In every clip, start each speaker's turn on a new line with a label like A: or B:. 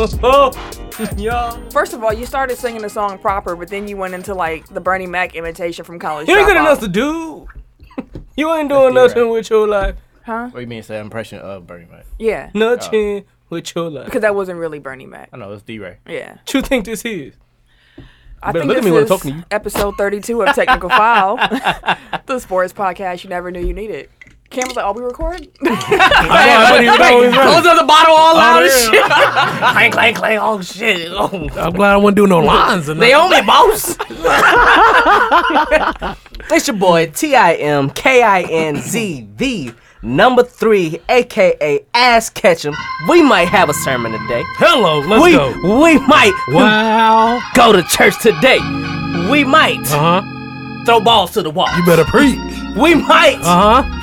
A: yeah.
B: First of all, you started singing the song proper, but then you went into like the Bernie Mac imitation from College
A: You ain't got
B: Dropout.
A: enough to do. You ain't doing
C: That's
A: nothing
C: right.
A: with your life.
B: Huh?
C: What do you mean? Say impression of Bernie Mac?
B: Yeah.
A: Nothing with your life.
B: Because that wasn't really Bernie Mac.
C: I know it's D-Ray.
B: Yeah.
A: What you think this is?
B: I
A: Better
B: think
A: look at
B: this
A: me when I'm
B: is
A: talking to you.
B: episode 32 of Technical File, the sports podcast you never knew you needed. Cam was like, "Are we recording?"
A: I'm
C: the bottle all out
A: of
C: shit. clank, clank, clank. Oh shit. Oh,
A: glad I wasn't doing no lines. and
C: they own it, boss. it's your boy T I M K I N Z V number three, aka Ass Ketchum. We might have a sermon today.
A: Hello, let's
C: we
A: go.
C: we might
A: Wow.
C: go to church today. We might
A: Uh huh.
C: throw balls to the wall.
A: You better preach.
C: We might
A: Uh huh.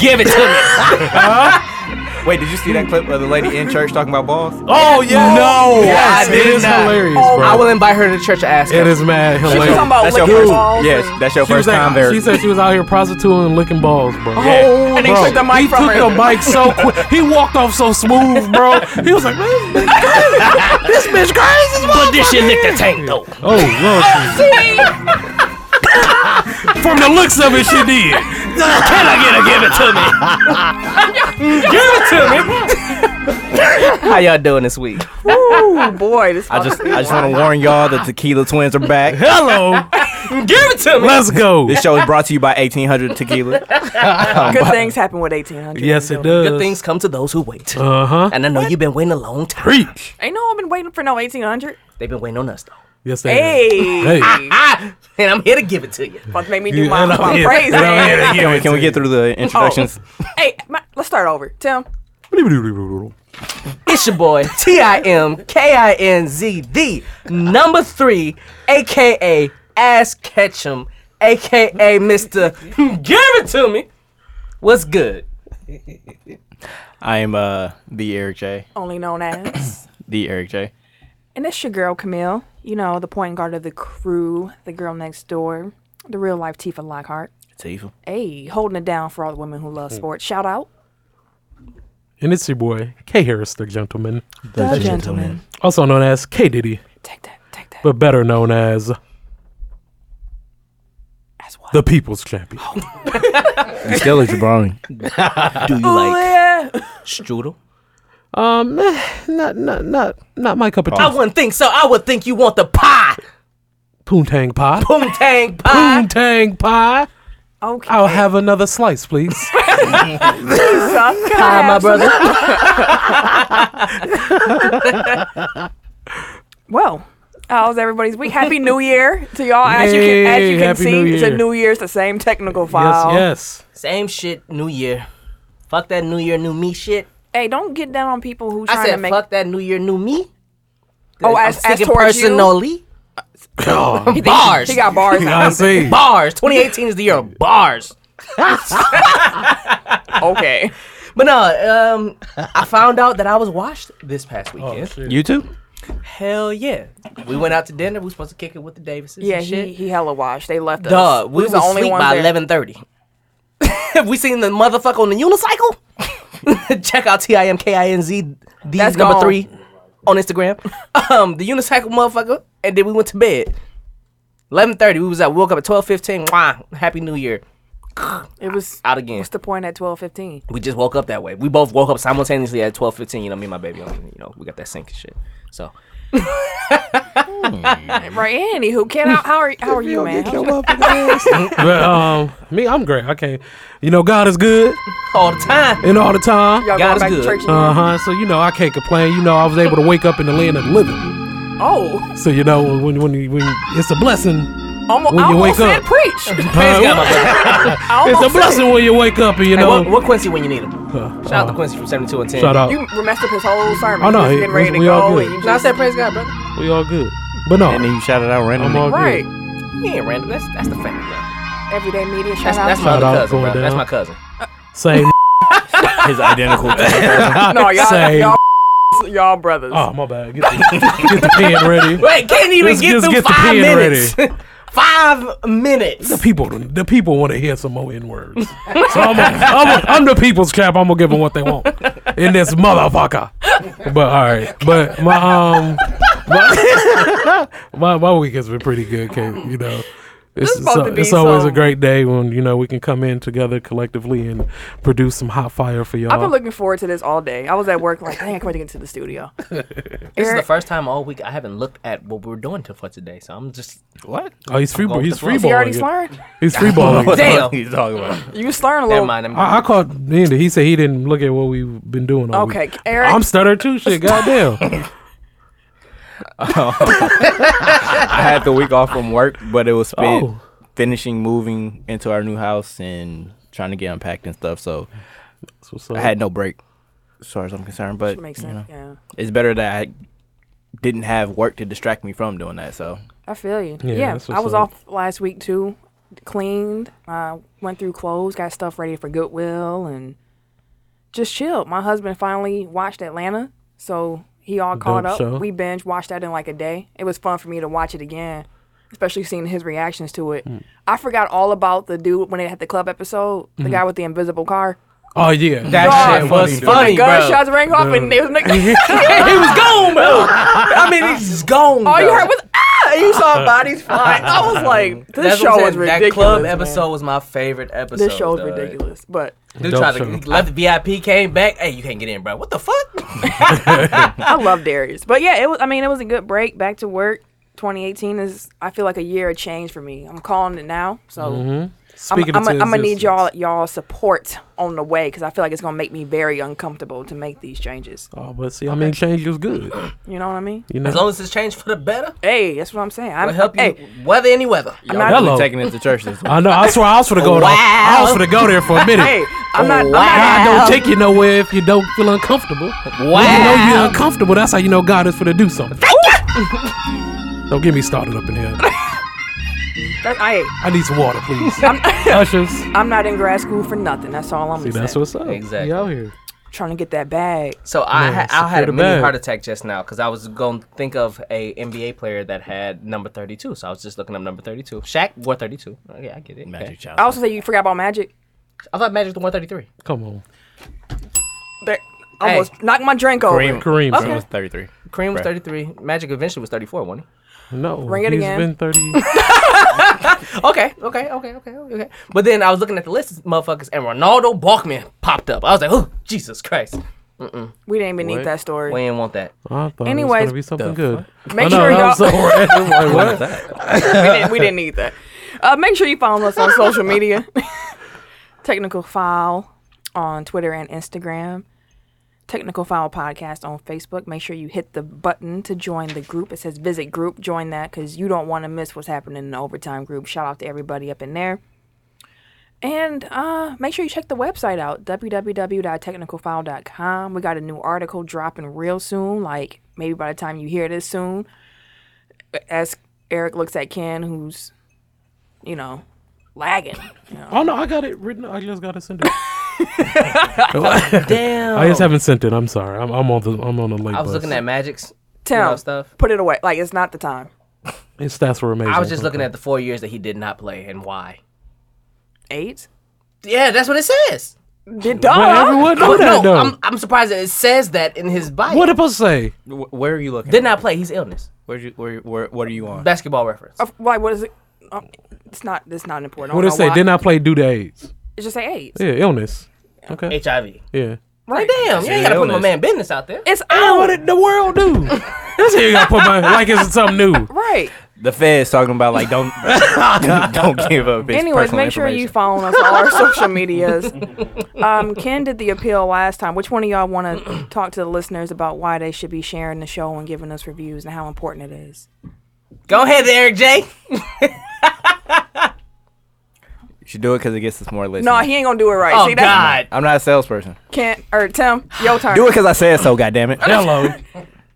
C: give it to me.
D: Wait, did you see that clip of the lady in church talking about balls?
A: Oh yeah. No.
C: Yes,
A: it is
C: not.
A: hilarious,
C: I will
A: bro.
C: invite her to church to ask.
A: It
C: her.
A: is mad
B: She was
A: hilarious.
B: talking about licking
D: first.
B: balls.
D: Yes,
B: and-
D: that's your
A: She was
D: first time
A: like,
D: there.
A: she said she was out here prostituting and licking balls, bro.
D: Yeah.
B: and they
A: Bro,
B: took the mic
A: he
B: from
A: Oh, took
B: her.
A: the mic so quick. He walked off so smooth, bro. He was like, man, this bitch crazy.
C: But this shit lick the tank though.
A: Oh, Lord. From the looks of it, she did.
C: Can I get a give it to me?
A: Give it to me.
C: How y'all doing this week?
B: Oh boy, this.
D: I just I just want to warn y'all the tequila twins are back.
A: Hello.
C: Give it to me.
A: Let's go.
D: This show is brought to you by 1800 Tequila.
B: Good things happen with 1800.
A: Yes, it
B: Don't-
A: does.
C: Good things come to those who wait.
A: Uh huh.
C: And I know you've been waiting a long time.
A: Preach.
B: Ain't no, I've been waiting for no 1800.
C: They've been waiting on us though.
A: Yes, they
B: Hey.
A: Hey.
C: Ah, and I'm here to give it to you.
B: About to make me
A: do.
B: do my,
A: And I'm
B: my
A: here-
B: praise.
A: and I'm here
B: man.
A: to give
D: Can we
A: it
D: can
A: to
D: we get
A: you.
D: through the introductions?
B: Hey, my, let's start over. Tim,
C: It's your boy T I M K I N Z D number three, aka Ass Ketchum, aka Mister. Give it to me. What's good?
D: I am uh the Eric J.
B: only known as,
D: The Eric J.
B: and it's your girl Camille. You know, the point guard of the crew, the girl next door, the real life Tifa Lockhart.
D: Tifa.
B: Hey, holding it down for all the women who love sports. Shout out
A: And it's your boy, K Harris, the gentleman,
B: the, gentleman.
A: also known as K Diddy,
B: Take that, take that.
A: but better known as
B: That's what.
A: the People's Champion.
C: Oh.
D: You still a jabroni.
C: Do you like
B: yeah.
C: strudel?
A: Um, eh, not not not not my cup of
C: I
A: tea.
C: wouldn't think so. I would think you want the pie,
A: Poontang pie.
C: boomtang pie.
A: Poontang pie.
B: Okay.
A: I'll have another slice, please.
C: Pie, Ah, my brother.
B: Well, how was Oh, everybody's week? Happy New Year to y'all. As you can, as
A: Hey,
B: you can
A: Happy New
B: see, it's a
A: Year.
B: New Year's the same technical
A: yes,
B: file.
A: yes.
C: Same shit, new year. Fuck that new year, new me shit.
B: Hey, don't get down on people who
C: I
B: trying to
C: said
B: make.
C: fuck that new year, new me.
B: Oh,
C: I'm
B: as- as
C: speaking
B: towards you?
C: personally. Oh, bars.
B: She got bars.
A: I
B: out.
A: see.
C: bars. 2018 is the year of bars.
B: okay.
C: But no, um, I found out that I was washed this past
A: Oh,
C: weekend.
D: You too?
C: Hell yeah. We went out to dinner. We were supposed to kick it with the Davises
B: Yeah,
C: and shit.
B: he, he hella washed. They left us.
C: Duh, we, was,
B: the only
C: only
B: ones
C: by
B: there.
C: 11:30. Have we seen the motherfucker on the unicycle? Check out T I M K I N Z the
B: That's
C: number
B: gone.
C: three on Instagram. Um, the unicycle motherfucker, and then we went to bed. 11:30. We was at woke up at 12:15. Mwah, Happy New Year.
B: It was.
C: Out again.
B: What's the point at twelve fifteen?
C: We just woke up that way. We both woke up simultaneously at 12:15. You know, me and my baby. You know, we got that sync and shit. So
B: Right, Andy. Who can? How, how are how are you, man? How-
A: But um, me, I'm great. I can't. You know, God is good
C: all the time.
A: and all the time.
B: Y'all going
C: God is
B: back to
C: good.
B: church? again?
A: Uh huh. So you know, I can't complain. You know, I was able to wake up in the land of the living.
B: Oh,
A: So you know, when when you- when it's a blessing.
B: almost,
A: When
B: I
A: you
B: almost
A: wake
B: said
A: up.
B: preach.
A: Uh,
C: God, my baby.
B: I
A: it's
B: almost
A: a
B: said
A: blessing when you wake up and you
C: Hey,
A: know.
C: what, what Quincy when you need him?
A: uh,
C: Shout out to Quincy from 72 and 10.
A: shout
B: it.
A: out.
B: You messed up his whole sermon.
A: Oh, no,
B: he was
A: he-
B: getting ready to
A: we all
B: go.
A: good.
B: And you
C: No, I
B: just,
C: said praise God, brother.
A: We all good. But no,
D: And then you shouted out
A: I'm
D: randomly.
A: all
B: right.
A: good.
C: He ain't random. That's that's the family. Bro.
B: Everyday media. Shout
C: That's,
B: out.
C: that's
B: to
C: my
A: Shout
C: other
A: out
C: cousin,
A: going
C: bro. That's
A: down.
C: my cousin.
A: Same.
D: His identical.
B: No, y'all,
A: Same.
B: y'all, y'all brothers.
A: Oh my bad. Get the, get the pen ready.
C: Wait, can't even
A: Let's
C: get
A: just
C: through
A: get the
C: five
A: pen
C: minutes. five minutes.
A: The people, the people want to hear some more n words. So I'm, a, I'm, a, I'm the people's chap. I'm gonna give them what they want in this motherfucker. But all right. But my um my my, my week has been pretty good, Kate. You know. It's,
B: supposed
A: so-
B: to be
A: it's always
B: some-
A: a great day when you know we can come in together collectively and produce some hot fire for y'all.
B: I've been looking forward to this all day. I was at work like, dang, I can't wait to get to the studio.
C: This is the
B: Eric-
C: first time all week I haven't looked at what we're doing to for today, so I'm just
D: What?
A: oh, he's free.
C: Go with
A: He's
C: the
A: free
B: Is he
A: balling.
B: already
A: it.
B: slurring?
A: He's free balling. it.
C: Damn.
D: He's talking about.
B: You slurring a
C: never
B: little.
C: mind. I'm
A: I, I called Andy. He said he didn't look at what we've been doing. All
B: Okay,
A: week.
B: Eric.
A: I'm stuttered too. Shit, goddamn.
D: I had the week off from work, but it was spent
A: Oh.
D: finishing moving into our new house and trying to get unpacked and stuff. So
A: So, so,
D: I had no break, as far as I'm concerned. But
B: Makes
D: you
B: sense.
D: know,
B: Yeah.
D: it's better that I didn't have work to distract me from doing that. So
B: I feel you.
A: Yeah,
B: Yeah,
A: that's
B: I
A: what's
B: was
A: up.
B: off last week too. Cleaned, uh, went through clothes, got stuff ready for Goodwill, and just chilled. My husband finally watched Atlanta, so he all caught
A: Dope
B: up.
A: show.
B: We binge watched that in like a day. It was fun for me to watch it again, especially seeing his reactions to
A: Hmm.
B: it. I forgot all about the dude when they had the club episode, the
A: Hmm.
B: guy with the invisible car.
A: oh yeah,
C: That
D: shit
A: was
D: funny, dude.
C: funny, bro.
B: Gunshots rang off, and they was like,
C: he was gone, bro. I mean, he's just gone.
B: all you
C: bro.
B: heard was ah, and you saw bodies flying. I was like, this
C: That's what I'm
B: show was
C: saying.
B: ridiculous.
C: That club
B: man.
C: episode was my favorite episode.
B: This show is
C: dog.
B: ridiculous, but
C: Dude
A: Dope
C: tried to
A: show.
C: left the VIP, came back. Hey, you can't get in, bro. What the fuck?
B: I love Darius. But yeah, it was. I mean, it was a good break. Back to work. 2018 is. I feel like a year of change for me. I'm calling it now. So I'm,
A: Speaking
B: I'm,
A: into
B: I'm gonna need
A: existence.
B: y'all y'all support on the way because I feel like it's gonna make me very uncomfortable to make these changes.
A: Oh, but see, I mean, change is good.
B: You know what I mean?
A: You
C: as
A: know,
C: long as it's changed for the better,
B: Hey, that's what I'm saying. I'm
C: it'll help you
B: Hey,
C: weather any weather.
B: I'm
D: I'm
B: not.
A: Hello.
D: really taking it to church this week.
A: I know. I swear, I was for to go. there. I was for to go there for a minute.
B: Hey, I'm not. I'm
A: God
B: not
A: don't take you nowhere if you don't feel uncomfortable. When you know you're uncomfortable, that's how you know God is for to do something. don't get me started up in here.
B: that, I,
A: I need some water, please. Ushers.
B: I'm not in grad school for nothing. That's all I'm
A: See,
B: saying.
A: that's what's up.
C: Exactly.
A: You out here.
B: Trying to get that bag.
C: So I
A: Man,
C: ha- I
A: secure
C: had
A: the
C: a mini
A: bag.
C: heart attack just now because I was going to think of a NBA player that had number 32. So I was just looking up number 32. Shaq wore 32. Oh, yeah, I get it. Okay.
D: Magic Johnson.
B: I also say you forgot about magic.
C: I thought Magic wore 33.
A: Come on.
B: There, almost knocked my drink over.
D: Kareem.
A: Kareem,
D: Kareem
A: bro.
D: was 33.
C: Kareem was
D: Bruh.
C: 33. Magic eventually was 34, wasn't he?
A: No.
B: Ring it
A: he's
B: again.
A: been 30.
C: Okay, okay, okay, okay, okay. But then I was looking at the list of motherfuckers and Ronaldo Balkman popped up. I was like, oh, Jesus Christ.
B: We didn't even need
D: What?
B: that story.
C: We didn't want that.
D: Oh,
A: I thought
B: Anyways,
A: it was going to be something good.
B: Make
A: I know,
B: sure
A: that
B: y'all-
A: was so random. Like, what?
B: we, didn't, we didn't need that. Uh, make sure you follow us on social media. Technical File on Twitter and Instagram. Technical File Podcast on Facebook. Make sure you hit the button to join the group. It says visit group. Join that because you don't want to miss what's happening in the overtime group. Shout out to everybody up in there. And uh, make sure you check the website out www.technicalfile.com. We got a new article dropping real soon, like maybe by the time you hear this soon as Eric looks at Ken, who's, you know, lagging. You know.
A: Oh, no, I got it written. I just got to send it.
C: Damn.
A: I just haven't sent it. I'm sorry. I'm, I'm on the I'm on the late
C: I was
A: bus.
C: looking at Magic's
A: Oh.
B: Tim,
C: know, stuff.
B: put it away. Like it's not the time.
A: His stats were amazing.
C: I was just looking at the four years that he did not play and why.
B: AIDS.
C: Yeah, that's what it says.
B: Did
A: But
B: dog?
A: everyone know
C: But
A: that,
C: no,
A: though.
C: Oh, I'm, I'm surprised that it says that in his bio.
A: what it supposed to say?
D: Wh- Where are you looking?
C: Did not play. He's illness.
D: Where you where, where what are you on?
C: Basketball reference.
B: Of- Like what is it? Um, it's not. It's not important. I
A: What
B: don't
A: it
B: know
A: say?
B: why.
A: Didn't I play due to AIDS?
B: It's just say AIDS.
A: Yeah, illness. Okay.
C: HIV.
A: Yeah.
B: Right
C: Damn, you ain't gotta put my
D: illness.
C: man business out there.
B: It's
A: Man,
B: out.
A: what did the world do? this here gotta put my like it's something new.
B: right.
D: The Fed's talking about like don't don't give up. His
B: Anyways,
D: personal
B: make sure you
D: information.
B: follow us on all our social medias. Um, Ken did the appeal last time. Which one of y'all want to talk to the listeners about why they should be sharing the show and giving us reviews and how important it is?
C: Go ahead, Eric J.
D: You should do it because it gets us more listeners.
B: No, he ain't gonna do it right.
C: Oh
B: See, that's
C: God.
D: I'm not a salesperson.
B: Can't or Tim, your turn.
D: Do it because I said so. God damn it.
A: Hello.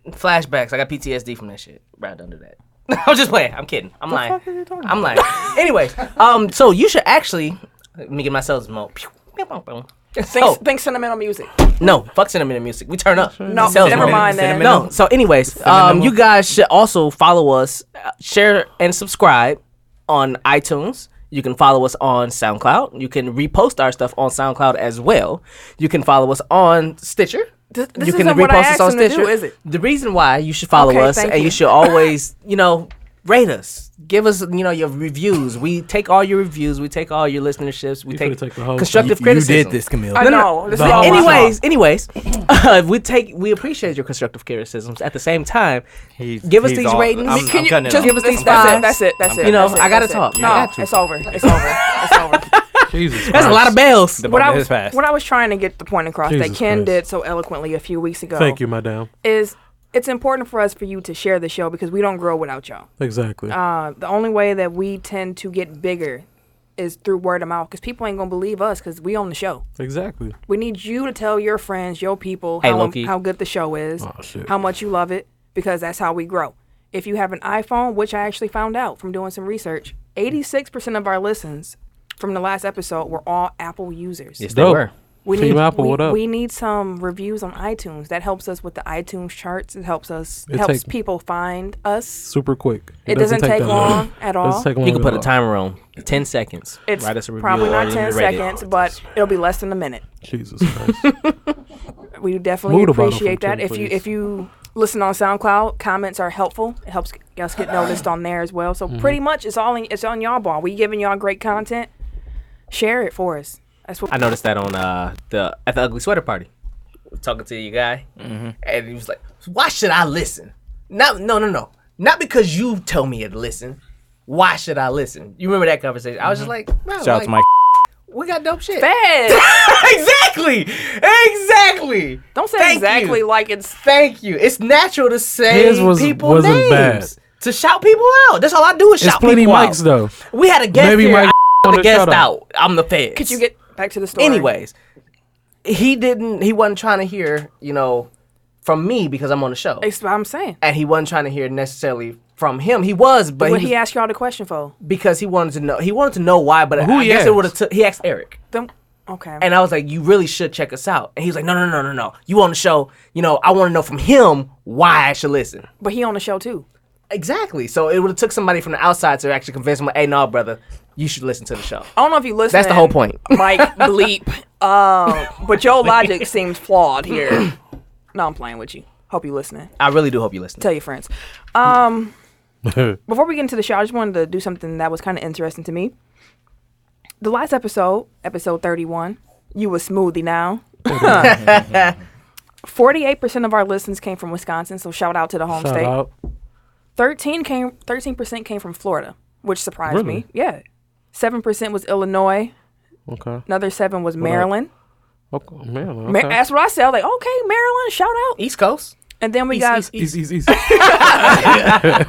C: Flashbacks. I got PTSD from that shit. Bro, don't do that. I'm just playing. I'm kidding. I'm lying. I'm lying. Anyways, um, so you should actually let me get myself a mo. Pew, pew, pew, pew.
B: Think,
C: So,
B: think sentimental music.
C: no, fuck cinnamon music. We turn up.
B: No,
C: Sales
B: never
C: mo.
B: mind that.
D: Cinnamon.
C: No. So, anyways, um, you guys should also follow us, uh, share and subscribe on iTunes. You can follow us on SoundCloud. You can repost our stuff on SoundCloud as well. You can follow us on Stitcher.
B: This, this
C: you can
B: isn't what I
C: repost us
B: asked
C: on
B: him to
C: Stitcher.
B: do, is it?
C: The reason why you should follow
B: Okay,
C: us
B: thank
C: and you.
B: you.
C: should always, you know, rate us. Give us, you know, your reviews. We take all your reviews. We take all your listerships. We
A: You
C: take
A: finna take the whole
C: constructive
D: you, you
C: criticism.
D: did this, Camille.
B: I
C: No, no,
B: know. This
A: no.
B: is all my fault.
C: Anyways, anyways, uh, we take we appreciate your constructive criticisms. At the same time,
D: He's-
C: give us
D: he's
C: these
D: all-
C: ratings.
D: I'm-
B: Can you
D: cutting it
B: just
D: off.
B: give us
C: I'm
B: these
C: cutting it
B: five?
C: off.
B: That's it. That's it.
C: You know,
B: that's it,
C: I gotta
B: that's it.
C: talk. You
B: No,
C: got to.
B: it's over. It's over. It's over.
A: Jesus.
C: That's a
A: Christ.
C: lot of bells.
D: The
B: What I,
D: moment
B: was,
D: has passed.
B: what I was trying to get the point across that
A: Jesus
B: Ken
A: Christ.
B: did so eloquently a few weeks ago
A: Thank you, madam.
B: is it's important for us for you to share the show because we don't grow without y'all.
A: Exactly.
B: Uh, the only way that we tend to get bigger is through word of mouth because people ain't gonna believe us because we own the show.
A: exactly.
B: We need you to tell your friends, your people,
C: Hey,
B: how,
C: Loki.
B: how good the show is,
A: Aw, Oh, shit.
B: how much you love it, because that's how we grow. If you have an iPhone, which I actually found out from doing some research, 86% of our listens from the last episode were all Apple users.
D: Yes,
A: Dope.
D: they were.
B: We
A: Team
B: need,
A: Apple,
B: we,
A: what up?
B: we need some reviews on iTunes. That helps us with the iTunes charts. It helps us
A: It
B: helps
A: take-
B: people find us.
A: Super quick.
B: It doesn't take
A: that
B: long at all.
A: Doesn't take long
C: You can
A: at
C: put a
A: all.
C: timer on ten seconds.
B: It's
C: Write us a review
B: probably
C: or
B: not
C: you
B: 10
C: rate it.
B: seconds, but it'll be less than a minute.
A: Jesus Christ.
B: We definitely
A: Move the bottle
B: appreciate
A: from
B: that.
A: Tim,
B: If you
A: please.
B: if you listen on SoundCloud, comments are helpful. It helps us get noticed on there as well.
C: Mm-hmm.
B: So pretty much, it's all in, it's on y'all ball. We giving y'all great content. Share it for us. That's what
C: I noticed that on uh the at the ugly sweater party. We talking to your guy,
D: Mm-hmm.
C: and he was like, "Why should I listen? Not no no no, not because you tell me to listen. Why should I listen? You remember that conversation? I was just like, "Bro,
D: Mm-hmm. Shout out
C: like,
D: to Mike.
C: we got dope shit.
B: Fed.
C: exactly, exactly.
B: Don't say
C: Thank
B: exactly
C: you.
B: like it's
C: Thank you. It's natural to say
A: His was-
C: people
A: wasn't
C: names.
A: bad.
C: To shout people out. That's all I do is
A: it's
C: shout
A: plenty
C: people
A: mics
C: out.
A: though.
C: We had a guest
A: Maybe
C: here.
A: Mike
C: I
A: wanna
C: the guest
A: shout out.
C: out. I'm the feds.
B: Could you get back to the story?
C: Anyways, he didn't. He wasn't trying to hear, you know, from me because I'm on the show,
B: that's what I'm saying.
C: and he wasn't trying to hear necessarily from him. He was, but
B: What
C: he,
B: he
C: was-
B: asked y'all the question for?
C: because he wanted to know. He wanted to know why, but
A: Who
C: I
A: he
C: guess it
A: asked?
C: would have. took he asked Eric,
B: Them. Okay.
C: and I was like, "You really should check us out." And he was like, "No, no, no, no, no. You on the show? You know, I want to know from him why I should listen."
B: but he on the show too.
C: Exactly. So it would have took somebody from the outside to actually convince him, like, "Hey, no, brother, you should listen to the show."
B: I don't know if you listen.
C: That's the whole point.
B: Mike bleep. Um, but your logic seems flawed here. No, I'm playing with you. Hope you listening.
C: I really do hope you listen.
B: Tell your friends. Um,
A: That's
B: before we get into the show, I just wanted to do something that was kind of interesting to me. The last episode, episode 31, you were smoothie now. 48% of our listens came from Wisconsin, so shout out to the home
A: Shout
B: state.
A: out.
B: 13 came 13% came from Florida, which surprised me.
A: Really?
B: Yeah. 7% was Illinois,
A: Okay.
B: another 7 was Maryland.
A: Okay. Man,
B: Ma-
A: okay.
B: that's what I said. I was like, "Okay, Maryland, shout out."
C: East Coast.
B: And then we
C: East,
B: got
C: East, East.
A: Easy, easy, easy.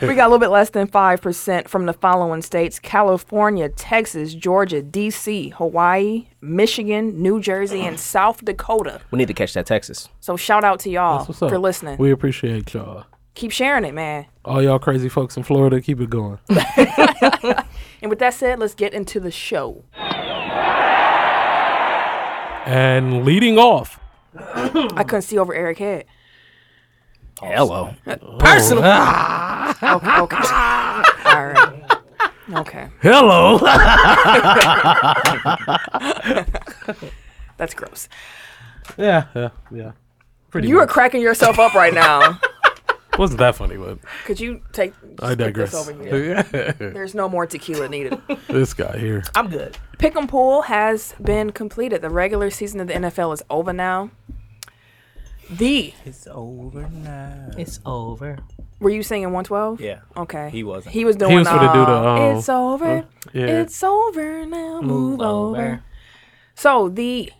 B: we got a little bit less than 5% from the following states California, Texas, Georgia, D.C., Hawaii, Michigan, New Jersey, and South Dakota.
C: We need to catch that Texas.
B: So shout out to y'all
A: What's up?
B: for listening.
A: We appreciate y'all.
B: Keep sharing it, man.
A: All y'all crazy folks in Florida, keep it going.
B: And with that said, let's get into the show.
A: and leading off.
B: I couldn't see over Eric's head.
D: Hello.
C: Personal.
B: Okay. okay. All right. Okay.
A: Hello.
B: That's gross.
A: yeah, yeah, yeah. Pretty
B: You are
A: much.
B: cracking yourself up right now.
A: Wasn't that funny, but
B: Could you take
A: I
B: stick this
A: digress.
B: over here? There's no more tequila needed.
A: this guy here.
C: I'm good.
B: Pick'em pool has been completed. The regular season of the NFL is over now. The
D: It's over now.
C: It's over.
B: were you singing 112?
D: Yeah.
B: Okay.
D: He wasn't.
B: He was doing.
A: was finna do the,
B: uh,
A: um,
B: it's over.
A: Yeah.
B: It's over now. Move, over. So the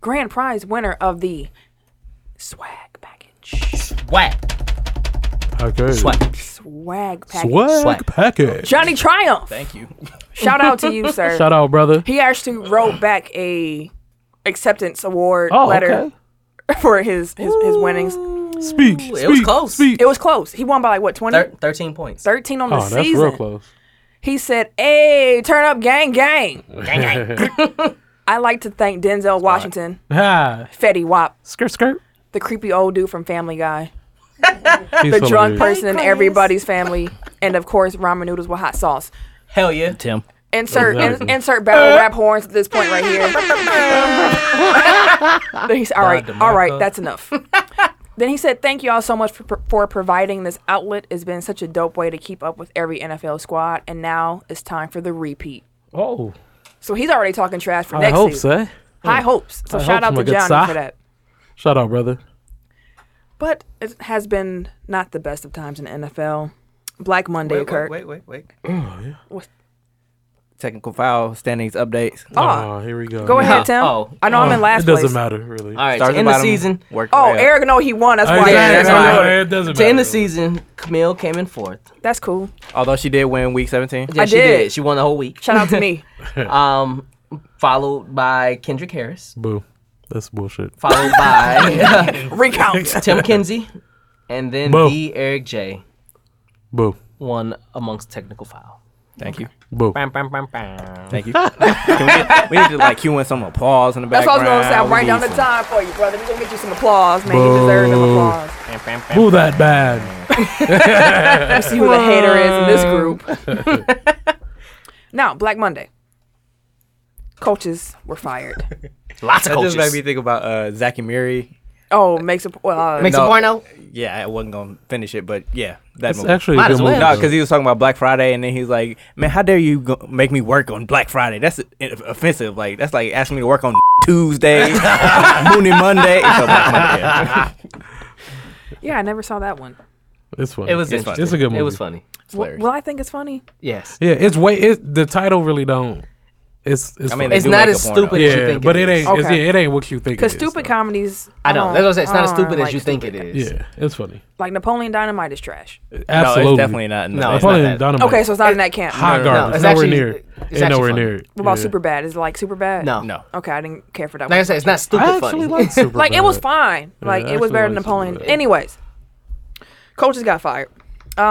B: grand prize winner of the swag package.
C: Whack.
A: okay.
C: Whack.
B: Swag package.
A: Swag,
C: Swag.
A: package.
B: Johnny Triumph.
D: Thank you.
B: Shout out to you, sir.
A: Shout out, brother.
B: He actually wrote back a acceptance award
A: Oh,
B: letter
A: okay.
B: for his his, his winnings.
A: Speak.
C: Ooh,
A: speak
C: it was close.
A: Speak.
B: It was close. He won by like what 20?
C: Thir- 13 points.
B: 13 on the
A: oh, that's
B: season.
A: real close.
B: He said, "Hey, turn up, gang, gang." I like to thank Denzel Washington,
C: Ah,
A: Ha.
B: Fetty Wap,
A: Skirt, skirt.
B: the creepy old dude from Family Guy,
A: He's
B: the
A: so
B: drunk
A: weird.
B: person in everybody's family, and of course ramen noodles with hot sauce.
C: Hell yeah.
D: Tim.
B: Insert in-
A: Exactly.
B: insert battle rap horns at this point right here. Then he's all right, all right,
C: DeMarco.
B: that's enough. Then he said, "Thank you all so much for, for providing this outlet. It's been such a dope way to keep up with every NFL squad, and now it's time for the repeat."
A: Oh,
B: So he's already talking trash for
A: I
B: next
A: hope
B: season.
A: so.
B: High hopes. So
A: High
B: shout
A: hopes,
B: out
A: my
B: to
A: good
B: Johnny
A: sir.
B: for that.
A: Shout out, brother.
B: But it has been not the best of times in the NFL. Black Monday
D: Wait,
B: occurred.
D: wait, wait, wait, wait.
B: What-
D: Technical file standings updates.
B: Ah,
A: oh, here we go.
B: go ahead, Tim.
C: Oh.
B: I know I'm in last
A: It doesn't
B: place.
A: matter, really.
C: All right,
D: Start
C: to
D: at
C: end the
D: bottom,
C: season.
D: Work your
B: Oh,
D: way up.
B: Eric, no, he won. That's
A: Exactly.
B: why.
C: that's
A: No,
C: why.
A: no, it doesn't
C: To end the
A: matter.
C: season, Camille came in fourth.
B: That's cool.
D: Although she did win week 17.
C: Yeah,
B: I
C: she
B: did.
C: did. She won the whole week.
B: Shout out to me.
C: Um, followed by Kendrick Harris.
A: Boo. That's bullshit.
C: Followed by
B: Recount.
C: Tim Kinsey, and then
A: Boo.
C: the Eric J.
A: Boo.
C: One amongst technical foul.
D: Thank you.
A: Boo.
C: Bam, bam, bam, bam.
D: Thank you. Can we, get- we need to like cue in some applause in the
B: That's what I was
D: background.
B: gonna say. I'm
D: We
B: writing
D: need
B: down the
D: some-
B: time for you, brother. We're gonna get you some applause, man. You deserve them
A: Boo.
B: applause.
C: Bam, bam, bam.
A: Boo that bad.
B: Let's see who the hater is in this group. now, Black Monday. Coaches were fired.
C: Lots of
D: That just made
C: coaches.
D: me think about uh, Zach and Mary.
B: Oh, makes a well. Uh,
C: Makes a
D: No.
C: porno.
D: Yeah, I wasn't gonna finish it, but yeah, that
A: It's
D: movie.
A: actually a
C: Might
A: good
C: as well.
A: movie,
D: No,
A: though.
D: because he was talking about Black Friday, and then he's like, "Man, how dare you go- make me work on Black Friday? That's i- offensive. Like that's like asking me to work on Tuesday, Mooney Monday." So Black Monday, yeah.
B: yeah, I never saw that one.
A: it's funny.
C: It was
D: It's funny.
C: interesting.
A: It's a good
C: It was
A: movie.
C: funny.
D: It's
B: Well,
D: hilarious.
B: well, I think it's funny.
C: Yes.
A: Yeah, it's way. It, the title really don't. It's. it's
D: I mean,
A: funny.
D: they
C: It's
D: do
C: not
D: make
C: as
D: a porno.
C: stupid as you
A: yeah,
C: think
A: but it ain't. It's,
B: Okay.
A: yeah, it ain't what you think.
B: Cause
A: it is,
B: stupid
A: so.
B: comedies.
C: I know.
B: don't-
C: That's what I'm saying. It's not as
B: I don't
C: stupid as
B: Uh, like
C: you think it
B: stupid.
C: is.
A: Yeah, it's funny.
B: Like Napoleon Dynamite is trash.
A: Absolutely.
D: No, it's definitely not. No,
C: No,
D: it's
A: Napoleon
D: not that.
A: Dynamite.
B: Okay, so it's not in that camp.
A: hot
D: no, no,
A: garbage.
C: no, it's
A: nowhere
C: actually-
A: near.
C: it's
A: Ain't
C: actually
A: nowhere
C: funny.
A: near it.
B: What about
A: Yeah.
B: super bad? Is it like super bad?
C: No.
D: No,
B: Okay, I didn't care for that.
C: Like I
B: one.
C: said, it's not stupid
A: I
C: funny.
A: actually like super.
B: Like it was
A: Bad.
B: fine.
A: Yeah,
B: like
A: I
B: it was
A: actually
B: better than
A: like
B: Napoleon.
A: Superbad.
B: Anyways, coaches got fired. Um,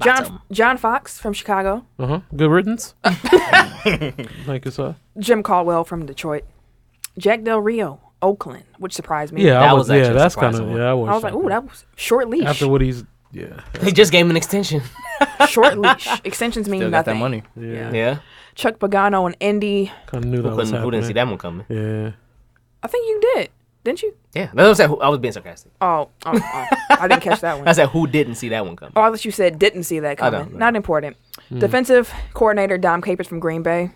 C: of 'em.
B: John John Fox from Chicago,
A: Uh-huh. Good riddance. Thank you, sir.
B: Jim Caldwell from Detroit, Jack Del Rio, Oakland, which surprised me.
A: Yeah, I
C: That
A: was,
C: was actually
A: yeah,
C: a
A: that's kind
C: surprising
A: of
C: one.
A: yeah. I was,
B: I was like, ooh, that was short leash.
A: after what he's yeah.
C: He just gave him an extension.
B: short leash. Extensions mean
D: still got
B: nothing.
D: that money.
A: Yeah,
C: Yeah.
B: Chuck Pagano and Indy.
A: kind of knew that
C: Who,
A: was
C: couldn't- who
A: happening.
C: didn't see that one coming?
A: Yeah,
B: I think you did, didn't you?
C: Yeah. That's what I'm saying. Who- I was being sarcastic.
B: Oh, oh, oh. I didn't catch that one.
C: I said, who didn't see that one coming?
B: Oh, I thought you said didn't see that
C: I don't
B: coming.
C: know.
B: Not important. Defensive coordinator Dom Capers from Green Bay.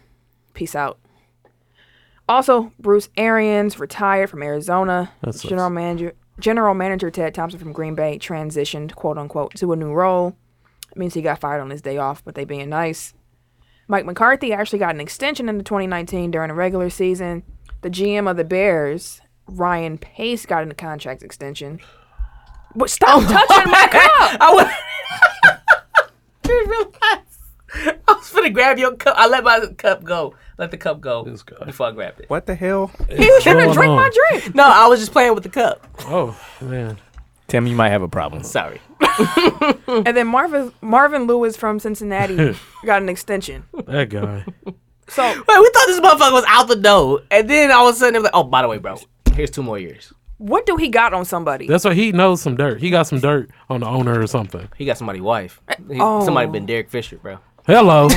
B: Peace out. Also, Bruce Arians retired from Arizona.
A: That sucks.
B: General manager General Manager Ted Thompson from Green Bay transitioned, quote unquote, to a new role. It means he got fired on his day off, but they being nice. Mike McCarthy actually got an extension into 2019 during the regular season. The GM of the Bears, Ryan Pace, got a contract extension. But stop touching my cup!
C: I was. didn't realize. I was finna grab your cup. I let my cup go. Let the cup go
A: This guy.
C: before I grabbed it.
D: What the hell,
B: He was trying to
A: What's
B: drink
A: going
B: my
A: on?
B: drink.
C: No, I was just playing with the cup.
A: Oh man,
D: Tim? You might have a problem.
C: Sorry.
B: And then Marvin Marvin Lewis from Cincinnati got an extension.
A: that guy.
B: So
C: Wait, we thought this motherfucker was out the door, and then all of a sudden it was like, oh, by the way, bro, here's two more years.
B: what do he got on somebody?
A: That's why he knows some dirt. He got some dirt on the owner or something.
C: He got somebody's wife. He,
B: Oh.
C: Somebody been Derek Fisher, bro.
A: Hello.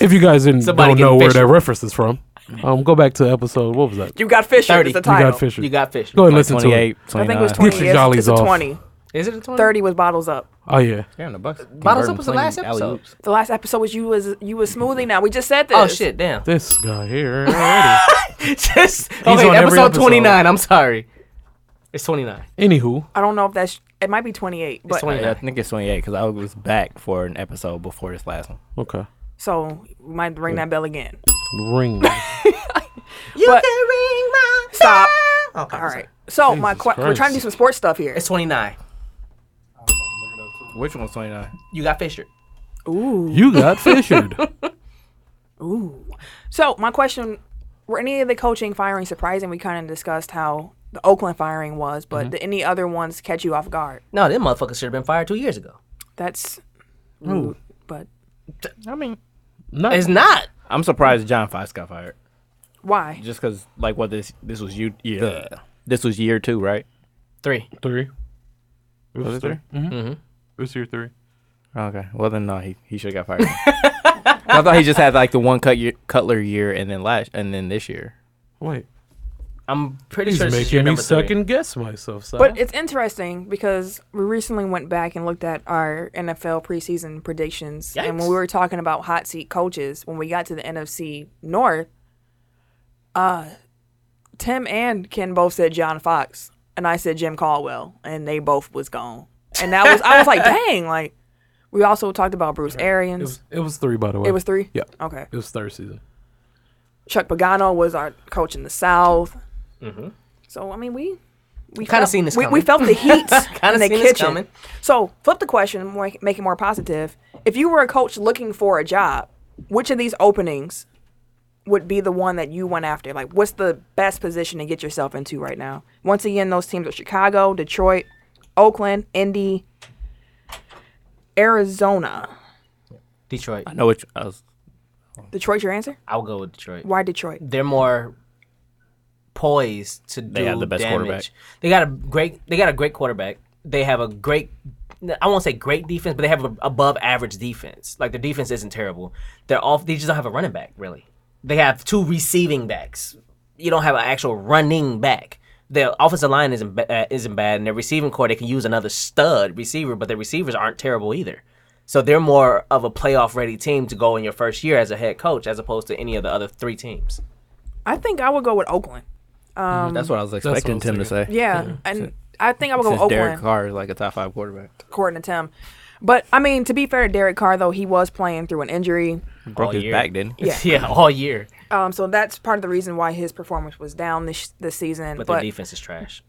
A: if you guys didn't
C: Somebody
A: don't know
C: getting
A: where
C: fishy.
A: that reference is from, um, go back to episode. What was that?
B: you got Fisher.
C: 30.
B: Is the
C: You
A: You
B: title.
A: got Fisher.
C: You got Fisher.
A: Go ahead,
D: Like
A: listen to it.
D: 28,
B: I
D: 29.
B: think it was 20.
A: Get your
B: It's-
A: jollies
B: it's a
A: off.
B: 20.
C: Is it a 20?
B: 30 was bottles up.
A: Oh yeah.
D: Damn, the Bucks.
C: Bottles up was the last episode.
B: The last episode was you was you was smoothie. Now we just said this.
C: Oh, shit, damn.
A: This guy here. already.
C: just, oh, wait,
A: on every
C: episode,
A: episode.
C: 29. I'm sorry. It's 29.
A: Anywho,
B: I don't know if that's it. Might be 28. But
C: 20.
D: Yeah, I think it's 28 because I was back for an episode before this last one.
A: okay.
B: so we might ring that bell again.
A: Ring.
C: You
B: But-
C: can ring my
B: Stop.
C: bell. Okay,
B: All right. So my
A: Jesus
B: que- we're trying to do
A: Christ.
B: some sports stuff here.
C: It's 29.
D: Which one's 29?
C: You got Fisher.
B: Ooh.
A: you got fishered.
B: So my question: Were any of the coaching firing surprising? We kind of discussed how the Oakland firing was, but
C: Mm-hmm.
B: did any other ones catch you off guard?
C: No, them motherfuckers should have been fired two years ago.
B: That's rude, but
D: I mean,
A: No.
C: It's not.
D: I'm surprised John Fox got fired.
B: why?
D: Just because, like, what this this was you yeah. This was year two, right?
C: Three.
A: Three. It
D: Was it three? Mm-hmm.
A: was your three.
D: Okay. Well, then no, he, he should have got fired. I thought he just had like the one cut year, Cutler year, and then last, and then this year.
A: Wait.
C: I'm pretty
A: He's
C: sure this is your
A: making me
C: number three.
A: second guess myself. So.
B: But it's interesting because we recently went back and looked at our NFL preseason predictions. And when
C: Yikes.
B: we were talking about hot seat coaches, when we got to the NFC North, uh, Tim and Ken both said John Fox, and I said Jim Caldwell, and they both was gone. And that was I was like, dang, like we also talked about Bruce Arians.
A: it was it was three by the way.
B: It was three? Oh.
A: Yeah.
B: Okay.
A: It was third season.
B: Chuck Pagano was our coach in the South. So I mean, we we
C: Mm-hmm. Kinda
B: felt-
C: seen this
B: We, we
C: coming.
B: felt the heat in the
C: seen this
B: kitchen.
C: coming.
B: So flip the question, more, make it more positive. If you were a coach looking for a job, which of these openings would be the one that you went after? Like, what's the best position to get yourself into right now? Once again, those teams are Chicago, Detroit, Oakland, Indy, Arizona.
C: Detroit.
D: I know what you- I was.
B: Detroit's your answer?
C: I'll go with Detroit.
B: Why Detroit?
C: They're more poised to do
D: have the best
C: damage.
D: quarterback.
C: They got a great. They got a great quarterback. They have a great. I won't say great defense, but they have a above average defense. Like their defense isn't terrible. They're off. They just don't have a running back really. They have two receiving backs. You don't have an actual running back. Their offensive line isn't ba- uh, isn't bad, and their receiving core they can use another stud receiver, but their receivers aren't terrible either. So they're more of a playoff ready team to go in your first year as a head coach, as opposed to any of the other three teams.
B: I think I would go with Oakland.
D: Um, that's what I was expecting
A: was
D: Tim to say.
B: Yeah, and I think I would go
D: Since
B: Oakland
D: Derek Carr is like a top five quarterback,
B: according to Tim. But I mean, to be fair to Derek Carr, though, he was playing through an injury.
D: broke his
C: year.
D: back, didn't he?
B: Yeah.
C: all year.
B: Um, so that's part of the reason why his performance was down this this season.
C: But,
B: But
C: their
B: but,
C: defense is trash.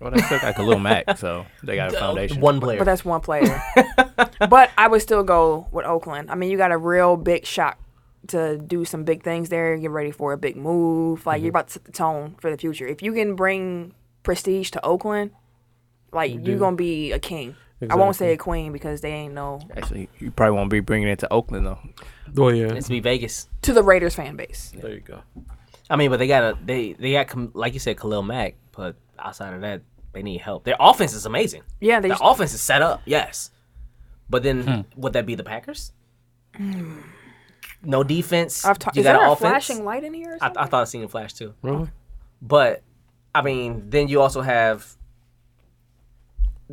D: Well, they took like a little Mac, so they got a foundation.
C: One player.
B: that's one player. but I would still go with Oakland. I mean, you got a real big shot to do some big things there. Get ready for a big move. Like you're about to set the tone for the future. If you can bring prestige to Oakland, like you're gonna be a king. I won't say a queen because they ain't no
D: Actually, you probably won't be bringing it to Oakland though.
A: Oh yeah.
C: It's be Vegas.
B: to the Raiders fan base.
A: There you go.
C: I mean, but they got a they they got Kam- like you said Khalil Mack, but outside of that, they need help. Their offense is amazing.
B: Yeah, they
C: Their
B: just-
C: offense is set up, yes. But then would that be the Packers? No defense.
B: Hmm. I've ta-
C: you
B: is
C: got
B: there
C: an
B: a
C: offense.
B: flashing light in here? Or
C: I,
B: something?
C: I thought I seen a flash too.
A: Really?
C: But I mean, then you also have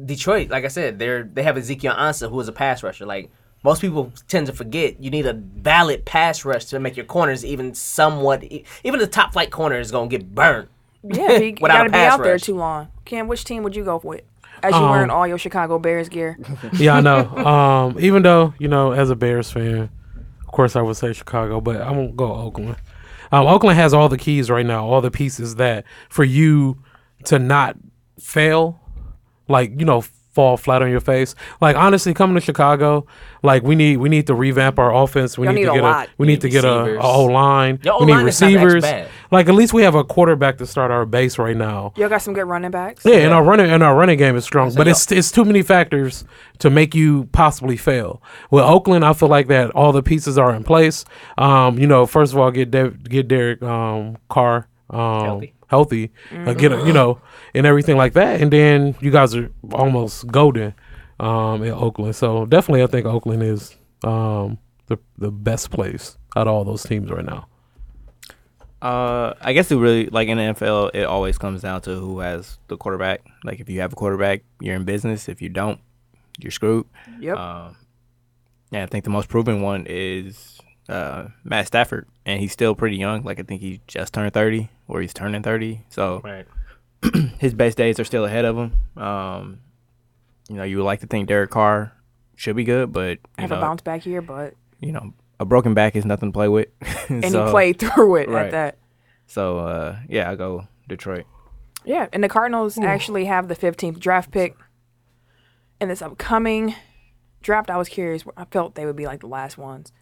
C: Detroit. Like I said, they're they have Ezekiel Ansah, who is a pass rusher. Like most people tend to forget, you need a valid pass rush to make your corners even somewhat. e- Even the top flight corner is gonna get burned.
B: Yeah, you
C: Without
B: gotta
C: a
B: be
C: pass
B: out there
C: rush.
B: too long. Cam, which team would you go with? As you're wearing all your Chicago Bears gear.
A: yeah, I know. Um, even though you know, as a Bears fan, of course I would say Chicago, but I won't go Oakland. Um, Oakland has all the keys right now, all the pieces that for you to not fail, like you know, fall flat on your face. Like honestly, coming to Chicago, like we need we need to revamp our offense. We
B: Y'all
A: need,
B: need
A: to
B: a
A: get
B: lot.
A: a we need to get a,
C: Receivers.
A: a O line.
C: Your
A: We need
C: O-line is not that
A: receivers.
C: bad.
A: Like at least we have a quarterback to start our base right now.
B: Y'all got some good running backs.
A: Yeah, and our running and our running game is strong, but it's it's too many factors to make you possibly fail. With Oakland, I feel like that all the pieces are in place. Um, you know, first of all, get Dev get Derek um, Carr um,
C: Healthy.
A: healthy, uh, get a- you know, and everything like that, and then you guys are almost golden um, in Oakland. So definitely, I think Oakland is um, the the best place out of all those teams right now.
D: Uh, I guess it really like in the NFL, it always comes down to who has the quarterback. Like if you have a quarterback, you're in business. If you don't, you're screwed.
B: Yep.
C: Um,
D: Yeah, I think the most proven one is uh, Matt Stafford, and he's still pretty young. Like I think he just turned thirty, or he's turning thirty. So
C: Right.
D: his best days are still ahead of him. Um, you know, you would like to think Derek Carr should be good, but you
B: Have
D: know,
B: a bounce back here, but
D: you know, a broken back is nothing to play with.
B: and
D: so,
B: he played through it at
D: Right.
B: that.
D: So uh, yeah, I go Detroit.
B: Yeah, and the Cardinals actually have the 15th draft pick in this upcoming draft. I was curious. I felt they would be like the last ones,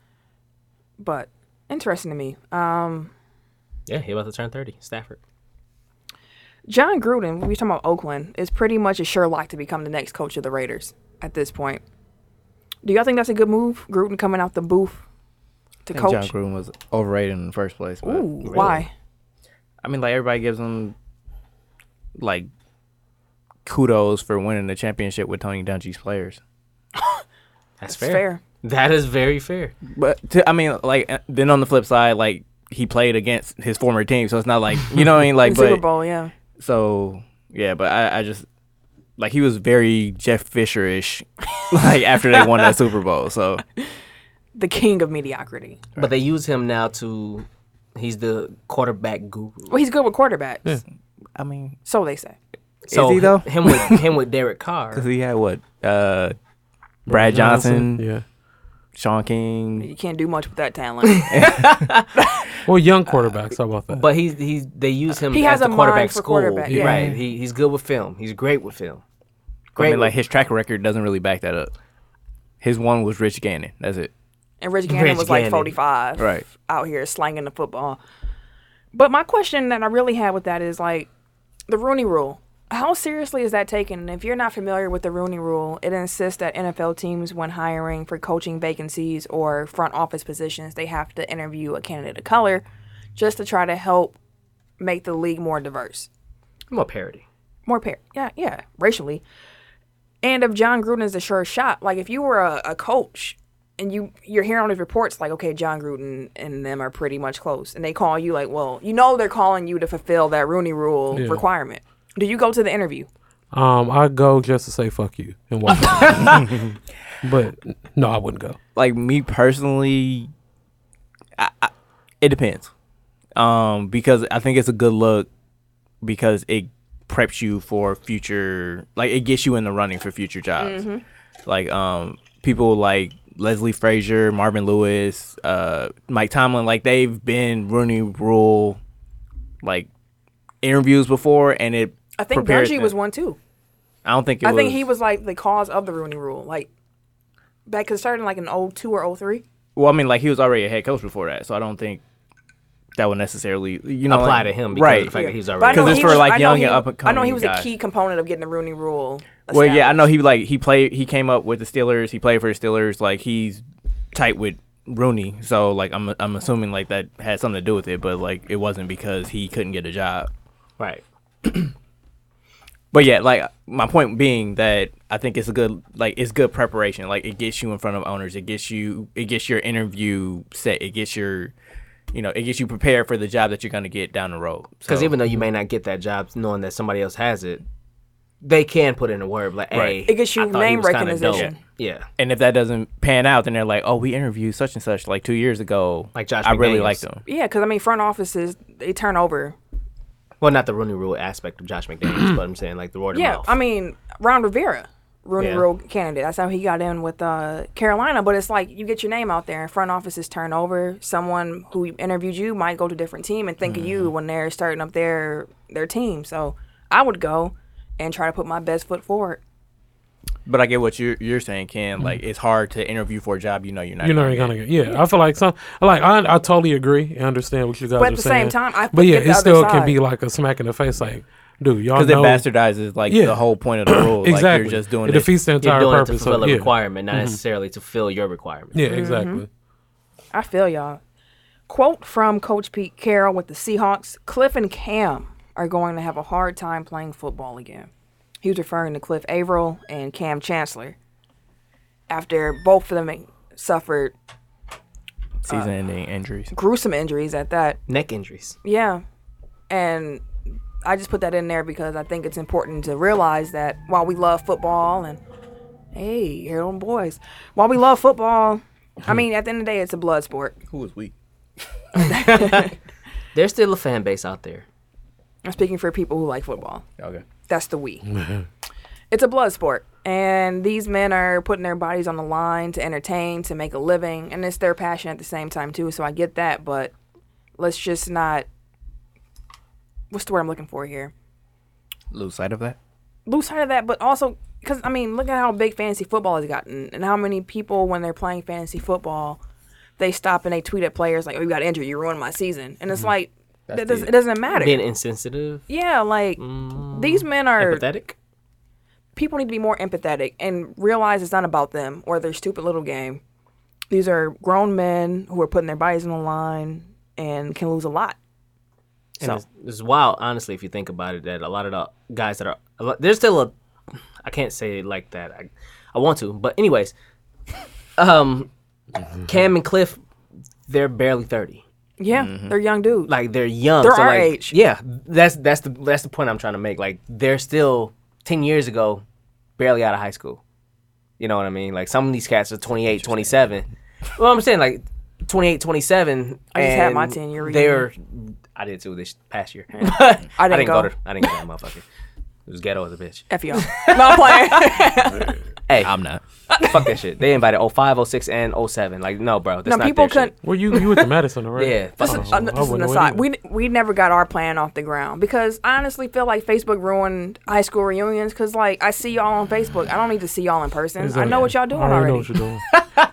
B: but interesting to me. Um,
C: Yeah, he about to turn thirty. Stafford.
B: John Gruden, when we talking about Oakland, is pretty much a Sherlock to become the next coach of the Raiders at this point. Do y'all think that's a good move? Gruden coming out the booth to
D: I think
B: coach?
D: John Gruden was overrated in the first place. But
B: Ooh, Why?
D: I mean, like everybody gives him like kudos for winning the championship with Tony Dungy's players.
B: It's
C: That's
B: fair.
C: That is very fair.
D: But to, I mean, like uh, then on the flip side, like he played against his former team, so it's not like you know what I mean. Like,
B: Super
D: but
B: Bowl, yeah.
D: so yeah, but I, I just like he was very Jeff Fisher ish, like after they won that Super Bowl. So
B: The king of mediocrity.
E: But they use him now to. He's the quarterback guru.
B: Well, he's good with quarterbacks.
D: I mean,
B: So they say.
E: So
D: he, though?
E: him with him with Derek Carr.
D: because he had what uh, Brad Johnson,
A: Yeah.
D: Sean King.
B: You can't do much with that talent.
A: Well, young quarterbacks. How about that?
E: But he's he's they use him
B: Uh, He
E: as
B: has
E: the
B: a
E: quarterback
B: mind for
E: school.
B: quarterback, yeah. Mm-hmm.
E: Right. He, he's good with film. He's great with film.
D: I
E: Great.
D: mean, like
E: with-
D: his track record doesn't really back that up. His one was Rich Gannon. That's it.
B: And Rich Gannon
E: Rich
B: was like
E: Gannon.
B: 45
D: Right.
B: out here slanging the football. But my question that I really had with that is like the Rooney rule. How seriously is that taken? And if you're not familiar with the Rooney rule, it insists that NFL teams, when hiring for coaching vacancies or front office positions, they have to interview a candidate of color just to try to help make the league more diverse
E: I'm a parody.
B: more pair. Yeah, yeah, racially. And if John Gruden's a sure shot, like if you were a, a coach and you you're hearing all these reports like, okay, John Gruden and them are pretty much close, and they call you like, well, you know they're calling you to fulfill that Rooney Rule
A: Yeah.
B: requirement. Do you go to the interview?
A: Um, I go just to say fuck you and walk. out. but no, I wouldn't go.
D: like me personally, I, I, it depends. Um, because I think it's a good look because it preps you for future, like it gets you in the running for future jobs.
B: Mm-hmm.
D: Like um, people like Leslie Frazier, Marvin Lewis, uh, Mike Tomlin, like they've been Rooney Rule, like interviews before, and it.
B: I think
D: prepared
B: Dungy
D: them.
B: was one too.
D: I don't think it
B: I
D: was.
B: think he was like the cause of the Rooney Rule, like back because starting like in 02 or 03.
D: Well, I mean, like he was already a head coach before that, so I don't think that would necessarily you know
E: Apply
D: like-
E: to him because
D: right?
E: of the fact that he's
B: But I
E: already.
B: know
D: 'Cause it's
B: he
D: for, like,
B: I know
D: young
B: he-
D: and up-and-coming
B: I know he was
D: guys.
B: a key component of getting the Rooney Rule.
D: well, yeah, I know
B: established.
D: he like he played he came up with the Steelers, he played for the Steelers, like he's tight with Rooney, so like I'm I'm assuming like that had something to do with it, but like it wasn't because he couldn't get a job.
E: Right.
D: But yeah, like my point being that I think it's a good like it's good preparation. Like it gets you in front of owners, it gets you it gets your interview set, it gets your you know, it gets you prepared for the job that you're gonna get down the road.
E: Because
D: So-
E: even though
B: mm-hmm.
E: you may not get that job, knowing that somebody else has it, they can put in a word like, "Hey,
D: Right.
B: It gets you
E: I thought he
B: name
E: was kinda dope.
B: recognition.
E: Yeah.
D: and if that doesn't pan out, then they're like, "Oh, we interviewed such and such like two years ago.
E: Like Josh
D: I really
E: McDaniels.
D: liked him."
B: Yeah, because I mean, front offices they turn over.
E: Well, not the Rooney Rule aspect of Josh McDaniels, but I'm saying like the word of
B: Mm-hmm. Yeah,
E: mouth.
B: I mean, Ron Rivera, Rooney
E: Yeah.
B: Rule candidate. That's how he got in with uh, Carolina. But it's like you get your name out there, and front offices turn over. Someone who interviewed you might go to a different team and think of
E: Mm-hmm.
B: you when they're starting up their their team. So I would go and try to put my best foot forward.
D: But I get what you're you're saying, Ken. Like it's hard to interview for a job you know you're not.
A: You're not
D: gonna
A: gonna get. Yeah, I feel like some. Like I, I totally agree and understand what you guys
B: But at
A: are
B: the
A: saying.
B: same time, I
A: but yeah,
B: get the
A: it
B: other
A: still can
B: side.
A: be like a smack in the face. Like, dude, y'all
D: because it
A: know
D: bastardizes like
A: Yeah.
D: the whole point of the rule. Like
A: exactly.
D: you're just doing
A: it
D: it.
A: defeats the
E: You're
A: entire
E: doing it to
A: purpose.
E: fulfill
A: of,
E: a
A: yeah.
E: requirement, not necessarily to fill your requirement.
A: Yeah,
B: Mm-hmm.
A: exactly.
B: I feel y'all. Quote from Coach Pete Carroll with the Seahawks Cliff and Cam are going to have a hard time playing football again. He was referring to Cliff Averill and Cam Chancellor after both of them suffered
D: season-ending injuries.
B: gruesome injuries at that.
E: Neck injuries.
B: Yeah. And I just put that in there because I think it's important to realize that while we love football and hey, here on boys, while we love football, I mean, at the end of the day, it's a blood sport.
D: Who was weak?
E: There's still a fan base out there.
B: I'm speaking for people who like football.
D: Okay.
B: That's the we. it's a blood sport. And these men are putting their bodies on the line to entertain, to make a living, and it's their passion at the same time too. So I get that, but let's just not what's the word I'm looking for here?
D: Lose sight of that.
B: Lose sight of that, but also because I mean, look at how big fantasy football has gotten, and how many people when they're playing fantasy football, they stop and they tweet at players like, "Oh, you got injured, you ruined my season," and it's like that does, it doesn't matter.
E: Being insensitive,
B: yeah, like these men are
E: empathetic.
B: people need to be more empathetic and realize it's not about them or their stupid little game. These are grown men who are putting their bodies on the line and can lose a lot.
E: And it's, it's wild, honestly, if you think about it, that a lot of the guys that are a lot, there's still a I can't say it like that. I, I want to, but anyways, um, Cam and Cliff, they're barely thirty.
B: Yeah,
A: Mm-hmm.
B: they're young dudes.
C: like they're young.
B: They're
C: so,
B: our
C: like,
B: age.
C: Yeah, that's that's the that's the point I'm trying to make. Like they're still ten years ago, barely out of high school. You know what I mean? Like some of these cats are 28, 27. Well, I'm saying like 28, 27.
B: I just had my
C: and
B: 10 year
C: They're I did too this past year. I didn't,
B: I didn't
C: go.
B: go.
C: to I didn't go to that motherfucker. It was ghetto as a bitch.
B: F y'all.
A: Oh,
B: Not playing.
C: Hey,
F: I'm not.
C: fuck that shit. They invited 05, 06, and 07. Like no, bro. That's
B: no,
C: not
B: people
C: their shit.
B: couldn't.
A: Well, you you with the Madison, right?
C: Yeah, fuck
B: Listen,
C: that
B: uh,
C: shit.
B: just an
A: wouldn't know
B: aside. We we never got our plan off the ground because I honestly feel like Facebook ruined high school reunions. Cause like I see y'all on Facebook, I don't need to see y'all in person. I know what y'all doing
A: I
B: already.
A: know what you're doing.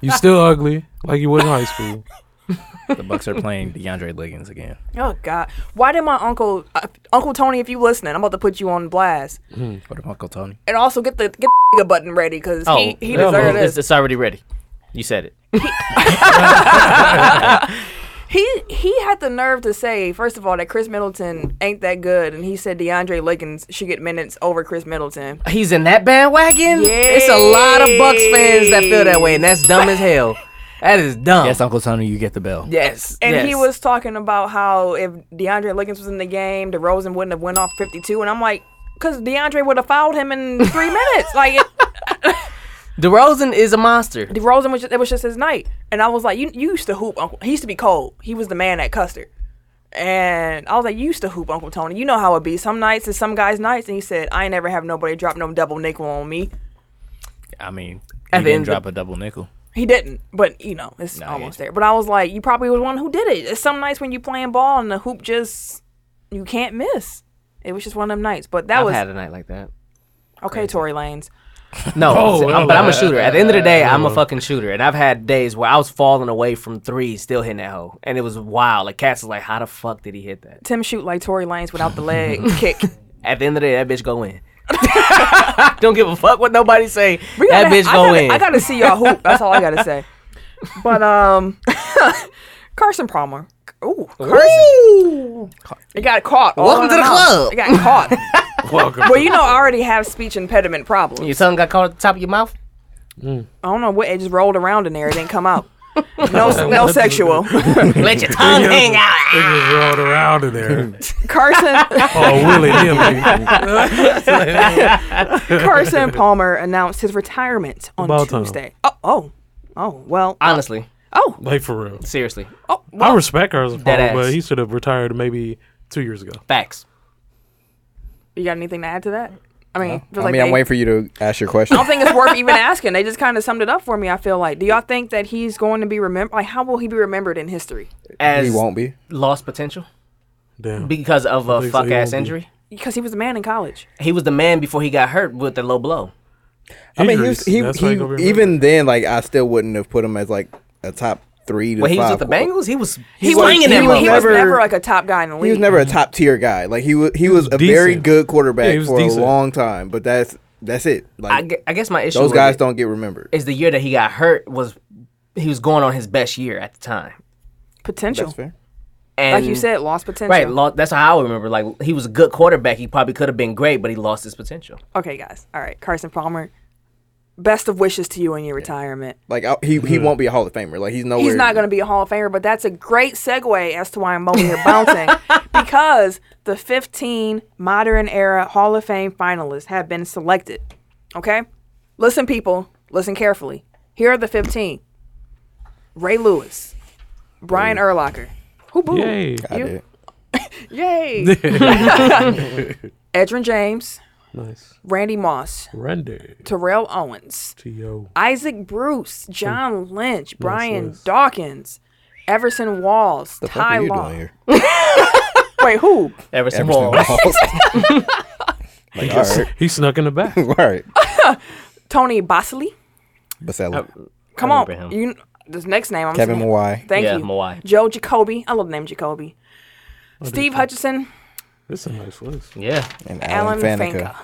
A: you still ugly, like you was in high school.
F: The Bucks are playing DeAndre Liggins again.
B: oh God, why did my uncle uh, Uncle Tony, if you listening, I'm about to put you on blast.
F: What if Uncle Tony?
B: And also get the get the button ready because he he
C: Oh, no,
B: deserved
C: it's,
B: this.
C: it's already ready. You said it.
B: He he had the nerve to say first of all that Chris Middleton ain't that good, and he said DeAndre Liggins should get minutes over Chris Middleton.
C: He's in that bandwagon. It's a lot of Bucks fans that feel that way, and that's dumb as hell. That is dumb.
F: Yes, Uncle Tony, you get the bell.
C: yes.
B: And he
C: yes.
B: was talking about how if DeAndre Liggins was in the game, DeRozan wouldn't have went off 52. And I'm like, because DeAndre would have fouled him in three minutes. Like, it,
C: DeRozan is a monster.
B: DeRozan was just, it was just his night. And I was like, you, you used to hoop Uncle. He used to be cold. He was the man at Custard. And I was like, you used to hoop Uncle Tony. You know how it be. Some nights is some guys' nights. And he said, I ain't never have nobody drop no double nickel on me.
F: I mean,
C: At
F: he
C: the end
F: didn't drop
C: of-
F: a double nickel.
B: He didn't, but you know, it's
F: Nah,
B: almost
F: yeah.
B: there. But I was like, you probably was one who did it. It's some nights when you playing ball and the hoop just you can't miss. It was just one of them nights. But that
C: I've
B: was
C: had a night like that.
B: okay, Tory Lanes.
C: No,
A: Oh,
C: I'm-
A: well,
C: but I'm a shooter. At the end of the day, I'm a
A: well.
C: fucking shooter, and I've had days where I was falling away from three, still hitting that hoe, and it was wild. Like cats was like, "How the fuck did he hit that?"
B: Tim shoot like Tory Lanes without the leg kick.
C: At the end of the day, that bitch go in. Don't give a fuck what nobody say.
B: We
C: that
B: gotta-
C: bitch
B: I
C: go
B: gotta-
C: in.
B: I gotta see y'all hoop. That's all I gotta say. But um, Carson Palmer. Ooh, Carson.
C: Ooh.
B: It got caught. all
C: Welcome
B: in
C: to
B: a
C: the
B: mouth.
C: club.
B: It got caught.
A: Welcome.
B: well, you know, I already have speech impediment problems.
C: Your tongue got caught at the top of your mouth.
B: I don't know what it just rolled around in there. It didn't come out. No, no sexual.
C: Let your tongue hang out.
A: They just rolled around in there.
B: Carson
A: Oh, Willie, him.
B: Carson Palmer announced his retirement on
A: About time.
B: Tuesday. Oh, oh, oh. Well,
C: Honestly,
B: oh,
A: like for real.
C: seriously,
B: oh.
A: I respect Carson Palmer,
C: Deadass.
A: but he should have retired maybe two years ago.
C: facts.
B: You got anything to add to that? I mean, I, feel
D: I
B: like
D: mean, I'm
B: they-
D: waiting for you to ask your question.
B: I don't think it's worth even asking. They just kind of summed it up for me. I feel like. Do y'all think that he's going to be remembered? Like, how will he be remembered in history?
C: As
D: He won't be.
C: lost potential
A: Damn.
C: because of a
A: think so,
C: fuck
A: he won't
C: ass
A: be.
C: injury.
B: Because he was a man in college.
C: He was the man before he got hurt with the low blow.
D: I mean, he
A: Injuries,
D: was, he,
A: that's why
D: he-
A: he gonna be
D: even then, like I still wouldn't have put him as like a top three to
C: When he was
D: five.
C: with the Bengals, he was he,
B: He was-
C: swinging
B: he,
C: that
B: was-
C: motherfucker.
B: he was
D: Never-
B: never like a top guy in the league.
D: He was never a top tier guy. Like he was, he was a very
A: decent.
D: good quarterback
A: Yeah, he was
D: for
A: decent.
D: a long time. But that's that's it.
C: I,
D: Like
C: gue- I guess my issue
D: those
C: with
D: guys
C: it
D: don't get remembered.
C: is the year that he got hurt was he was going on his best year at the time.
B: potential.
D: That's fair.
C: And
B: Like you said, lost potential.
C: right? lo- that's how I remember. Like he was a good quarterback. He probably could have been great, but he lost his potential.
B: okay, guys. All right, Carson Palmer. Best of wishes to you in your retirement.
D: Like I, he he won't be a Hall of Famer. Like he's nowhere.
B: He's not going to be a Hall of Famer, but that's a great segue as to why I'm over here bouncing because the 15 modern era Hall of Fame finalists have been selected. Okay? Listen, people, listen carefully. Here are the 15 Ray Lewis, Brian Erlacher. Who boo?
A: Yay.
D: I
B: You-
D: did.
B: Yay. Edrin James,
A: Nice.
B: Randy Moss,
A: Render.
B: Terrell Owens,
A: T.O.
B: Isaac Bruce, John Lynch, Brian
A: nice.
B: Dawkins, Everson Walls,
D: The fuck
B: Ty
D: are you
B: Law.
D: doing here?
B: Wait, who?
C: Ever since
D: Everson
C: Walls.
D: Walls. like, all right,
A: He snuck in the back.
D: all right.
B: Tony Bosley.
D: Basella,
B: Come
C: I
B: on,
C: remember him.
B: you. kn- This next name, I'm
D: Kevin
B: saying.
D: Mawai.
B: Thank
C: Yeah,
B: you,
C: Mawai.
B: Joe Jacoby. I love the name Jacoby. Steve Hutchison,
A: This is a nice list.
C: Yeah,
D: and
B: Alan
D: Alan,
B: Fanka,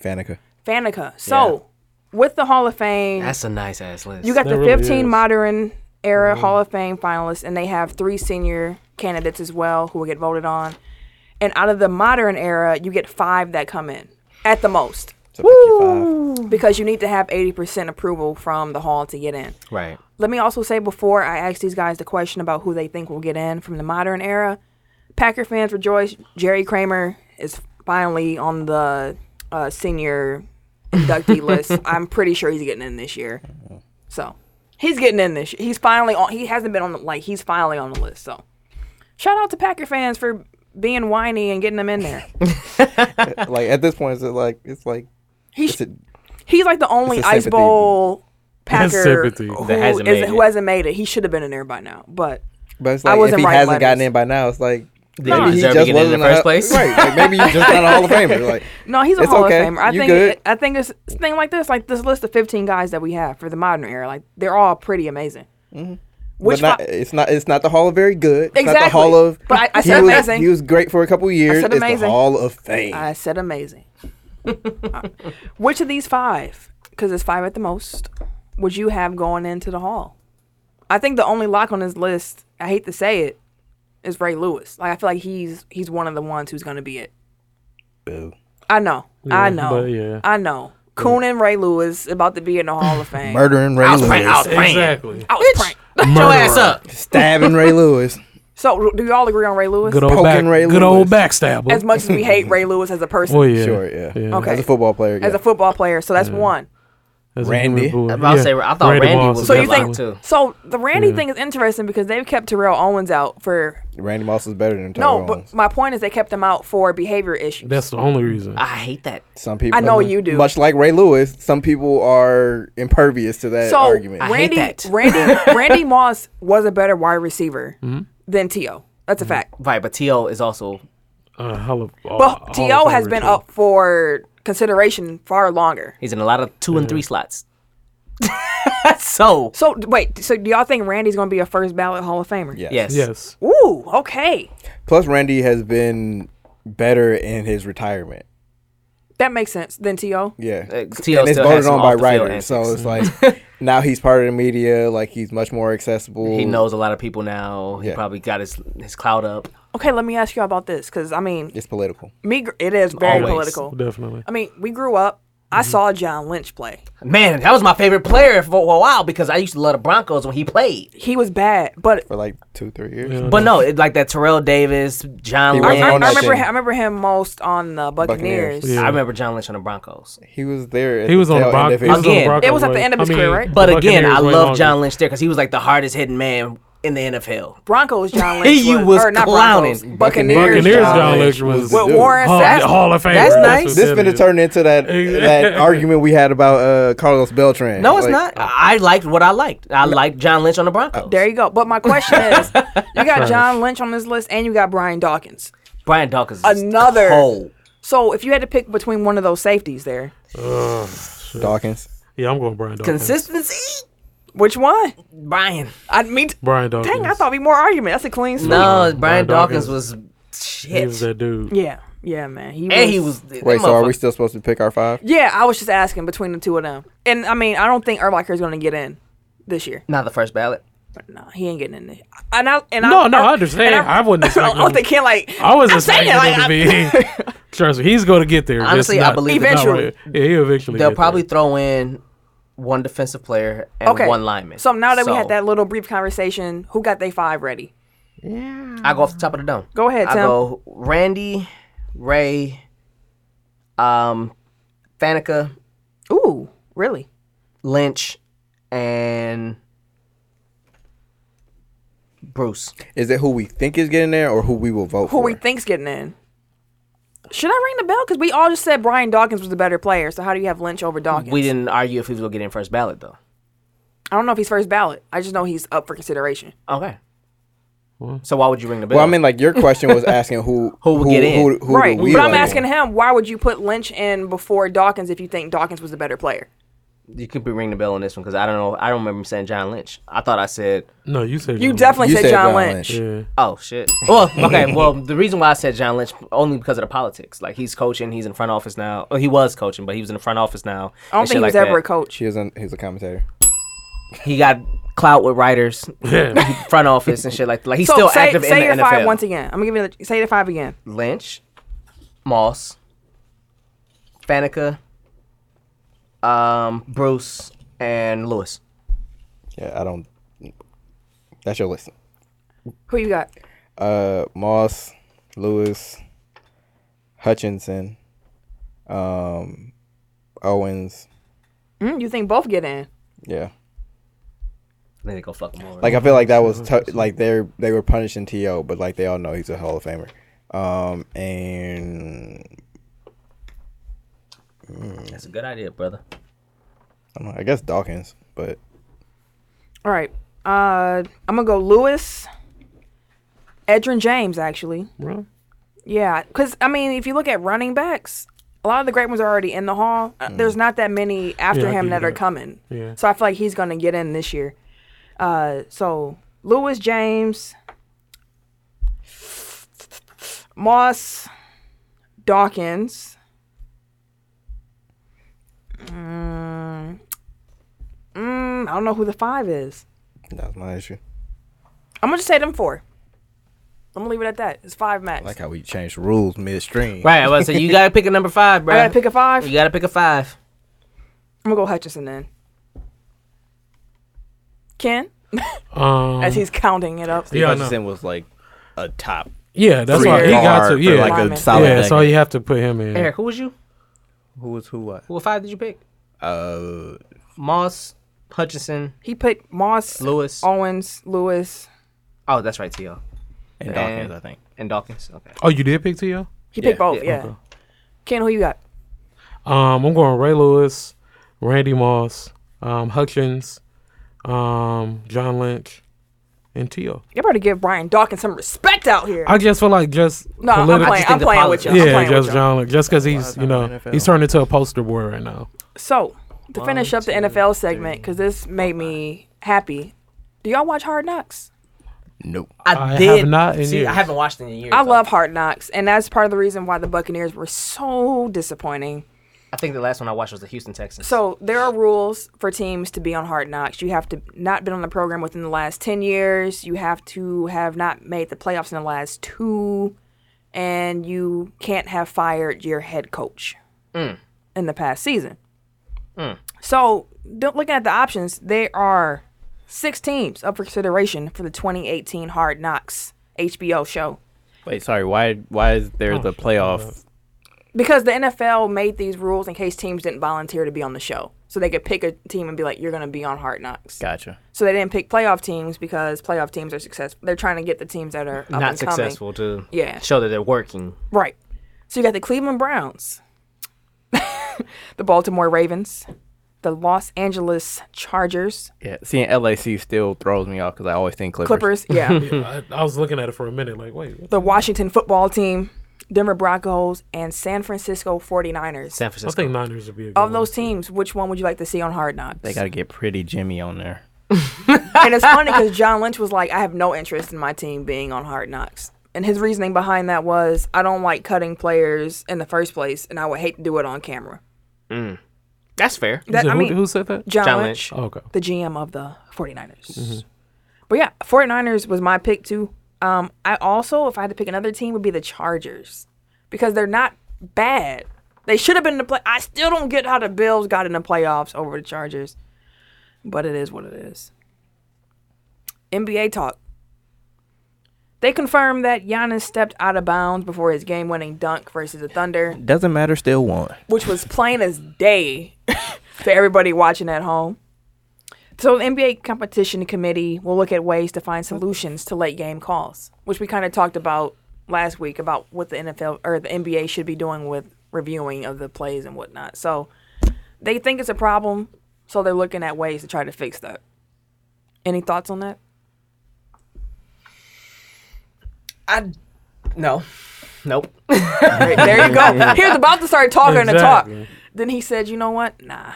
D: Faneca. Faneca.
B: Faneca. So, with the Hall of Fame,
C: that's a nice ass list.
B: you got the
A: That really
B: 15
A: is.
B: modern era Hall of Fame finalists, and they have three senior candidates as well who will get voted on. And out of the modern era, you get five that come in at the most.
G: So pick your five.
B: because you need to have 80% approval from the hall to get in.
H: Right.
B: Let me also say before I ask these guys the question about who they think will get in from the modern era, Packer fans rejoice. Jerry Kramer is finally on the uh, senior inductee list. I'm pretty sure he's getting in this year. So he's getting in this. He's finally on. He hasn't been on the like. He's finally on the list. So shout out to Packer fans for being whiny and getting them in there.
G: Like at this point, it's like it's like
B: He's
G: it's a,
B: he's like the only
G: It's a
B: ice
G: sympathy.
B: bowl Packer
A: sympathy.
B: who,
H: That hasn't
B: is-
H: made
B: who
H: it.
B: hasn't made it. He should have been in there by now, but.
G: but it's
B: I
G: like if
B: wasn't
G: he
B: writing
G: hasn't gotten
B: letters.
G: in by now, it's like
H: didn't deserve to get in in the
G: a-
H: first place.
G: right? Like maybe he's just not a Hall of Famer. Like
B: No, he's a
G: It's
B: Hall
G: okay.
B: of Famer. I
G: You
B: think
G: good.
B: I think it's it's thing like this, like this list of fifteen guys that we have for the modern era, like they're all pretty amazing. Which
G: Mm-hmm. but not,
B: fi-
G: it's not it's not the Hall of very good. It's not
B: Exactly.
G: the Hall of
B: But I- I
G: he
B: said
G: was,
B: amazing.
G: He was great for a couple years.
B: said
G: it's
B: amazing.
G: the Hall of Fame.
B: I said amazing. Which of these five, because it's five at the most, would you have going into the hall? I think the only lock on this list, I hate to say it, is Ray Lewis. Like I feel like he's he's one of the ones who's going to be it.
G: Boo.
B: I know, I
A: Yeah,
B: know,
A: but yeah.
B: I know. Coon and Ray Lewis about to be in the Hall of Fame.
G: Murdering Ray Lewis,
A: Exactly.
B: I was pranked.
A: Murderer.
G: stabbing Ray Lewis.
B: So, do y'all agree on Ray Lewis?
A: Good old
G: Poking
A: back.
G: Ray
A: good old
G: Lewis.
A: backstabber.
B: as much as we hate Ray Lewis as a person,
A: well, yeah.
G: Sure, yeah.
A: Yeah.
B: Okay.
G: As a football player, yeah.
B: as a football player. So that's one.
A: As a
G: Randy.
A: human boy.
C: I'm about to say, I thought Randy
A: Moss
C: was
A: is
B: So you
C: Good
A: definitely-
B: think
C: luck, too.
B: so? The Randy thing is interesting because they've kept Terrell Owens out for
G: Randy Moss is better than Terrell
B: no.
G: no,
B: But my point is they kept him out for behavior issues.
A: That's the only reason.
C: I hate that.
G: Some people,
B: I know you do.
G: Much like Ray Lewis, some people are impervious to that
B: so
G: argument.
C: hate
B: Randy,
C: that.
B: Randy, Randy Moss was a better wide receiver
A: Mm-hmm.
B: than To. That's a fact.
C: Right, but To is also
A: Uh, Hall of- uh, Hall
B: But
A: of
B: To has
A: Famer,
B: been
A: too.
B: up for consideration far longer.
C: he's in a lot of two and three slots. so
B: So d- wait, so do y'all think Randy's going to be a first ballot Hall of Famer?
G: Yes.
C: yes,
A: Yes.
B: Ooh, okay,
G: Plus, Randy has been better in his retirement.
B: that makes sense. Then To.
G: Yeah.
C: Uh,
G: and
C: T.O.
G: it's
C: still
G: voted
C: has some
G: on by
C: off the field
G: writers. So
C: antics.
G: it's like now he's part of the media. Like he's much more accessible.
C: he knows a lot of people now. He
G: Yeah.
C: probably got his his cloud up.
B: Okay, let me ask you all about this because I mean,
G: It's political.
B: me gr- it is very
C: Always. Mm-hmm.
B: political.
A: Definitely.
B: I mean, we grew up. I saw John Lynch play.
C: Man, that was my favorite player for a while because I used to love the Broncos when he played.
B: He was bad, but
G: For like two, three years.
C: But no, it, like that Terrell Davis, John
G: He
B: I,
G: wasn't
B: I, I
G: on that
C: Lynch.
B: remember
G: team.
B: I remember him most on the Buccaneers.
G: Buccaneers.
A: Yeah.
C: I remember John Lynch on the Broncos.
G: He was there. At
A: He was on the
G: tail end
A: Broncos.
G: of
A: He
G: his-
A: was on the
C: Again,
A: Broncos
B: it was at the
A: way-
B: end of
A: I
B: his
A: mean,
B: career, right?
A: the
C: But again,
A: Buccaneers
C: I
A: way
C: love
A: longer.
C: John Lynch there because he was like the hardest hitting man in the NFL.
B: Broncos John Lynch.
C: You
B: was,
C: was
B: or not
C: clowning.
B: Broncos, Buccaneers.
A: Buccaneers
B: John
A: John Lynch
B: Lynch.
A: was
G: With
A: the
B: Warren
A: Hall,
B: Sapp.
A: Hall of Famer.
C: That's nice.
A: what
G: This
A: that
G: finna
A: is.
G: turn into that that argument we had about uh, Carlos Beltran.
C: No, it's
G: Like, uh, Oh.
C: not. I I liked what I liked. I liked John Lynch on the Broncos.
B: There you go. But my question is, you got John Lynch on this list, and you got Brian Dawkins.
C: Brian Dawkins. is
B: Another-
C: cold.
B: So if you had to pick between one of those safeties, there,
G: Dawkins.
A: Yeah, I'm going Brian Dawkins.
C: consistency.
B: which one?
C: Brian.
B: I mean,
A: Brian Dawkins.
B: dang, I thought we more argument. That's a clean sweep.
C: No, Brian,
A: Brian
C: Dawkins,
A: Dawkins.
C: was
A: he
C: shit.
A: was that dude.
B: Yeah, yeah, man. He
C: and he was. that
G: Wait, so are we
C: motherfucker-
G: still supposed to pick our five?
B: Yeah, I was just asking between the two of them. And I mean, I don't think Urlacher is going to get in this year.
C: not the first ballot?
B: No, he ain't getting in. This. And I and
A: No,
B: I,
A: no, I understand. I wouldn't expect
B: I don't
A: him-
B: think he like.
A: I was
B: I'm saying
A: expecting
B: it,
A: him to be. Trust me, he's going to get there. Just
C: Honestly, I
A: not-
C: believe
A: not
B: Eventually.
A: right- Yeah, he'll eventually.
C: They'll
A: get
C: probably
A: there.
C: throw in one defensive player and
B: okay,
C: one lineman.
B: So now that we had that little brief conversation, who got they five ready?
C: I go off the top of the dome.
B: Go ahead,
C: I
B: Tim.
C: go Randy, Ray, um, Faneca,
B: Ooh, really?
C: Lynch, and Bruce.
G: Is it who we think is getting there or who we will vote
B: Who
G: for?
B: we think's getting in? Should I ring the bell? Because we all just said Brian Dawkins was the better player. So how do you have Lynch over Dawkins?
C: We didn't argue if he was gonna get in first ballot though.
B: I don't know if he's first ballot. I just know he's up for consideration.
C: Okay. So why would you ring the bell?
G: well, I mean, like your question was asking who
C: Who would get in?
G: Who, who do
B: right.
G: we
B: But I'm
G: like?
B: asking him, why would you put Lynch in before Dawkins if you think Dawkins was the better player?
C: you could be ringing the bell on this one because I don't know. I don't remember saying John Lynch. I thought I said,
A: No, you said
B: Mm-hmm. You
A: John
B: definitely
G: You
B: said, John, Lynch.
A: Lynch.
C: oh shit. Well, okay. well, the reason why I said John Lynch only because of the politics. Like he's coaching. He's in front office now. Well, he was coaching, but he was in the front office now.
B: I don't
C: and
B: think
C: shit
B: he was
C: like
B: ever a
C: that.
B: coach.
G: She is an, he's a commentator.
C: He got clout with writers,
A: Yeah. yeah.
C: front office, and shit like that. Like he's
B: So
C: still
B: say,
C: active
B: say
C: in
B: your
C: the
B: five
C: NFL.
B: once again. I'm gonna give you the, say the five again.
C: Lynch, Moss, Faneca,
E: um, Bruce, and Lewis.
G: Yeah, I don't. That's your list.
B: Who you got?
G: Uh, Moss, Lewis, Hutchinson, um, Owens.
B: Mm, you think both get in?
G: Yeah.
E: Then they go fuck them over.
G: Like I feel like that was tou- like they are they were punishing To, but like they all know he's a Hall of Famer. Um and
E: that's a good idea, brother.
G: I, don't know, I guess Dawkins, but
B: All right. Uh, I'm gonna go Lewis, Edrin James actually.
A: Really?
B: Yeah, because I mean, if you look at running backs, a lot of the great ones are already in the hall. Uh, There's not that many after
A: Yeah, I
B: him
A: give
B: that
A: you
B: are
A: that.
B: coming.
A: Yeah.
B: So I feel like he's gonna get in this year. Uh, so Lewis James, Moss, Dawkins. Mm, mm, I don't know who the five is.
G: that's my issue.
B: I'm gonna just say them four. I'm gonna leave it at that. It's five max.
G: I like how we changed rules midstream.
E: Right. Well, so you gotta pick a number five, bro.
B: I gotta pick a five.
E: You gotta pick a five.
B: I'm gonna go Hutchinson then. Ken,
A: Um,
B: as he's counting it up.
A: yeah, I know.
D: Hutchinson was like a top.
A: yeah, that's
D: three
A: why he got
D: guard
A: to.
D: for,
A: Yeah,
D: like
B: Lineman.
D: a solid.
A: yeah. So
D: decade.
A: you have to put him in.
E: Eric, who was you?
D: who was who what?
E: What five did you pick?
D: Uh,
E: Moss, Hutchinson,
B: He put Moss,
E: Lewis.
B: Owens, Lewis.
E: Oh, that's right, T.O.
D: and
E: Man.
D: Dawkins, I think.
E: and Dawkins. Okay.
A: Oh, you did pick T.O.?
B: He
D: Yeah.
B: picked both. Yeah. Ken, who you got?
A: Um, I'm going Ray Lewis, Randy Moss, um, Hutchins, um, John Lynch, and T.O.
B: You better give Brian Dawkins some respect out here.
A: I just feel like just
B: no, I'm
A: politi-
B: playing.
E: think
B: I'm
E: the
B: playing with
E: politics-
B: you. I'm
A: Yeah,
B: playing
A: just
B: with you.
A: John Lynch, just because he's you know
G: NFL.
A: he's turned into a poster boy right now.
B: So to finish up the NFL segment, because this made me happy. Do y'all watch Hard Knocks?
G: Nope.
A: I have not in
E: see, I
A: years.
E: haven't watched in years.
B: I
E: though.
B: love Hard Knocks, and that's part of the reason why the Buccaneers were so disappointing.
E: I think the last one I watched was the Houston Texans.
B: So there are rules for teams to be on Hard Knocks. You have to not been on the program within the last ten years. You have to have not made the playoffs in the last two, and you can't have fired your head coach in the past season. So don't looking at the options, there are six teams up for consideration for the 2018 Hard Knocks HBO show.
D: Wait, sorry. Why? Why is there the playoff?
B: because the NFL made these rules in case teams didn't volunteer to be on the show. So they could pick a team and be like, you're going to be on Hard Knocks.
D: Gotcha.
B: So they didn't pick playoff teams because playoff teams are successful. They're trying to get the teams that are up
E: not
B: and coming.
E: successful to
B: Yeah.
E: show that they're working.
B: Right. So you got the Cleveland Browns, the Baltimore Ravens, the Los Angeles Chargers,
D: Yeah, seeing LAC still throws me off because I always think Clippers.
B: Clippers, yeah,
A: Hmm. I, I was looking at it for a minute, like wait, what?
B: the Washington football team, Denver Broncos, and San Francisco 49ers.
E: San
A: I
E: Francisco.
A: think Niners would be a good
B: Of those
A: one.
B: teams, which one would you like to see on Hard Knocks?
D: They gotta get pretty Jimmy on there.
B: and it's funny because John Lynch was like, I have no interest in my team being on Hard Knocks. And his reasoning behind that was, I don't like cutting players in the first place, and I would hate to do it on camera.
E: That's fair.
A: Is
B: That,
A: it
B: I
A: who,
B: mean,
A: who said that?
B: John,
E: John
B: Lynch,
A: Oh, okay.
B: the GM of the 49ers. But yeah, 49ers was my pick too. Um, I also, if I had to pick another team, would be the Chargers because they're not bad. They should have been in the play. I still don't get how the Bills got in the playoffs over the Chargers, but it is what it is. NBA talk. They confirmed that Giannis stepped out of bounds before his game-winning dunk versus the Thunder,
D: Doesn't matter. Still won.
B: which was plain as day to everybody watching at home. So the NBA competition committee will look at ways to find solutions to late game calls, which we kind of talked about last week about what the NFL or the NBA should be doing with reviewing of the plays and whatnot. So they think it's a problem, so they're looking at ways to try to fix that. Any thoughts on that?
E: I no, nope.
B: Right, there you go. He was about to start talking and talk.
A: Exactly.
B: Then he said, "You know what? Nah."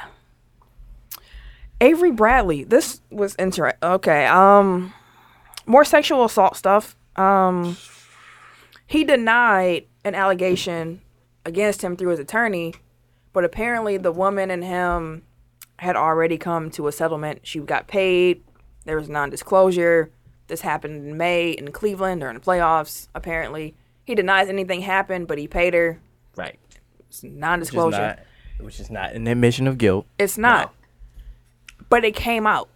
B: Avery Bradley. This was interesting. Okay. Um, more sexual assault stuff. Um, he denied an allegation against him through his attorney, but apparently the woman and him had already come to a settlement. She got paid. There was non-disclosure. This happened in May in Cleveland during the playoffs. Apparently, he denies anything happened, but he paid her.
E: Right.
B: It's non-disclosure.
D: not- which is not an admission of guilt,
B: It's not. But it came out.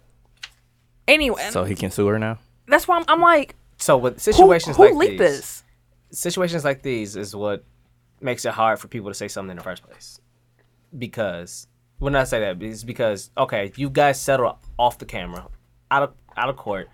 B: Anyway,
D: so he can sue her now.
B: that's why I'm, I'm like,
C: So with
B: who,
C: situations
B: who
C: like
B: leaked
C: these,
B: this?
C: situations like these is what makes it hard for people to say something in the first place. Because when I say that, it's because okay, you guys settle off the camera, out of out of court.